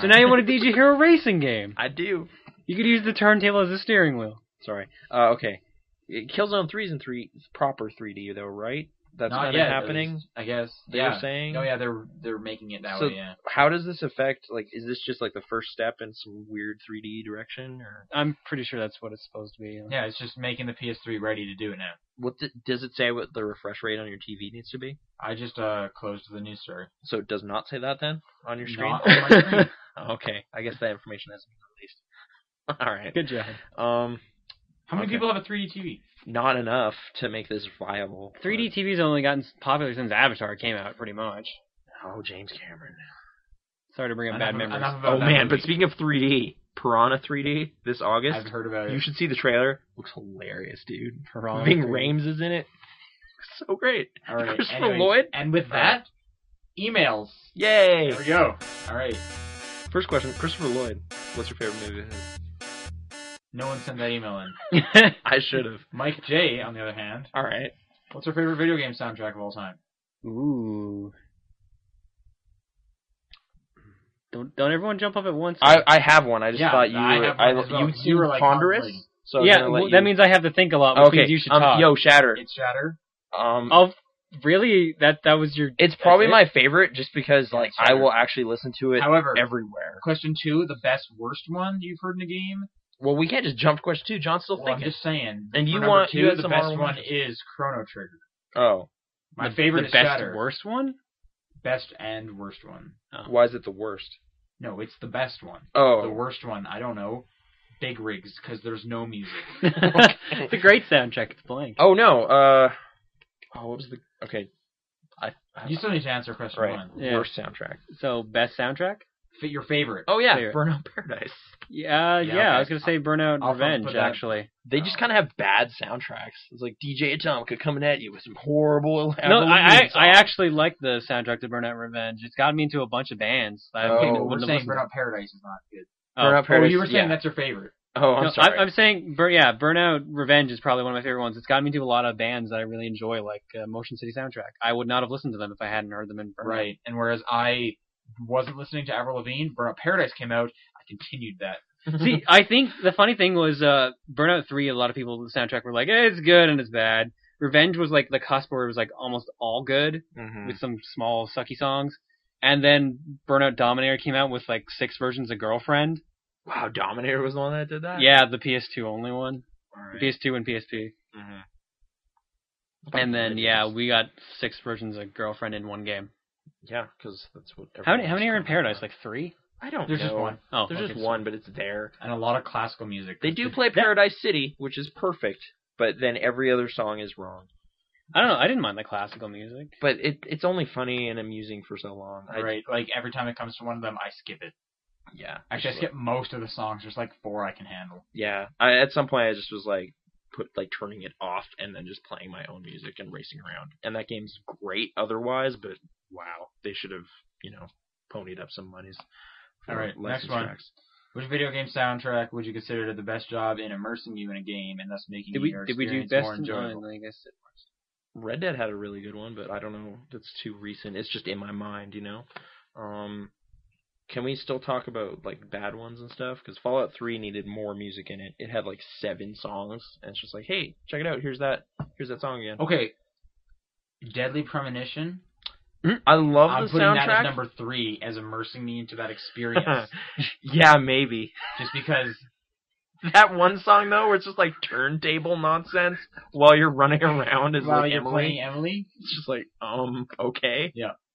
Speaker 3: So now you want a DJ Hero racing game.
Speaker 2: I do.
Speaker 3: You could use the turntable as a steering wheel.
Speaker 2: Sorry. Uh, okay. It- Killzone 3 is in three proper 3D though, right? That's
Speaker 1: Not
Speaker 2: kind
Speaker 1: yet,
Speaker 2: of
Speaker 1: at
Speaker 2: happening.
Speaker 1: least, I guess.
Speaker 2: They
Speaker 1: yeah.
Speaker 2: were saying.
Speaker 1: No, Oh, yeah, they're they're making it that
Speaker 2: So-
Speaker 1: way. Yeah.
Speaker 2: How does this affect? Like, is this just like the first step in some weird 3D direction, or
Speaker 3: I'm pretty sure that's what it's supposed to be.
Speaker 1: Yeah, it's just making the PS3 ready to do it now.
Speaker 2: what the, does it say? What the refresh rate on your TV needs to be?
Speaker 1: I just uh closed the news story.
Speaker 2: So it does not say that then on your screen.
Speaker 1: Not on my screen.
Speaker 2: okay, I guess that information hasn't been released. All right.
Speaker 3: Good job.
Speaker 2: Um,
Speaker 1: How many
Speaker 2: Okay.
Speaker 1: people have a 3D TV?
Speaker 2: not enough to make this viable.
Speaker 3: 3D TV's only gotten s- popular since Avatar came out, pretty much.
Speaker 2: Oh, James Cameron.
Speaker 3: Sorry to bring up
Speaker 1: Enough
Speaker 3: bad
Speaker 1: of-
Speaker 3: memories.
Speaker 1: enough about
Speaker 2: Oh
Speaker 1: that
Speaker 2: man,
Speaker 1: movie.
Speaker 2: but speaking of 3D, Piranha 3D this
Speaker 1: I've
Speaker 2: August.
Speaker 1: heard about
Speaker 2: You
Speaker 1: it.
Speaker 2: should see the trailer. Looks hilarious, dude.
Speaker 3: Piranha
Speaker 2: Ving
Speaker 3: 3D.
Speaker 2: Rhames is in it. So great.
Speaker 1: All right.
Speaker 2: Christopher
Speaker 1: anyways,
Speaker 2: Lloyd?
Speaker 1: And with that, emails.
Speaker 2: Yay!
Speaker 1: There we go. All right.
Speaker 2: First question, Christopher Lloyd. What's your favorite movie? of his?
Speaker 1: No one sent that email in.
Speaker 2: I should have.
Speaker 1: Mike J, on the other hand,
Speaker 2: All right.
Speaker 1: what's your favorite video game soundtrack of all time?
Speaker 3: Ooh. Don't don't everyone jump up at once.
Speaker 2: I, I have one. I just
Speaker 1: Yeah,
Speaker 2: thought you
Speaker 1: I
Speaker 2: were,
Speaker 1: have
Speaker 2: I,
Speaker 1: one as well.
Speaker 2: you
Speaker 1: You
Speaker 2: seemed
Speaker 1: were, like,
Speaker 2: ponderous.
Speaker 1: contemplating.
Speaker 2: So I'm
Speaker 3: yeah,
Speaker 2: gonna let
Speaker 3: well,
Speaker 2: you-
Speaker 3: that means I have to think a lot, which
Speaker 2: okay.
Speaker 3: means you should
Speaker 2: um,
Speaker 3: talk.
Speaker 2: Yo, Shatter.
Speaker 1: It's Shatter.
Speaker 2: Um,
Speaker 3: Oh, really? That that was your
Speaker 2: it's probably
Speaker 3: it?
Speaker 2: my favorite, just because like I
Speaker 1: Shatter.
Speaker 2: will actually listen to it
Speaker 1: However,
Speaker 2: everywhere.
Speaker 1: question two, the best worst one you've heard in a game.
Speaker 2: Well, we can't just jump to question two. John's still
Speaker 1: Well, I'm
Speaker 2: thinking.
Speaker 1: just saying.
Speaker 2: And you
Speaker 1: for number
Speaker 2: want-
Speaker 1: two,
Speaker 2: you had
Speaker 1: the
Speaker 2: some
Speaker 1: best
Speaker 2: honorable
Speaker 1: one
Speaker 2: mentions.
Speaker 1: is Chrono Trigger.
Speaker 2: oh,
Speaker 1: My
Speaker 3: the-
Speaker 1: favorite
Speaker 3: the
Speaker 1: is
Speaker 3: best
Speaker 1: Shatter.
Speaker 3: worst one.
Speaker 1: Best and worst one.
Speaker 2: why is it the worst?
Speaker 1: No, it's the best one. The
Speaker 2: Oh,
Speaker 1: worst one, I don't know. Big Rigs, because there's no music.
Speaker 3: it's a great soundtrack. It's blank.
Speaker 2: oh no. Uh, oh, what was the okay? I, I
Speaker 1: You still need to answer question
Speaker 2: right
Speaker 1: one.
Speaker 3: Yeah.
Speaker 2: worst soundtrack.
Speaker 3: So best soundtrack.
Speaker 1: Fit your favorite.
Speaker 2: Oh yeah,
Speaker 3: Favorite.
Speaker 2: Burnout Paradise.
Speaker 3: Yeah, yeah.
Speaker 1: Yeah,
Speaker 3: I
Speaker 1: okay.
Speaker 3: was gonna say Burnout
Speaker 1: I'll- I'll
Speaker 3: Revenge
Speaker 1: put that-
Speaker 3: actually.
Speaker 2: They just kind of have bad soundtracks. It's like DJ Atomica coming at you with some horrible.
Speaker 3: no, I, I
Speaker 2: Abilene
Speaker 3: I
Speaker 2: songs.
Speaker 3: actually like the soundtrack to Burnout Revenge. It's gotten me into a bunch of bands. that I
Speaker 2: Oh,
Speaker 1: Okay,
Speaker 3: wouldn't-
Speaker 1: no, we're
Speaker 3: wouldn't have
Speaker 1: saying
Speaker 3: listened to.
Speaker 1: Burnout Paradise is not good.
Speaker 3: Oh.
Speaker 2: Burnout Paradise.
Speaker 1: oh, you were saying
Speaker 2: yeah.
Speaker 1: that's your favorite.
Speaker 2: Oh, I'm
Speaker 3: No,
Speaker 2: sorry.
Speaker 3: I'm saying, Bur- yeah, Burnout Revenge is probably one of my favorite ones. It's gotten me to a lot of bands that I really enjoy, like uh, Motion City Soundtrack. I would not have listened to them if I hadn't heard them in Burnout.
Speaker 1: Right. And whereas I wasn't listening to Avril Lavigne, Burnout Paradise came out. I continued that.
Speaker 3: See, I think the funny thing was uh, Burnout 3, a lot of people with the soundtrack were like, eh, it's good and it's bad. Revenge was like the cusp where it was like almost all good
Speaker 1: Hmm.
Speaker 2: Mhm.
Speaker 3: with some small sucky songs. And then Burnout Dominator came out with like six versions of Girlfriend.
Speaker 2: Wow, Dominator was the one that did that.
Speaker 3: Yeah, the PS2 only one.
Speaker 1: Alright.
Speaker 3: PS2 and PSP.
Speaker 2: Mhm.
Speaker 3: And then, yeah,
Speaker 2: Ridiculous.
Speaker 3: we got six versions of Girlfriend in one game.
Speaker 2: yeah, because that's what.
Speaker 3: How many,
Speaker 2: everyone
Speaker 3: how many
Speaker 2: was
Speaker 3: are in
Speaker 2: talking
Speaker 3: Paradise?
Speaker 2: about.
Speaker 3: Like three?
Speaker 2: I don't.
Speaker 1: There's
Speaker 2: know.
Speaker 1: just one.
Speaker 3: Oh,
Speaker 2: There's
Speaker 3: okay,
Speaker 2: just
Speaker 3: so-
Speaker 2: one, but it's there.
Speaker 1: And a lot of classical music.
Speaker 2: They do play Paradise City, which is perfect, but then every other song is wrong.
Speaker 3: I don't know. I didn't mind the classical music.
Speaker 2: But it it's only funny and amusing for so long. I,
Speaker 1: Right. Like every time it comes to one of them, I skip it.
Speaker 2: Yeah.
Speaker 1: Actually, I
Speaker 2: just
Speaker 1: skip most of the songs. There's like four I can handle.
Speaker 2: Yeah. I, at some point, I just was like, put like turning it off and then just playing my own music and racing around. And that game's great otherwise, but wow, they should have you know ponied up some monies. for
Speaker 1: All right,
Speaker 2: license
Speaker 1: next one.
Speaker 2: tracks.
Speaker 1: Which video game soundtrack would you consider did the best job in immersing you in a game and thus making
Speaker 3: Did we
Speaker 1: your
Speaker 3: did we do
Speaker 1: experience
Speaker 3: best
Speaker 1: more
Speaker 3: in
Speaker 1: enjoyable?
Speaker 3: I guess
Speaker 2: Red Dead had a really good one, but I don't know. That's too recent. It's just in my mind, you know. Um, can we still talk about like bad ones and stuff? Because Fallout Three needed more music in it. It had like seven songs, and it's just like, hey, check it out. Here's that. Here's that song again.
Speaker 1: Okay. Deadly Premonition.
Speaker 2: I love
Speaker 1: I'm
Speaker 2: the
Speaker 1: putting that as
Speaker 2: soundtrack.
Speaker 1: number three as immersing me into that experience.
Speaker 2: yeah, maybe
Speaker 1: just because
Speaker 2: that one song though, where it's just like turntable nonsense while you're running around as
Speaker 1: while
Speaker 2: like
Speaker 1: you're
Speaker 2: Emily.
Speaker 1: playing Emily,
Speaker 2: It's just like, um, okay,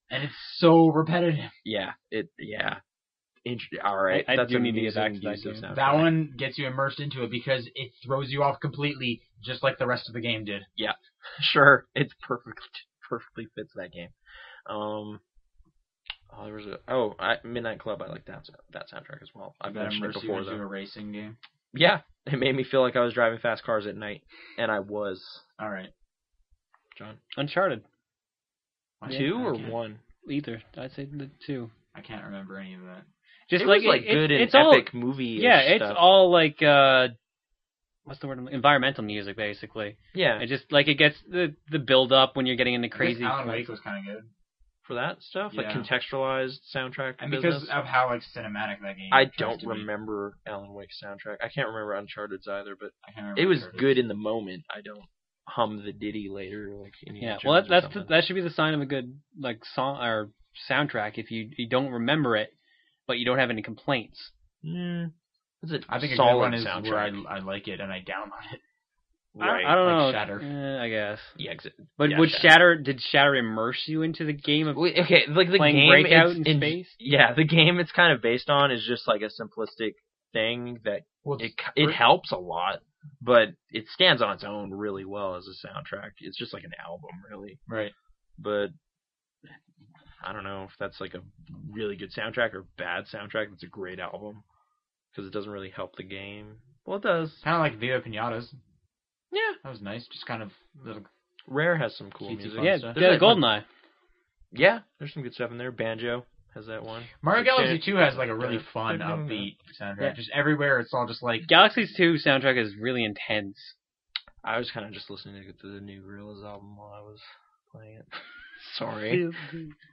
Speaker 1: and it's so repetitive.
Speaker 2: yeah, it, yeah. Int- all right,
Speaker 3: I- I
Speaker 2: that's
Speaker 3: do
Speaker 2: an
Speaker 3: need to get back
Speaker 2: amusing
Speaker 3: to that
Speaker 2: use of
Speaker 3: game.
Speaker 2: soundtrack.
Speaker 1: That one gets you immersed into it because it throws you off completely, just like the rest of the game did.
Speaker 2: sure, it's perfect, perfectly fits that game. Um, oh, there was a oh, I, Midnight Club. I like that that soundtrack as well. I've
Speaker 1: that
Speaker 2: mentioned it
Speaker 1: immerses you
Speaker 2: before
Speaker 1: into
Speaker 2: though.
Speaker 1: a racing game.
Speaker 2: Yeah, it made me feel like I was driving fast cars at night, and I was.
Speaker 1: All right,
Speaker 2: John,
Speaker 3: Uncharted.
Speaker 1: Why-
Speaker 2: two
Speaker 1: I
Speaker 2: or
Speaker 1: can't-
Speaker 2: one?
Speaker 3: Either I'd say the two.
Speaker 1: I can't remember any of that.
Speaker 3: Just
Speaker 2: it
Speaker 3: like,
Speaker 2: was like
Speaker 3: it-
Speaker 2: good
Speaker 3: it-
Speaker 2: and
Speaker 3: it's
Speaker 2: epic
Speaker 3: all
Speaker 2: movie.
Speaker 3: yeah, it's
Speaker 2: stuff.
Speaker 3: all like uh, what's the word? I'm- Environmental music, basically.
Speaker 2: yeah
Speaker 3: It just like it gets the the build up when you're getting into
Speaker 1: I guess
Speaker 3: crazy.
Speaker 1: Alan
Speaker 3: fights.
Speaker 1: Wake was kind of good,
Speaker 2: for that stuff, like
Speaker 1: Yeah.
Speaker 2: contextualized soundtrack.
Speaker 1: and
Speaker 2: business.
Speaker 1: because of how like cinematic that game.
Speaker 2: I
Speaker 1: tries
Speaker 2: don't
Speaker 1: to be.
Speaker 2: remember Alan Wake's soundtrack. I can't remember Uncharted's either, but
Speaker 1: I can't remember
Speaker 2: it
Speaker 1: what
Speaker 2: was
Speaker 1: it is.
Speaker 2: good in the moment. I don't hum the ditty later like Indiana
Speaker 3: Yeah, well that,
Speaker 2: Jones or
Speaker 3: that's the,
Speaker 2: something.
Speaker 3: that should be the sign of a good like song or soundtrack if you you don't remember it, but you don't have any complaints.
Speaker 2: Mm, it's a
Speaker 1: I think a
Speaker 2: solid
Speaker 1: good one is
Speaker 2: soundtrack.
Speaker 1: where I, I like it and I download it.
Speaker 2: right.
Speaker 3: I, I don't
Speaker 1: like
Speaker 3: know.
Speaker 1: Shatter.
Speaker 3: Eh, I guess.
Speaker 2: yeah, exactly.
Speaker 3: But
Speaker 2: Yeah,
Speaker 3: would
Speaker 2: Shatter.
Speaker 3: Shatter. did Shatter immerse you into the game of
Speaker 2: Okay, like the
Speaker 3: playing
Speaker 2: game
Speaker 3: Breakout
Speaker 2: it's
Speaker 3: in, space?
Speaker 2: Yeah, the game it's kind of based on is just like a simplistic thing that
Speaker 1: Well,
Speaker 2: it it helps a lot, but it stands on its own really well as a soundtrack. It's just like an album, really.
Speaker 1: right.
Speaker 2: But I don't know if that's like a really good soundtrack or bad soundtrack. That's a great album because it doesn't really help the game. Well, it does.
Speaker 1: Kind of like Viva Pinatas.
Speaker 2: Yeah,
Speaker 1: That was nice. Just kind of little.
Speaker 2: Rare has some cool
Speaker 1: Cutesy
Speaker 2: music.
Speaker 1: fun
Speaker 3: Yeah,
Speaker 1: stuff.
Speaker 3: yeah,
Speaker 2: There's that one-
Speaker 3: Goldeneye.
Speaker 2: Yeah, there's some good stuff in there. Banjo has that one.
Speaker 1: Mario
Speaker 2: Like,
Speaker 1: Galaxy 2
Speaker 2: Dan-
Speaker 1: has like a really
Speaker 2: Dan-
Speaker 1: fun,
Speaker 2: Dan- Dan-
Speaker 1: upbeat soundtrack.
Speaker 3: Yeah.
Speaker 1: Just everywhere, it's all just like
Speaker 3: Galaxy's 2 soundtrack is really intense.
Speaker 2: I was kind of just listening to the new Gorillaz album while I was playing it. Sorry.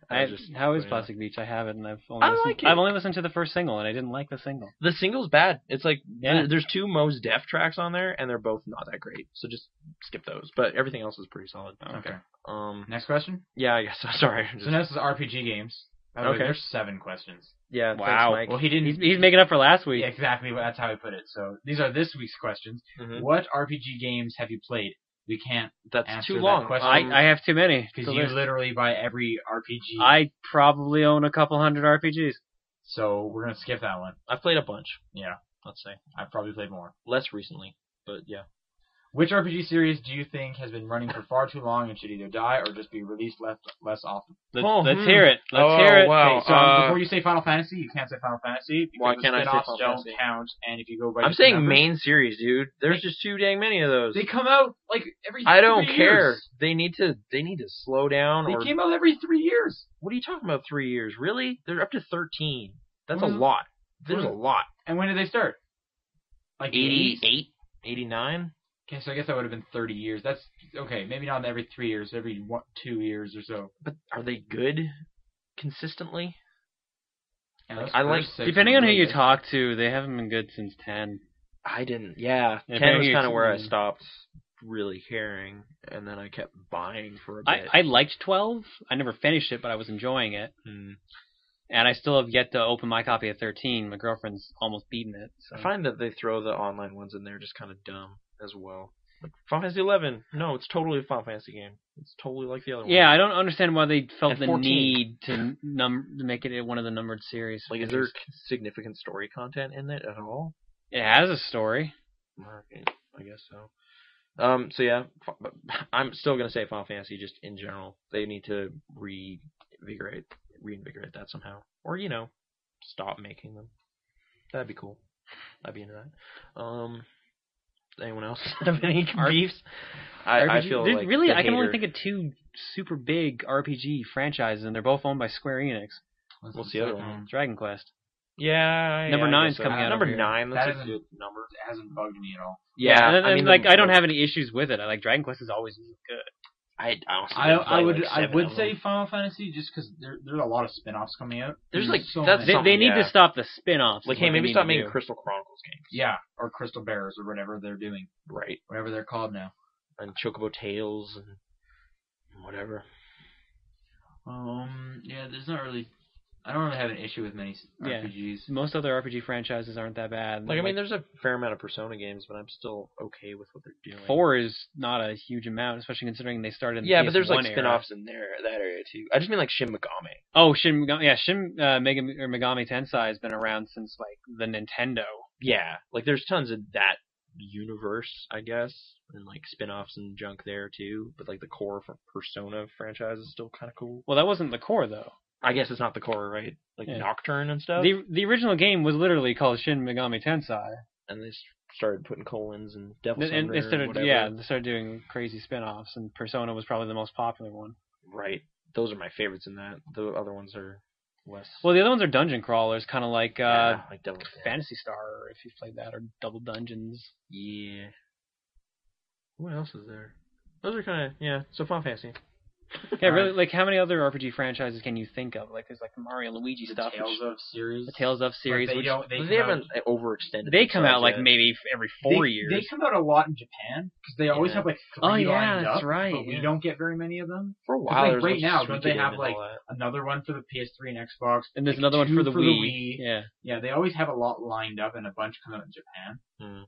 Speaker 2: I
Speaker 3: I,
Speaker 2: was just
Speaker 3: how is
Speaker 2: playing it.
Speaker 3: Plastic Beach? I have it, and I've only
Speaker 2: I
Speaker 3: listened,
Speaker 2: like
Speaker 3: I've
Speaker 2: it.
Speaker 3: only listened to the first single, and I didn't like the single.
Speaker 2: The single's bad. It's like
Speaker 3: Yeah.
Speaker 2: there- there's two Moe's Def tracks on there, and they're both not that great. So just skip those. But everything else is pretty solid.
Speaker 1: Okay.
Speaker 2: Um.
Speaker 1: Next question.
Speaker 2: Yeah, I guess. so. Sorry.
Speaker 1: So next is RPG games. By the way,
Speaker 2: Okay.
Speaker 1: there's seven questions.
Speaker 2: yeah.
Speaker 3: Wow.
Speaker 2: Thanks,
Speaker 1: Well,
Speaker 2: Mike.
Speaker 1: he didn't.
Speaker 3: He's, he's making up for last week.
Speaker 1: yeah, exactly. That's how he put it. So these are this week's questions.
Speaker 2: Mhm.
Speaker 1: What RPG games have you played? We can't
Speaker 2: That's
Speaker 1: answer
Speaker 2: too
Speaker 1: that
Speaker 2: long.
Speaker 1: question.
Speaker 2: Um,
Speaker 3: I, I have too many.
Speaker 1: because
Speaker 3: So
Speaker 1: you
Speaker 3: there's-
Speaker 1: literally buy every RPG.
Speaker 3: I probably own a couple hundred RPGs.
Speaker 1: So we're gonna skip that one.
Speaker 2: I've played a bunch.
Speaker 1: Yeah.
Speaker 2: Let's say
Speaker 1: I've probably played more.
Speaker 2: less recently, but yeah.
Speaker 1: Which RPG series do you think has been running for far too long and should either die or just be released less less often?
Speaker 3: Let's,
Speaker 2: Oh,
Speaker 3: let's
Speaker 2: hmm.
Speaker 3: hear it. Let's
Speaker 2: Oh,
Speaker 3: hear it.
Speaker 2: wow.
Speaker 1: Okay, so um,
Speaker 2: uh,
Speaker 1: before you say Final Fantasy, you can't say Final Fantasy because
Speaker 2: Why
Speaker 1: the
Speaker 2: can't I say
Speaker 1: spin-offs
Speaker 2: Final
Speaker 1: don't
Speaker 2: Fantasy?
Speaker 1: count. And if you go by,
Speaker 2: I'm
Speaker 1: just the
Speaker 2: saying
Speaker 1: numbers-
Speaker 2: main series, dude. There's just too dang many of those.
Speaker 1: They come out like every.
Speaker 2: I don't
Speaker 1: three
Speaker 2: care.
Speaker 1: years.
Speaker 2: They need to. They need to slow down.
Speaker 1: They
Speaker 2: or
Speaker 1: came out every three years.
Speaker 2: what are you talking about? Three years? Really? They're up to thirteen. That's
Speaker 1: When-
Speaker 2: a lot. There's a
Speaker 1: when-
Speaker 2: lot.
Speaker 1: And when did they start? Like the 80s?
Speaker 2: 88, 89.
Speaker 1: Okay, so I guess that would have been 30 years. That's okay. Maybe not every three years, every one, two years or so.
Speaker 2: But are they good consistently?
Speaker 1: Yeah,
Speaker 2: Like,
Speaker 1: those
Speaker 2: I like-
Speaker 1: first six
Speaker 3: Depending on
Speaker 1: were
Speaker 3: who
Speaker 1: really
Speaker 3: you
Speaker 1: good.
Speaker 3: talk to, they haven't been good since ten.
Speaker 2: I didn't. Yeah,
Speaker 3: Yeah,
Speaker 2: ten was
Speaker 3: apparently
Speaker 2: kind of where I
Speaker 3: it's- mm.
Speaker 2: stopped really caring, and then I kept buying for a
Speaker 3: I,
Speaker 2: bit.
Speaker 3: I liked twelve. I never finished it, but I was enjoying it,
Speaker 2: Hmm.
Speaker 3: and I still have yet to open my copy of thirteen. My girlfriend's almost beaten it. So.
Speaker 2: I find that they throw the online ones in there just kind of dumb as well. Like Final Fantasy Eleven, no, it's totally a Final Fantasy game. It's totally like the other one.
Speaker 3: Yeah, I don't understand why they felt
Speaker 2: And
Speaker 3: the
Speaker 2: 14.
Speaker 3: need to num to make it one of the numbered series.
Speaker 2: Like, is there significant story content in it at all?
Speaker 3: It has a story.
Speaker 2: Okay, I guess so. Um, so yeah, fi- but I'm still gonna say Final Fantasy just in general. They need to reinvigorate, reinvigorate that somehow, or you know, stop making them. That'd be cool. I'd be into that. Um, anyone else have any
Speaker 3: R-
Speaker 2: beefs? I, I
Speaker 3: RPG
Speaker 2: feel
Speaker 3: There's-
Speaker 2: like
Speaker 3: really,
Speaker 2: the
Speaker 3: I can only
Speaker 2: hater-
Speaker 3: think of two super big RPG franchises, and they're both owned by Square Enix.
Speaker 2: What's the other
Speaker 1: second
Speaker 2: one?
Speaker 3: Dragon Quest.
Speaker 2: Yeah,
Speaker 3: Number
Speaker 2: yeah, I
Speaker 3: nine's
Speaker 2: guess so.
Speaker 3: coming out
Speaker 2: Number
Speaker 3: over here.
Speaker 2: nine.
Speaker 1: That
Speaker 2: That's a
Speaker 1: isn't-
Speaker 2: good number.
Speaker 1: It hasn't bugged me at all.
Speaker 2: Yeah,
Speaker 3: and,
Speaker 2: I
Speaker 3: and,
Speaker 2: mean,
Speaker 3: like
Speaker 2: the-
Speaker 3: I don't have any issues with it. I like Dragon Quest is always good.
Speaker 2: I honestly
Speaker 1: I,
Speaker 2: didn't
Speaker 1: I
Speaker 2: play,
Speaker 1: would
Speaker 2: like,
Speaker 1: I
Speaker 2: seven
Speaker 1: would
Speaker 2: of
Speaker 1: say
Speaker 2: them.
Speaker 1: Final Fantasy just because there there's a lot of spin-offs coming out.
Speaker 2: There's, like,
Speaker 1: so many.
Speaker 2: that's
Speaker 3: They, they
Speaker 2: Something,
Speaker 3: need
Speaker 2: yeah.
Speaker 3: to stop the spin-offs. is
Speaker 2: like,
Speaker 3: what
Speaker 2: hey,
Speaker 3: they
Speaker 2: maybe
Speaker 3: need
Speaker 2: stop
Speaker 3: to
Speaker 2: making
Speaker 3: do.
Speaker 2: Crystal Chronicles games,
Speaker 1: yeah or Crystal Bears or whatever they're doing,
Speaker 2: right?
Speaker 1: whatever they're called now.
Speaker 2: and Chocobo Tails and whatever.
Speaker 1: Um yeah, there's not really. I don't really have an issue with many s-
Speaker 3: Yeah.
Speaker 1: RPGs.
Speaker 3: Most other RPG franchises aren't that bad.
Speaker 2: Like, I mean, there's a fair amount of Persona games, but I'm still okay with what they're doing.
Speaker 3: four is not a huge amount, especially considering they started. In the
Speaker 2: Yeah, but there's
Speaker 3: PS1
Speaker 2: like
Speaker 3: era.
Speaker 2: spin-offs in there that area too. I just mean like Shin Megami.
Speaker 3: Oh, Shin Megami, yeah, Shin uh, Megami, or Megami Tensei has been around since like the Nintendo.
Speaker 2: Yeah, like there's tons of that universe, I guess, and like spin-offs and junk there too. But like the core for Persona franchise is still kind of cool.
Speaker 3: Well, that wasn't the core though.
Speaker 2: I guess it's not the core, right? Like
Speaker 3: Yeah.
Speaker 2: Nocturne and stuff.
Speaker 3: The the original game was literally called Shin Megami Tensei,
Speaker 2: and they s- started putting colons and Devil
Speaker 3: and,
Speaker 2: Summoner
Speaker 3: and
Speaker 2: and,
Speaker 3: they started
Speaker 2: whatever.
Speaker 3: yeah they started doing crazy spin-offs, and Persona was probably the most popular one.
Speaker 2: Right. Those are my favorites in that. The other ones are less.
Speaker 3: Well, the other ones are dungeon crawlers, kind of like uh,
Speaker 2: yeah, like Devil.
Speaker 3: Fantasy Star, if you played that, or Double Dungeons.
Speaker 2: Yeah. What else is there? Those are kind of yeah. So Final Fantasy.
Speaker 3: Yeah, really.
Speaker 2: Alright.
Speaker 3: Like, how many other RPG franchises can you think of? Like, there's like the Mario, Luigi
Speaker 1: The
Speaker 3: stuff,
Speaker 1: Tales
Speaker 3: which-
Speaker 1: of series.
Speaker 3: the Tales of series.
Speaker 1: But they
Speaker 3: which-
Speaker 1: don't. They,
Speaker 2: They,
Speaker 1: come out-
Speaker 2: haven't overextended.
Speaker 3: they come
Speaker 2: themselves
Speaker 3: out like
Speaker 2: yet.
Speaker 3: maybe f- every four
Speaker 1: they,
Speaker 3: years.
Speaker 1: They come out a lot in Japan because they always
Speaker 2: Yeah.
Speaker 1: have like three
Speaker 3: Oh, yeah,
Speaker 1: lined
Speaker 3: that's
Speaker 1: up,
Speaker 3: right,
Speaker 1: But
Speaker 3: yeah.
Speaker 1: we don't get very many of them.
Speaker 2: for a while.
Speaker 1: like,
Speaker 2: there was
Speaker 1: right
Speaker 2: like
Speaker 1: now, don't they
Speaker 2: Suikoden
Speaker 1: have,
Speaker 2: and
Speaker 1: like-
Speaker 2: all that.
Speaker 1: Another one for the PS3 and Xbox.
Speaker 3: and there's
Speaker 1: like,
Speaker 3: another one
Speaker 1: two
Speaker 3: for the,
Speaker 1: for the Wii.
Speaker 3: Yeah.
Speaker 1: Yeah, they always have a lot lined up, and a bunch come out in Japan.
Speaker 2: Hmm.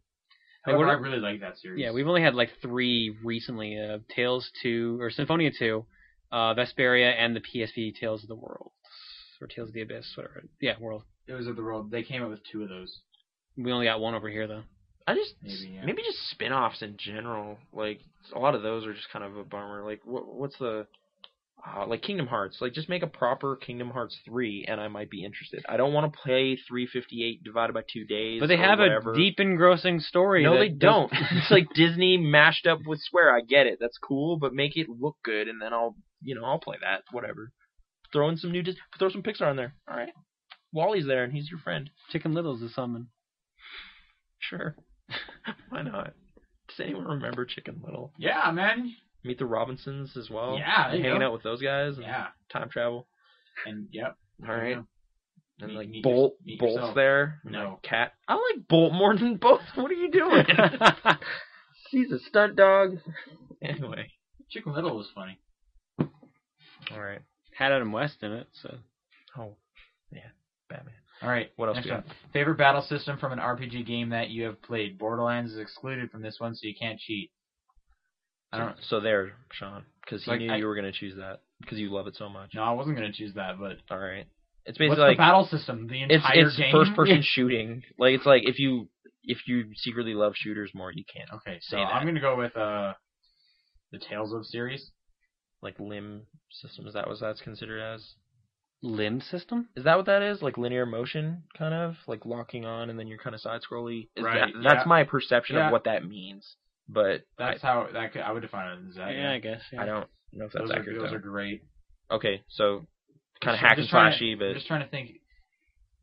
Speaker 3: Like, what
Speaker 1: However, I
Speaker 3: are-
Speaker 1: really like that series.
Speaker 3: Yeah, we've only had like three recently: uh, Tales two or Symphonia two, uh, Vesperia, and the PSP Tales of the World or Tales of the Abyss, whatever. Yeah, World.
Speaker 1: It was of the world. They came out with two of those.
Speaker 3: We only got one over here though.
Speaker 2: I just
Speaker 1: Maybe, yeah.
Speaker 2: maybe just spin-offs in general. Like a lot of those are just kind of a bummer. Like what what's the uh, like Kingdom Hearts? Like just make a proper Kingdom Hearts three, and I might be interested. I don't want to play three fifty eight divided by two days.
Speaker 3: But they
Speaker 2: or
Speaker 3: have
Speaker 2: whatever.
Speaker 3: a deep, engrossing story.
Speaker 2: No,
Speaker 3: that
Speaker 2: they
Speaker 3: does-
Speaker 2: don't. it's like Disney mashed up with Square. I get it. That's cool, but make it look good, and then I'll, you know, I'll play that. Whatever. Throw in some new, Dis- throw some Pixar in there. All right. Wally's there, and he's your friend.
Speaker 3: Chicken Little's is someone.
Speaker 2: Sure. Why not? Does anyone remember Chicken Little?
Speaker 1: Yeah, man.
Speaker 2: Meet the Robinsons as well.
Speaker 1: Yeah, there you
Speaker 2: hanging
Speaker 1: go.
Speaker 2: out with those guys. And
Speaker 1: Yeah,
Speaker 2: Time travel.
Speaker 1: and yep.
Speaker 2: All right.
Speaker 1: Yeah.
Speaker 2: And
Speaker 1: Meet-
Speaker 2: like
Speaker 1: meet your-
Speaker 2: Bolt,
Speaker 1: meet
Speaker 2: Bolt's
Speaker 1: yourself.
Speaker 2: there. and,
Speaker 1: No.
Speaker 2: like, Cat. I like Bolt more than Bolt. What are you doing? She's a stunt dog. Anyway.
Speaker 1: Chicken Little was funny.
Speaker 2: All right.
Speaker 3: Had Adam West in it, so
Speaker 2: Oh, yeah, Batman.
Speaker 1: All right.
Speaker 2: What else
Speaker 1: Next
Speaker 2: we got?
Speaker 1: one. Favorite battle system from an RPG game that you have played. Borderlands is excluded from this one, so you can't cheat. I don't.
Speaker 2: So there, Sean, because he
Speaker 1: Like,
Speaker 2: knew
Speaker 1: I-
Speaker 2: you were gonna choose that because you love it so much.
Speaker 1: No, I wasn't gonna choose that, but
Speaker 2: All right. It's
Speaker 1: what's
Speaker 2: basically
Speaker 1: the
Speaker 2: like
Speaker 1: battle system? The
Speaker 2: it's
Speaker 1: entire
Speaker 2: it's
Speaker 1: game.
Speaker 2: first person shooting. Like it's like if you if you secretly love shooters more, you can't.
Speaker 1: Okay, so
Speaker 2: Say that.
Speaker 1: I'm gonna go with uh, the Tales of series.
Speaker 2: Like limb system is that what that's considered as?
Speaker 3: Limb system?
Speaker 2: Is that what that is? Like linear motion, kind of like locking on, and then you're kind of side scrolly.
Speaker 1: Right,
Speaker 2: That's
Speaker 1: yeah.
Speaker 2: my perception
Speaker 1: Yeah.
Speaker 2: of what that means, but I,
Speaker 1: That's how that could, I would define it. Is that,
Speaker 3: yeah, I guess. Yeah.
Speaker 2: I don't know if that's
Speaker 1: those are,
Speaker 2: accurate.
Speaker 1: those
Speaker 2: though.
Speaker 1: are great.
Speaker 2: Okay, so kind
Speaker 1: Just-
Speaker 2: of hack
Speaker 1: just
Speaker 2: and
Speaker 1: trying
Speaker 2: slashy,
Speaker 1: I'm
Speaker 2: but
Speaker 1: just trying to think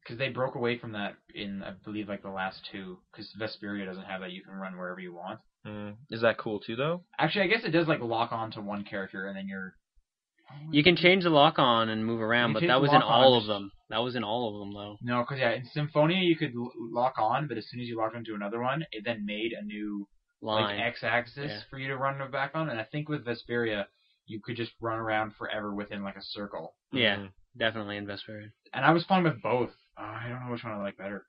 Speaker 1: because they broke away from that in I believe like the last two because Vesperia doesn't have that. You can run wherever you want.
Speaker 2: mm, is that cool too though?
Speaker 1: Actually, I guess it does like lock on to one character and then you're.
Speaker 3: You can change the lock on and move around,
Speaker 1: You
Speaker 3: but
Speaker 1: change
Speaker 3: that
Speaker 1: the
Speaker 3: was in
Speaker 1: lock on,
Speaker 3: all of
Speaker 1: just-
Speaker 3: them. That was in all of them, though.
Speaker 1: No, because yeah, in Symphonia you could l- lock on, but as soon as you locked onto another one, it then made a new
Speaker 3: Line.
Speaker 1: like x-axis
Speaker 3: Yeah.
Speaker 1: for you to run it back on. And I think with Vesperia, you could just run around forever within like a circle.
Speaker 3: yeah,
Speaker 2: Mm.
Speaker 3: definitely in Vesperia.
Speaker 1: And I was fine with both. Uh, I don't know which one I like better.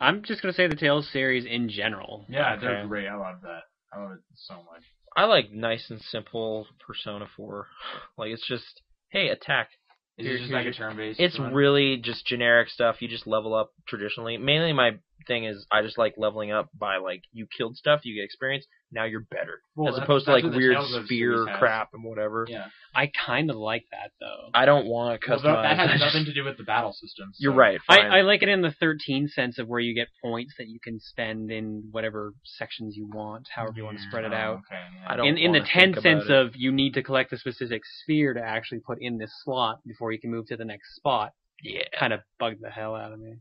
Speaker 3: I'm just gonna say the Tales series in general.
Speaker 1: Yeah,
Speaker 2: Okay.
Speaker 1: they're great. I love that. I love it so much.
Speaker 2: I like nice and simple Persona 4. Like it's just hey attack.
Speaker 1: Is
Speaker 2: Here-
Speaker 1: it just
Speaker 2: here's
Speaker 1: like a
Speaker 2: your-
Speaker 1: turn based?
Speaker 2: It's really just generic stuff. You just level up traditionally. Mainly my thing is I just like leveling up by like you killed stuff, you get experience. Now you're better as opposed to like weird spear crap and whatever.
Speaker 1: Yeah,
Speaker 3: I kind of like that though.
Speaker 2: I don't want to
Speaker 1: well,
Speaker 2: customize.
Speaker 1: that, that has nothing to do with the battle system. so-
Speaker 2: You're right. fine.
Speaker 3: I, I like it in the 13 sense of where you get points that you can spend in whatever sections you want, however you want to spread it
Speaker 1: Oh,
Speaker 3: out.
Speaker 1: Okay, yeah.
Speaker 2: I don't
Speaker 3: In in the
Speaker 2: wanna
Speaker 3: 10
Speaker 2: think
Speaker 3: sense
Speaker 2: about
Speaker 3: of you need to collect the specific sphere to actually put in this slot before you can move to the next spot.
Speaker 2: yeah.
Speaker 3: Kind of bugged the hell out of me.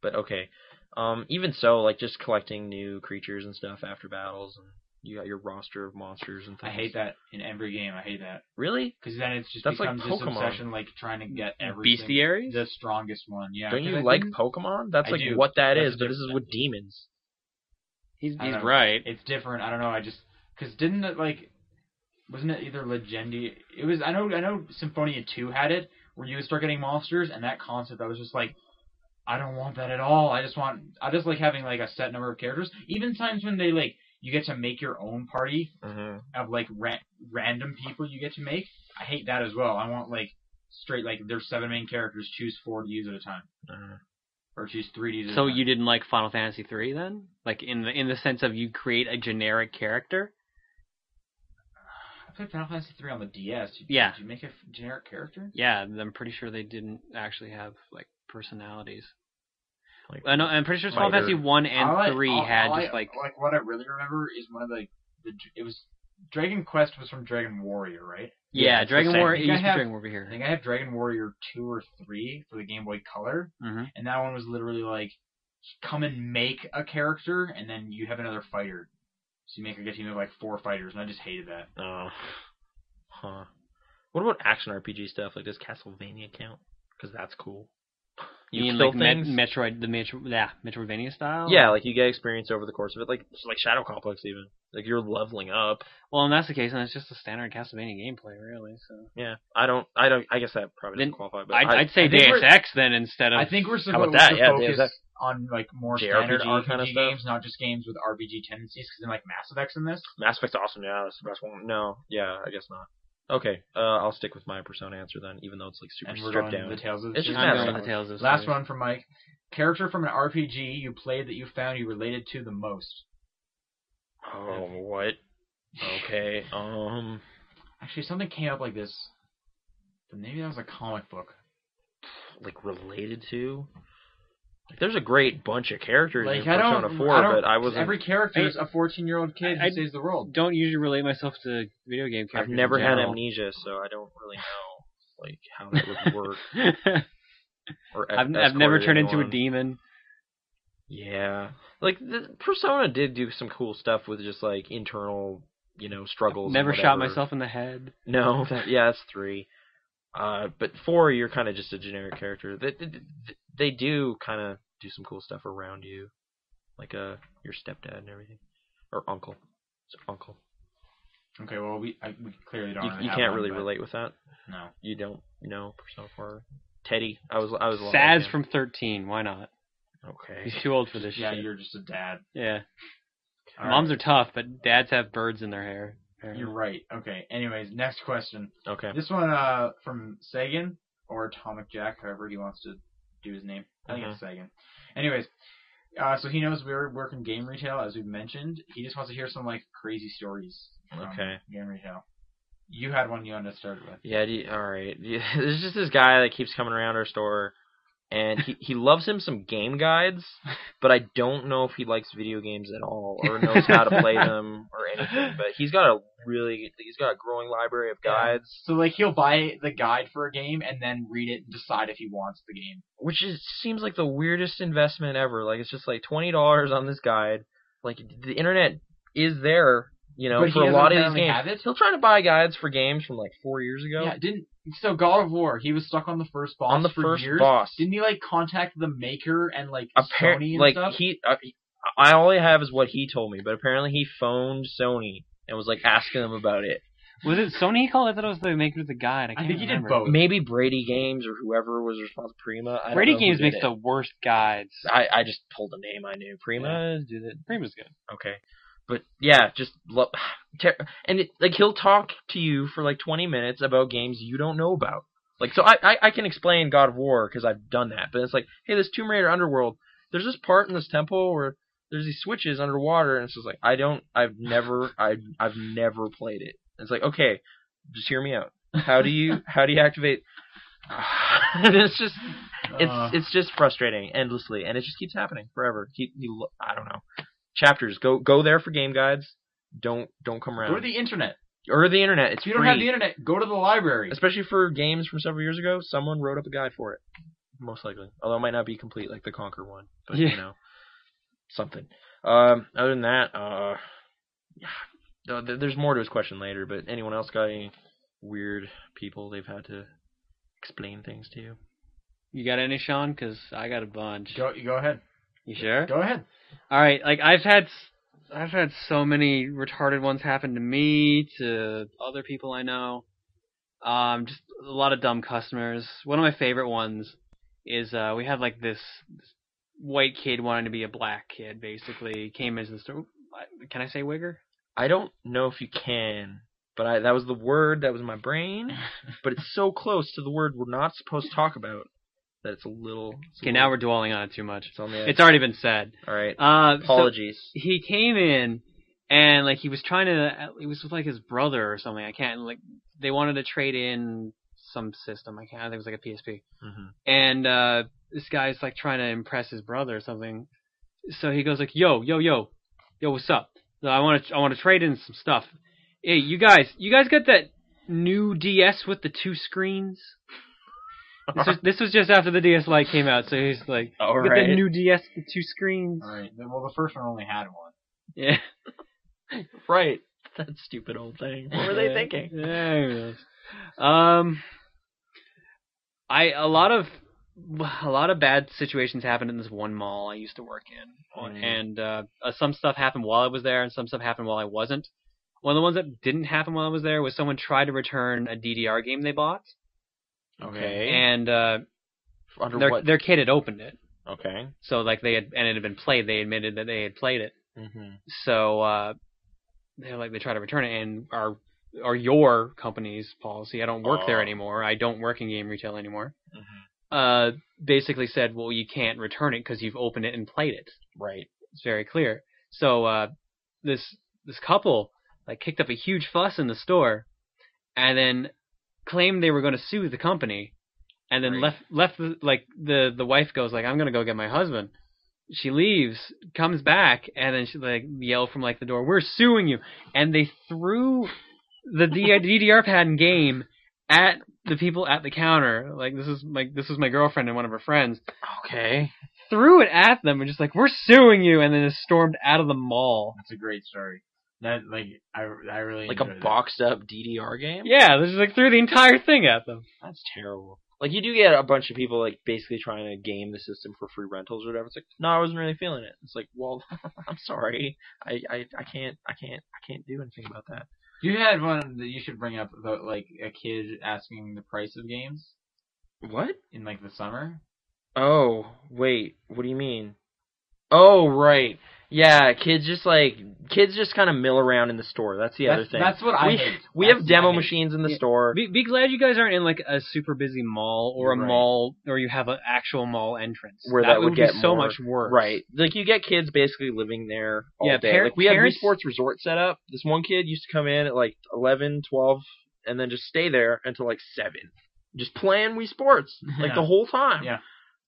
Speaker 2: but okay. Um, even so, like just collecting new creatures and stuff after battles, and you got your roster of monsters and
Speaker 1: I
Speaker 2: things.
Speaker 1: hate that in every game. I hate that
Speaker 2: Really?
Speaker 1: because then it's just
Speaker 2: That's like
Speaker 1: becomes this
Speaker 2: Pokemon.
Speaker 1: obsession, like trying to get every single-
Speaker 3: Bestiaries?
Speaker 1: the strongest one. Yeah,
Speaker 2: Don't
Speaker 1: 'cause
Speaker 2: you
Speaker 1: I
Speaker 2: like
Speaker 1: think
Speaker 2: Pokemon? That's
Speaker 1: I
Speaker 2: like
Speaker 1: do.
Speaker 2: what that
Speaker 1: That's
Speaker 2: is,
Speaker 1: a
Speaker 2: but this is
Speaker 1: different-
Speaker 2: with demons.
Speaker 3: He's
Speaker 1: I
Speaker 3: he's
Speaker 1: don't know.
Speaker 3: right.
Speaker 1: it's different? I don't know. I just because didn't it like wasn't it either Legendi? It was. I know. I know. Symphonia Two had it where you would start getting monsters, and that concept I was just like. I don't want that at all. I just want I just like having like a set number of characters. Even times when they like you get to make your own party
Speaker 2: Mm-hmm.
Speaker 1: of like ra- random people you get to make. I hate that as well. I want like straight like there's seven main characters, choose four to use at a time, or choose three to use. At
Speaker 3: So
Speaker 1: a time.
Speaker 3: you didn't like Final Fantasy 3 then? Like in the in the sense of you create a generic character?
Speaker 1: I played Final Fantasy three on the DS. Did-
Speaker 3: Yeah.
Speaker 1: Did you make a f- generic character?
Speaker 3: Yeah, I'm pretty sure they didn't actually have like personalities.
Speaker 2: Like,
Speaker 3: I know. I'm pretty sure Final
Speaker 2: Fighter.
Speaker 3: Fantasy one and
Speaker 1: All I-
Speaker 3: three
Speaker 1: all-
Speaker 3: had
Speaker 1: all I-
Speaker 3: just like
Speaker 1: like what I really remember is one of the, the it was Dragon Quest was from Dragon Warrior, right?
Speaker 2: yeah,
Speaker 3: yeah,
Speaker 2: it's the
Speaker 3: Dragon
Speaker 2: same.
Speaker 3: War.
Speaker 1: I
Speaker 3: It
Speaker 1: think I
Speaker 3: used to be
Speaker 1: have-
Speaker 3: Dragon War over
Speaker 1: I
Speaker 3: here.
Speaker 1: think I have Dragon Warrior two or three for the Game Boy Color,
Speaker 3: hmm
Speaker 1: and that one was literally like come and make a character, and then you have another fighter. So you make like a team of like four fighters, and I just hated that.
Speaker 2: Oh. Huh. What about action RPG stuff? Like does Castlevania count? Because that's cool.
Speaker 3: You mean
Speaker 2: kill
Speaker 3: like Met-
Speaker 2: things?
Speaker 3: Metroid, the Metro, yeah, Metroidvania style.
Speaker 2: yeah, like you get experience over the course of it, like like Shadow Complex even. Like you're leveling up.
Speaker 3: Well, and that's the case, and it's just a standard Castlevania gameplay, really. So
Speaker 2: Yeah, I don't, I don't, I guess that probably
Speaker 3: Then
Speaker 2: doesn't qualify. But
Speaker 3: I'd,
Speaker 2: I-
Speaker 3: I'd say
Speaker 1: I think
Speaker 3: Deus
Speaker 1: we're-
Speaker 3: Ex then instead of.
Speaker 1: I think we're
Speaker 2: about
Speaker 1: supposed
Speaker 2: that?
Speaker 1: to
Speaker 2: Yeah, yeah,
Speaker 1: focus
Speaker 2: that-
Speaker 1: on like more
Speaker 2: JRPG
Speaker 1: standard RPG
Speaker 2: kinda stuff.
Speaker 1: games, not just games with RPG tendencies. Because then like Mass Effect's in this.
Speaker 2: Mass Effect's awesome. Yeah, that's the best one. No, yeah, I guess not. Okay, uh, I'll stick with my persona answer then, even though it's like super
Speaker 1: and we're
Speaker 2: stripped
Speaker 1: going
Speaker 2: down.
Speaker 1: the Tales of the
Speaker 2: It's
Speaker 1: Series.
Speaker 2: just Mass
Speaker 3: I'm going
Speaker 2: Effect.
Speaker 3: with the Tales of
Speaker 1: Last
Speaker 3: Series.
Speaker 1: one from Mike. Character from an RPG you played that you found you related to the most.
Speaker 2: Oh, what? Okay, um,
Speaker 1: Actually, something came up like this. But maybe that was a comic book.
Speaker 2: like related to. Like, there's a great bunch of characters
Speaker 1: Like
Speaker 2: in
Speaker 1: I
Speaker 2: Persona
Speaker 1: don't,
Speaker 2: 4,
Speaker 1: I don't-
Speaker 2: but I was
Speaker 1: Every character is a fourteen-year-old kid
Speaker 3: I- I-
Speaker 1: who saves the world.
Speaker 3: Don't usually relate myself to video game
Speaker 2: I've
Speaker 3: characters. in
Speaker 2: never had
Speaker 3: general.
Speaker 2: amnesia, so I don't really know like how that would work. Or
Speaker 3: I've, I've never
Speaker 2: escorted
Speaker 3: turned into a
Speaker 2: anyone.
Speaker 3: demon.
Speaker 2: Yeah, like the Persona did do some cool stuff with just like internal, you know, struggles. and
Speaker 3: Never shot
Speaker 2: whatever.
Speaker 3: myself in the head.
Speaker 2: No, that, yeah, that's three. Uh, but four, you're kind of just a generic character. They, they, they do kind of do some cool stuff around you, like uh, your stepdad and everything, or uncle. It's uncle.
Speaker 1: Okay, well we I, we clearly don't.
Speaker 2: You,
Speaker 1: really
Speaker 2: you
Speaker 1: have
Speaker 2: can't
Speaker 1: one,
Speaker 2: really
Speaker 1: but
Speaker 2: relate with that.
Speaker 1: No,
Speaker 2: You don't know Persona Four. Teddy, I was I was a lot like
Speaker 3: Saz
Speaker 2: him.
Speaker 3: from 13. Why not?
Speaker 2: Okay.
Speaker 3: He's too old for this
Speaker 1: yeah,
Speaker 3: shit.
Speaker 1: you're just a dad.
Speaker 3: Yeah.
Speaker 1: All
Speaker 3: Moms are tough, but dads have birds in their
Speaker 1: right,
Speaker 3: hair. apparently.
Speaker 1: You're right. Okay. Anyways, next question.
Speaker 2: Okay.
Speaker 1: This one uh from Sagan or Atomic Jack, however he wants to do his name. I think
Speaker 2: Mhm.
Speaker 1: it's Sagan. Anyways, Uh, so he knows we're working game retail, as we've mentioned. He just wants to hear some like crazy stories. from
Speaker 2: Okay.
Speaker 1: Game retail. You had one you wanted to start with.
Speaker 2: Yeah, do you- all right. Yeah, There's just this guy that keeps coming around our store, and he, he loves him some game guides, but I don't know if he likes video games at all or knows how to play them or anything. But he's got a really he's got a growing library of
Speaker 1: Yeah.
Speaker 2: guides,
Speaker 1: So like he'll buy the guide for a game and then read it and decide if he wants the game.
Speaker 2: which is seems like the weirdest investment ever. Like it's just like twenty dollars on this guide. Like the internet is there, you know,
Speaker 1: But he
Speaker 2: for a
Speaker 1: doesn't
Speaker 2: lot of these
Speaker 1: apparently
Speaker 2: games.
Speaker 1: have it?
Speaker 2: He'll try to buy guides for games from like four years ago.
Speaker 1: Yeah, didn't so God of War. He was stuck on the first boss
Speaker 2: on the
Speaker 1: for
Speaker 2: first
Speaker 1: years.
Speaker 2: boss.
Speaker 1: Didn't he like contact the maker and like Sony
Speaker 2: apparently
Speaker 1: and
Speaker 2: like
Speaker 1: stuff?
Speaker 2: he uh, he- I all I have is what he told me, but apparently he phoned Sony and was like asking them about it.
Speaker 3: Was it Sony he called? I thought it was the maker of the guide. I,
Speaker 1: I
Speaker 3: can't
Speaker 1: think he did
Speaker 3: remember.
Speaker 1: both.
Speaker 2: Maybe Brady Games or whoever was responsible Prima. I don't
Speaker 3: Brady
Speaker 2: know who
Speaker 3: Games
Speaker 2: did
Speaker 3: makes
Speaker 2: it.
Speaker 3: the worst guides.
Speaker 2: I, I just pulled a name I knew. Prima did it.
Speaker 3: Prima's good.
Speaker 2: Okay. But yeah, just lo- ter- and it, like he'll talk to you for like 20 minutes about games you don't know about. Like so I I, I can explain God of War cuz I've done that, but it's like, hey, this Tomb Raider Underworld, there's this part in this temple where there's these switches underwater and it's just like I don't I've never I I've never played it. It's like, okay, just hear me out. How do you how do you activate it's just it's
Speaker 1: Uh,
Speaker 2: it's just frustrating endlessly, and it just keeps happening forever. He, he lo- I don't know. Chapters go go there for game guides. Don't don't come around
Speaker 1: go to the internet.
Speaker 2: or the internet. It's
Speaker 1: If you don't
Speaker 2: free.
Speaker 1: have the internet, go to the library.
Speaker 2: Especially for games from several years ago, someone wrote up a guide for it, most likely. Although it might not be complete like the Conquer one, but
Speaker 3: Yeah.
Speaker 2: you know, something. Um, other than that, uh, yeah, th- there's more to his question later. But anyone else got any weird people they've had to explain things to?
Speaker 3: You got any, Sean? Because I got a bunch.
Speaker 1: Go you go ahead.
Speaker 3: you sure?
Speaker 1: Go ahead.
Speaker 3: All right. Like I've had, s- I've had so many retarded ones happen to me, to other people I know. Um, just a lot of dumb customers. One of my favorite ones is uh, we had like this, this white kid wanting to be a black kid. Basically, came into the store. Can I say wigger?
Speaker 2: I don't know if you can, but I that was the word that was in my brain, but it's so close to the word we're not supposed to talk about that it's a little. it's a
Speaker 3: Okay, now
Speaker 2: little-
Speaker 3: we're dwelling on it too much.
Speaker 2: It's on the edge.
Speaker 3: It's already been said.
Speaker 2: all right.
Speaker 3: Uh, so-
Speaker 2: Apologies.
Speaker 3: he came in and like he was trying to it was with like his brother or something i can't like they wanted to trade in some system i can't i think it was like a psp
Speaker 2: Mhm.
Speaker 3: and uh this guy's like trying to impress his brother or something so he goes like yo yo yo yo what's up so i want to i want to trade in some stuff hey you guys you guys got that new ds with the two screens this was, this was just after the ds Lite came out so he's like
Speaker 2: All
Speaker 3: you got that new ds with the two screens
Speaker 1: All right. Well, the first one only had one.
Speaker 3: Uh, yeah
Speaker 2: right. That stupid old thing. What were they thinking?
Speaker 3: Yeah, who knows? Um, I a lot of a lot of bad situations happened in this one mall I used to work in,
Speaker 2: Mhm.
Speaker 3: and uh, uh, some stuff happened while I was there, and some stuff happened while I wasn't. One of the ones that didn't happen while I was there was someone tried to return a DDR game they bought,
Speaker 2: Okay.
Speaker 3: and uh,
Speaker 2: Under
Speaker 3: their
Speaker 2: what?
Speaker 3: their kid had opened it,
Speaker 2: Okay.
Speaker 3: so like they had and it had been played. They admitted that they had played it,
Speaker 2: hmm
Speaker 3: so uh, they're like they try to return it, and our or your company's policy. I don't work there
Speaker 2: Oh.
Speaker 3: anymore. I don't work in game retail anymore.
Speaker 2: Mhm.
Speaker 3: Uh, basically said, well, you can't return it because you've opened it and played it.
Speaker 2: Right.
Speaker 3: It's very clear. So uh, this this couple like kicked up a huge fuss in the store, and then claimed they were going to sue the company, and then
Speaker 2: Right.
Speaker 3: left left the, like the the wife goes like I'm going to go get my husband. She leaves, comes back, and then she like yelled from like the door, "We're suing you!" And they threw the D- DDR pad in game at the people at the counter. Like this is like this was my girlfriend and one of her friends
Speaker 2: Okay.
Speaker 3: threw it at them and just like, "We're suing you," and then just stormed out of the mall.
Speaker 1: That's a great story. That like I I really
Speaker 2: Like a
Speaker 1: enjoyed that.
Speaker 2: boxed up DDR game.
Speaker 3: Yeah, they just like threw the entire thing at them.
Speaker 2: That's terrible. Like you do get a bunch of people like basically trying to game the system for free rentals or whatever. It's like, no, I wasn't really feeling it. It's like, well, I'm sorry, I, I, I can't, I can't, I can't do anything about that.
Speaker 1: You had one that you should bring up about like a kid asking the price of games
Speaker 2: What?
Speaker 1: in like the summer.
Speaker 2: Oh, wait, what do you mean? Oh, right. Yeah, kids just like kids just kind of mill around in the store. That's the other
Speaker 1: that's,
Speaker 2: thing.
Speaker 1: that's what I
Speaker 2: we,
Speaker 1: hate.
Speaker 2: we
Speaker 1: That's
Speaker 2: have
Speaker 1: what
Speaker 2: demo
Speaker 1: I hate.
Speaker 2: machines in the
Speaker 3: Yeah.
Speaker 2: store.
Speaker 3: Be, be glad you guys aren't in like a super busy mall or a
Speaker 2: Right.
Speaker 3: mall, or you have an actual mall entrance
Speaker 2: Where that would
Speaker 3: would
Speaker 2: get
Speaker 3: be so
Speaker 2: more-
Speaker 3: much worse.
Speaker 2: Right. Like you get kids basically living there all
Speaker 3: Yeah,
Speaker 2: day.
Speaker 3: par-
Speaker 2: like we had
Speaker 3: parents-
Speaker 2: Wii Sports Resort set up. This one kid used to come in at like 11, 12, and then just stay there until like seven, just playing Wii Sports like
Speaker 1: Yeah.
Speaker 2: the whole time.
Speaker 1: Yeah.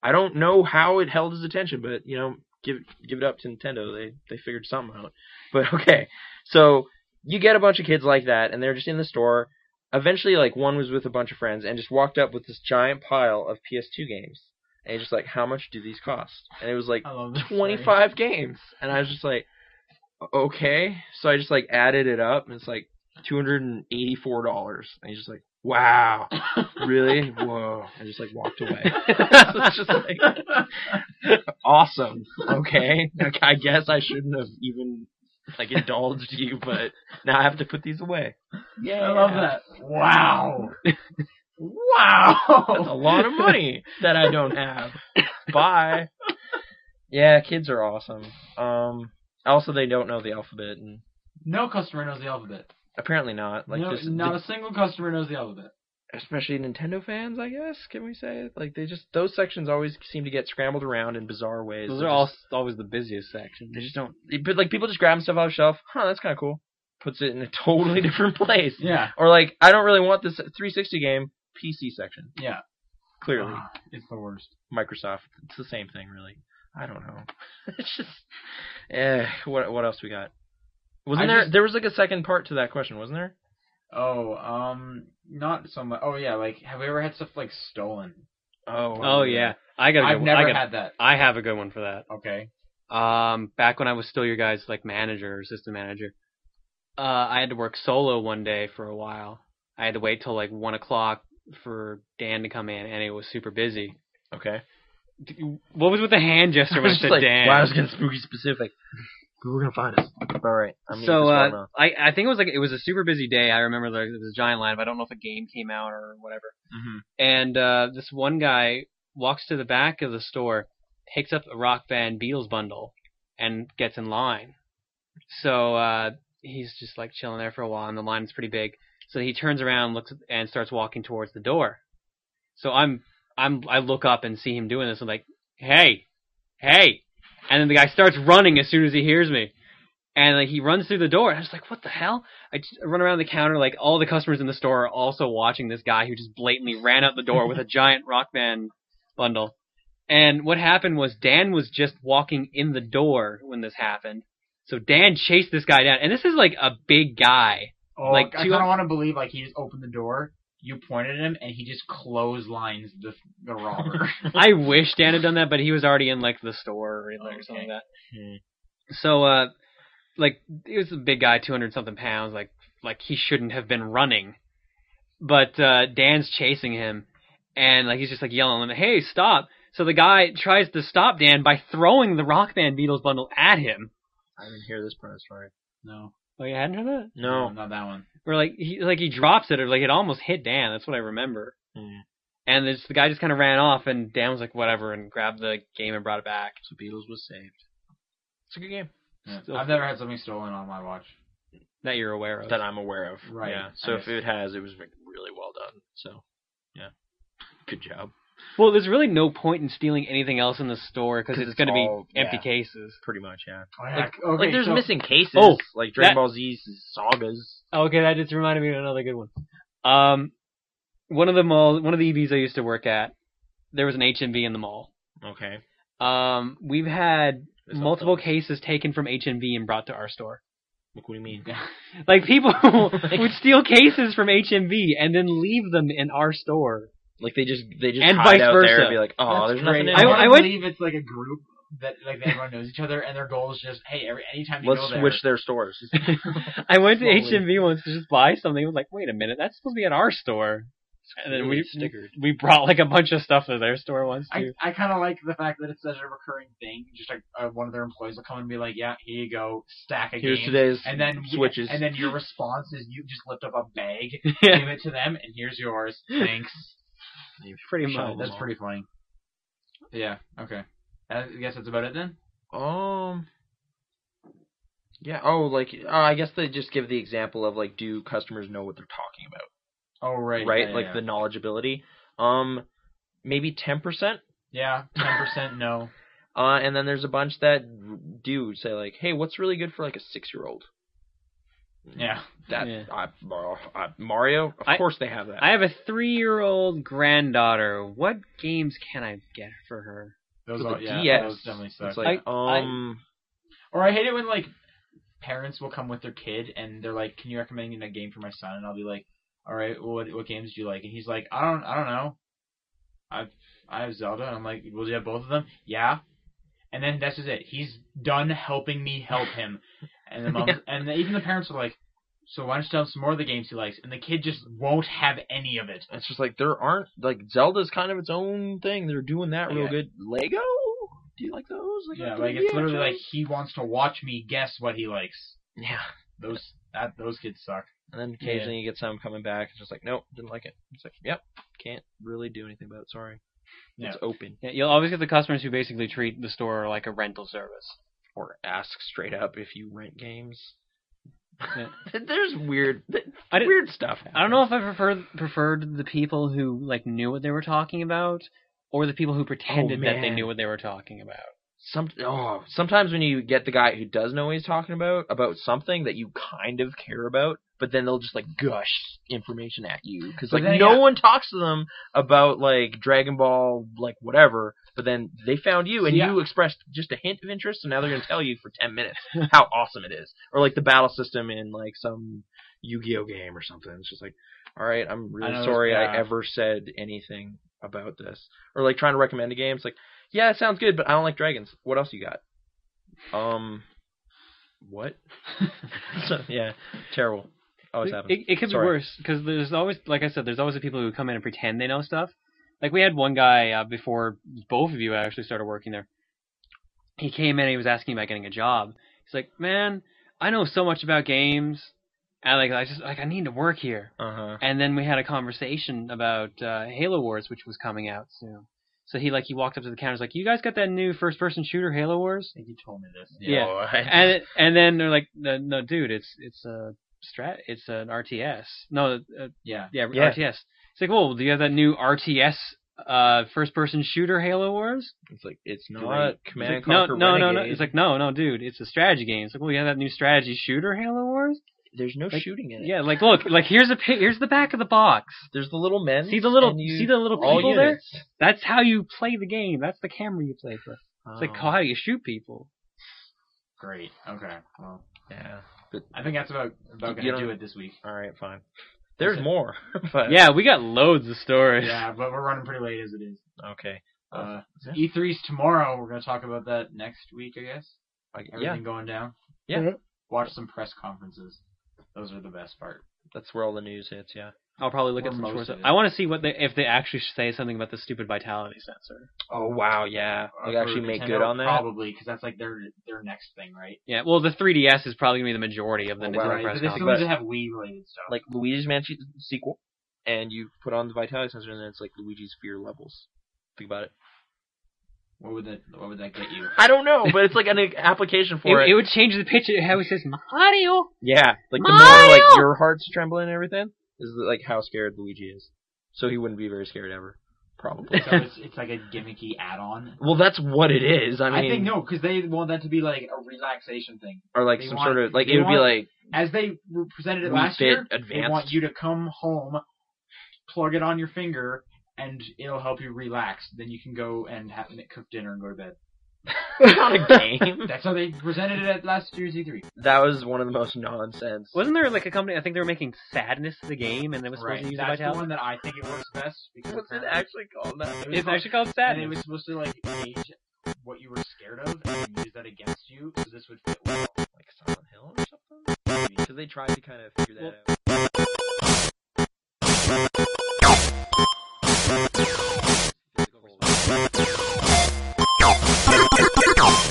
Speaker 2: I don't know how it held his attention, but you know, give give it up to Nintendo. They they figured something out. But okay, so you get a bunch of kids like that, and they're just in the store. Eventually, like one was with a bunch of friends and just walked up with this giant pile of PS2 games, and he's just like, "How much do these cost?" And it was like
Speaker 1: I love this. story.
Speaker 2: 25 games. And I was just like, okay. So I just like added it up and it's like $284. And he's just like, wow, really? Whoa. I just like walked away. so it's just like, awesome. Okay. Like, I guess I shouldn't have even like indulged you, but now I have to put these away.
Speaker 1: Yeah, I love that. Wow. wow.
Speaker 2: That's a lot of money that I don't have. Bye. Yeah, kids are awesome. Um, also, they don't know the alphabet, and
Speaker 1: No customer knows the alphabet.
Speaker 2: apparently not. Like
Speaker 1: no,
Speaker 2: this,
Speaker 1: not a single customer knows the alphabet.
Speaker 2: especially Nintendo fans, I guess. Can we say like they just those sections always seem to get scrambled around in bizarre ways.
Speaker 3: Those
Speaker 2: They
Speaker 3: are all
Speaker 2: just-
Speaker 3: always the busiest sections.
Speaker 2: They just don't. they- But like people just grab stuff off the shelf. Huh, that's kind of cool. Puts it in a totally different place.
Speaker 1: Yeah,
Speaker 2: Or like I don't really want this 360 game. PC section.
Speaker 1: yeah.
Speaker 2: Clearly.
Speaker 3: Uh-huh.
Speaker 1: Ah, it's the worst.
Speaker 2: Microsoft. It's the same thing, really. I don't know. It's just, eh. What what else we got? Wasn't
Speaker 1: I
Speaker 2: there?
Speaker 1: just-
Speaker 2: There was like a second part to that question, wasn't there?
Speaker 1: Oh, um, not so much. Oh yeah, like have we ever had stuff like stolen?
Speaker 2: Oh.
Speaker 3: oh yeah, I got a good
Speaker 1: I've
Speaker 3: one.
Speaker 1: never
Speaker 3: I, got,
Speaker 1: had that.
Speaker 3: I have a good one for that.
Speaker 1: Okay.
Speaker 3: Um, back when I was still your guys' like manager or system manager, uh, I had to work solo one day for a while. I had to wait till like one o'clock for Dan to come in, and it was super busy.
Speaker 2: Okay.
Speaker 3: What was with the hand gesture when I
Speaker 2: Just
Speaker 3: said
Speaker 2: like,
Speaker 3: Dan?
Speaker 2: Wow, I was getting spooky specific. People were gonna find us. All right. I'm
Speaker 3: so
Speaker 2: eating this
Speaker 3: uh, I I think it was like it was a super busy day. I remember there was a giant line, but I don't know if a game came out or whatever.
Speaker 2: mm-hmm.
Speaker 3: And uh, this one guy walks to the back of the store, picks up a Rock Band Beatles bundle, and gets in line. So uh, he's just like chilling there for a while, and the line is pretty big. So he turns around, looks, and starts walking towards the door. So I'm I'm I look up and see him doing this. I'm like, hey, hey, and then the guy starts running as soon as he hears me. And like he runs through the door, and I was like, "What the hell?" I just run around the counter, like all the customers in the store are also watching this guy who just blatantly ran out the door with a giant rock band bundle. And what happened was Dan was just walking in the door when this happened. So Dan chased this guy down, and this is like a big guy.
Speaker 1: Oh,
Speaker 3: Like,
Speaker 1: like I
Speaker 3: two-
Speaker 1: kind of want to believe like he just opened the door, you pointed at him, and he just clotheslines the the robber.
Speaker 3: I wish Dan had done that, but he was already in like the store or, like, or something like that.
Speaker 2: Hmm,
Speaker 3: So, uh, like, he was a big guy, 200 something pounds. Like, like he shouldn't have been running. But uh, Dan's chasing him, and like he's just like yelling, "Hey, stop!" So the guy tries to stop Dan by throwing the Rock Band Beatles bundle at him.
Speaker 2: I didn't hear this part. Sorry. Um,
Speaker 1: no,
Speaker 3: Oh, you hadn't heard that?
Speaker 2: No.
Speaker 1: not that one.
Speaker 3: Or like he like he drops it, or like it almost hit Dan. That's what I remember.
Speaker 2: Mm.
Speaker 3: And this, the guy just kind of ran off, and Dan was like, "Whatever," and grabbed the game and brought it back.
Speaker 2: So Beatles was saved. It's a good game
Speaker 1: Yeah.
Speaker 3: Still-
Speaker 1: I've never had something stolen on my watch.
Speaker 3: That you're aware of.
Speaker 2: that I'm aware of.
Speaker 1: Right.
Speaker 2: Yeah.
Speaker 1: I
Speaker 2: So if
Speaker 1: guess.
Speaker 2: it has, it was like, really well done. So, yeah. Good job.
Speaker 3: Well, there's really no point in stealing anything else in the store because
Speaker 2: 'Cause
Speaker 3: it's,
Speaker 2: it's
Speaker 3: going to
Speaker 2: all-
Speaker 3: be empty
Speaker 2: yeah.
Speaker 3: cases.
Speaker 2: Pretty much. Yeah.
Speaker 1: Oh, yeah,
Speaker 2: Like-
Speaker 1: okay,
Speaker 2: like there's
Speaker 1: so-
Speaker 2: missing cases.
Speaker 3: Oh,
Speaker 2: like Dragon
Speaker 3: that-
Speaker 2: Ball Z's sagas.
Speaker 3: Okay, that just reminded me of another good one. Um, one of the mall, one of the EBs I used to work at, there was an HMV in the mall.
Speaker 2: Okay.
Speaker 3: Um, we've had
Speaker 2: It's not
Speaker 3: multiple
Speaker 2: those.
Speaker 3: cases taken from HMV and brought to our store.
Speaker 2: Like, what do you mean?
Speaker 3: Like people would steal cases from HMV and then leave them in our store.
Speaker 2: Like they just they just
Speaker 3: And
Speaker 2: hide
Speaker 3: vice
Speaker 2: out there
Speaker 3: versa.
Speaker 2: and be like, oh,
Speaker 1: That's
Speaker 2: there's
Speaker 1: great.
Speaker 2: nothing. In
Speaker 1: I,
Speaker 2: here.
Speaker 3: I
Speaker 1: I
Speaker 3: would-
Speaker 1: believe it's like a group that like everyone knows each other, and their goal is just, hey, every anytime you
Speaker 2: Let's
Speaker 1: go there,
Speaker 2: switch their stores.
Speaker 3: I went to
Speaker 2: Slowly.
Speaker 3: HMV once to just buy something. I was like, wait a minute, that's supposed to be at our store. And then we
Speaker 2: Really stickered.
Speaker 3: we brought like a bunch of stuff to their store once too.
Speaker 1: I, I kind of like the fact that it's such a recurring thing. Just like uh, one of their employees will come and be like, "Yeah, here you go, stack of
Speaker 2: Here's
Speaker 1: games,"
Speaker 2: today's
Speaker 1: and then
Speaker 2: switches.
Speaker 1: and then your response is you just lift up a bag,
Speaker 3: yeah,
Speaker 1: give it to them, and here's yours. Thanks.
Speaker 3: pretty
Speaker 2: Shut
Speaker 3: much.
Speaker 2: up.
Speaker 1: That's pretty funny. Yeah. Okay. I guess that's about it then.
Speaker 2: um, Yeah. Oh, like uh, I guess they just give the example of like, do customers know what they're talking about?
Speaker 1: Oh right,
Speaker 2: right?
Speaker 1: yeah,
Speaker 2: like
Speaker 1: yeah.
Speaker 2: the knowledgeability. Um, maybe ten percent.
Speaker 1: yeah, ten percent no.
Speaker 2: Uh, and then there's a bunch that do say like, "Hey, what's really good for like a six-year-old?"
Speaker 1: Yeah,
Speaker 2: That
Speaker 3: Yeah.
Speaker 2: I, well, I- Mario. Of
Speaker 3: I-
Speaker 2: course they have that.
Speaker 3: I have a three-year-old granddaughter. What games can I get for her?
Speaker 1: those
Speaker 2: For the
Speaker 1: are yeah,
Speaker 2: DS,
Speaker 1: those definitely suck.
Speaker 2: it's like, um,
Speaker 1: or I hate it when like parents will come with their kid and they're like, "Can you recommend a game for my son?" And I'll be like, "All right, well, what what games do you like?" And he's like, "I don't, I don't know. I've I have Zelda." And I'm like, "Well, do you have both of them?" Yeah. And then that's just it. He's done helping me help him, and the mom
Speaker 2: Yeah.
Speaker 1: and the, even the parents are like, "So why don't you tell him some more of the games he likes?" And the kid just won't have any of it.
Speaker 2: it's just like there aren't like Zelda's kind of its own thing. They're doing that real
Speaker 1: Yeah.
Speaker 2: good. Lego. Do you like those?
Speaker 1: Yeah,
Speaker 2: on
Speaker 1: like it's
Speaker 2: 3D,
Speaker 1: literally like
Speaker 2: actually?
Speaker 1: he wants to watch me guess what he likes.
Speaker 2: yeah.
Speaker 1: Those that those kids suck.
Speaker 2: And then occasionally you get some coming back. It's just like, nope, didn't like it. It's like, yep, can't really do anything about it. Sorry.
Speaker 1: Yeah.
Speaker 2: It's open.
Speaker 3: Yeah, you'll always get the customers who basically treat the store like a rental service.
Speaker 2: Or ask straight up if you rent games.
Speaker 3: Yeah.
Speaker 2: There's weird, th-
Speaker 3: I didn't-
Speaker 2: weird stuff.
Speaker 3: I don't know if I prefer preferred the people who like knew what they were talking about, or the people who pretended that they
Speaker 2: Oh, man.
Speaker 3: knew what they were talking about.
Speaker 2: Some oh, sometimes when you get the guy who does know what he's talking about about something that you kind of care about, but then they'll just like gush information at you because
Speaker 1: But
Speaker 2: like
Speaker 1: then,
Speaker 2: no
Speaker 1: yeah.
Speaker 2: one talks to them about like Dragon Ball, like whatever. But then they found you and
Speaker 1: Yeah.
Speaker 2: you expressed just a hint of interest, and now they're gonna tell you for ten minutes how awesome it is, or like the battle system in like some Yu-Gi-Oh game or something. It's just like, all right, I'm really
Speaker 1: know,
Speaker 2: sorry I
Speaker 1: yeah.
Speaker 2: ever said anything about this, or like trying to recommend a game. It's like. Yeah, it sounds good, but I don't like dragons. What else you got? Um, what? So, yeah, terrible. Always
Speaker 3: it,
Speaker 2: happens.
Speaker 3: it, it could
Speaker 2: Sorry.
Speaker 3: be worse because there's always, like I said, there's always the people who come in and pretend they know stuff. Like we had one guy uh, before both of you actually started working there. He came in and he was asking about getting a job. He's like, "Man, I know so much about games, and like I just like I need to work here."
Speaker 2: Uh huh.
Speaker 3: And then we had a conversation about uh, Halo Wars, which was coming out soon. So he like he walked up to the counter, he's like, "You guys got that new first-person shooter, Halo Wars?"
Speaker 1: I think you told me this.
Speaker 3: Yeah. and it- and then they're like, "No, no dude, it's it's a strat, it's an RTS. No, uh,
Speaker 1: Yeah.
Speaker 3: yeah,
Speaker 2: Yeah.
Speaker 3: RTS." It's like, "Well, do you have that new RTS uh, first-person shooter, Halo Wars?"
Speaker 2: it's like it's
Speaker 1: Great.
Speaker 2: not
Speaker 1: It's
Speaker 2: Command
Speaker 3: It's like,
Speaker 2: and
Speaker 3: no,
Speaker 2: Conquer
Speaker 3: no, no, no.
Speaker 2: Renegade.
Speaker 3: It's like, "No, no, dude, it's a strategy game." It's like, "Well, you have that new strategy shooter, Halo Wars?"
Speaker 2: there's no
Speaker 3: like-
Speaker 2: shooting in it.
Speaker 3: Yeah, like look, like here's a pi- here's the back of the box.
Speaker 2: There's the little men.
Speaker 3: See the little
Speaker 2: and you-
Speaker 3: see the little
Speaker 2: all
Speaker 3: people there?
Speaker 2: units.
Speaker 3: That's how you play the game. That's the camera you play with. It's like
Speaker 2: Oh,
Speaker 3: how you shoot people.
Speaker 1: Great. Okay. Well,
Speaker 2: Oh. Yeah.
Speaker 1: I think that's about about
Speaker 2: You
Speaker 1: gonna
Speaker 2: don't-
Speaker 1: do it this week.
Speaker 2: All right, fine. There's
Speaker 1: it.
Speaker 2: more, but
Speaker 3: Yeah, we got loads of stories.
Speaker 1: Yeah, but we're running pretty late as it is.
Speaker 2: Okay.
Speaker 1: Uh,
Speaker 2: Yeah.
Speaker 1: E3's tomorrow. We're gonna talk about that next week, I guess.
Speaker 2: I- yeah,
Speaker 1: Everything going down.
Speaker 2: Yeah.
Speaker 1: Watch some press conferences. Those are the best part.
Speaker 2: that's where all the news hits. Yeah.
Speaker 3: I'll probably look
Speaker 1: Or
Speaker 3: at some
Speaker 1: most
Speaker 3: stories.
Speaker 1: of it.
Speaker 3: I want to see what they if they actually say something about the stupid vitality sensor.
Speaker 2: Oh wow, yeah. Like
Speaker 1: Uh,
Speaker 2: actually
Speaker 1: for
Speaker 2: make
Speaker 1: Nintendo,
Speaker 2: good on that.
Speaker 1: Probably because that's like their their next thing, right?
Speaker 3: Yeah, well, the 3DS is probably gonna be the majority of the
Speaker 2: Oh,
Speaker 3: Nintendo
Speaker 2: wow.
Speaker 1: right.
Speaker 3: press
Speaker 1: But they still
Speaker 3: conference.
Speaker 1: need to have Wii related stuff.
Speaker 2: like Luigi's Mansion sequel, and you put on the vitality sensor, and then it's like Luigi's fear levels. Think about it.
Speaker 1: what would that What would that get you?
Speaker 2: I don't know, but it's like an application for it.
Speaker 3: It, it would change the pitch of how he says Mario.
Speaker 2: yeah, like the more
Speaker 3: Mario!
Speaker 2: like your heart's trembling and everything is like how scared Luigi is. So he wouldn't be very scared ever, probably.
Speaker 1: so it's it's like a gimmicky add on.
Speaker 2: well, that's what it is. I
Speaker 1: I,
Speaker 2: mean,
Speaker 1: think no, because they want that to be like a relaxation thing.
Speaker 2: or like
Speaker 1: they
Speaker 2: some
Speaker 1: want-
Speaker 2: sort of like
Speaker 1: they
Speaker 2: it would be
Speaker 1: want
Speaker 2: like
Speaker 1: As they re- presented it
Speaker 2: Wii
Speaker 1: last
Speaker 2: Fit
Speaker 1: year, they
Speaker 2: Advanced.
Speaker 1: want you to come home, plug it on your finger, and it'll help you relax. Then you can go and have, cook dinner and go to bed.
Speaker 2: not a game.
Speaker 1: That's how they presented it at last year's E E3.
Speaker 2: that was one of the most nonsense.
Speaker 3: Wasn't there like a company? I think they were making Sadness the game, and they were supposed
Speaker 1: Right.
Speaker 3: to use the
Speaker 1: That's the
Speaker 3: vitality.
Speaker 1: one that I think it works best because
Speaker 2: What's it
Speaker 1: apparently-
Speaker 2: actually called? That
Speaker 1: It was
Speaker 3: It's
Speaker 1: called-
Speaker 3: actually called
Speaker 1: and it
Speaker 3: Sadness.
Speaker 1: was supposed to like gauge what you were scared of and use that against you. So this would fit well.
Speaker 2: like Silent Hill or something? Maybe because they tried to kind of figure that
Speaker 3: Well,
Speaker 2: out.
Speaker 3: Physical response.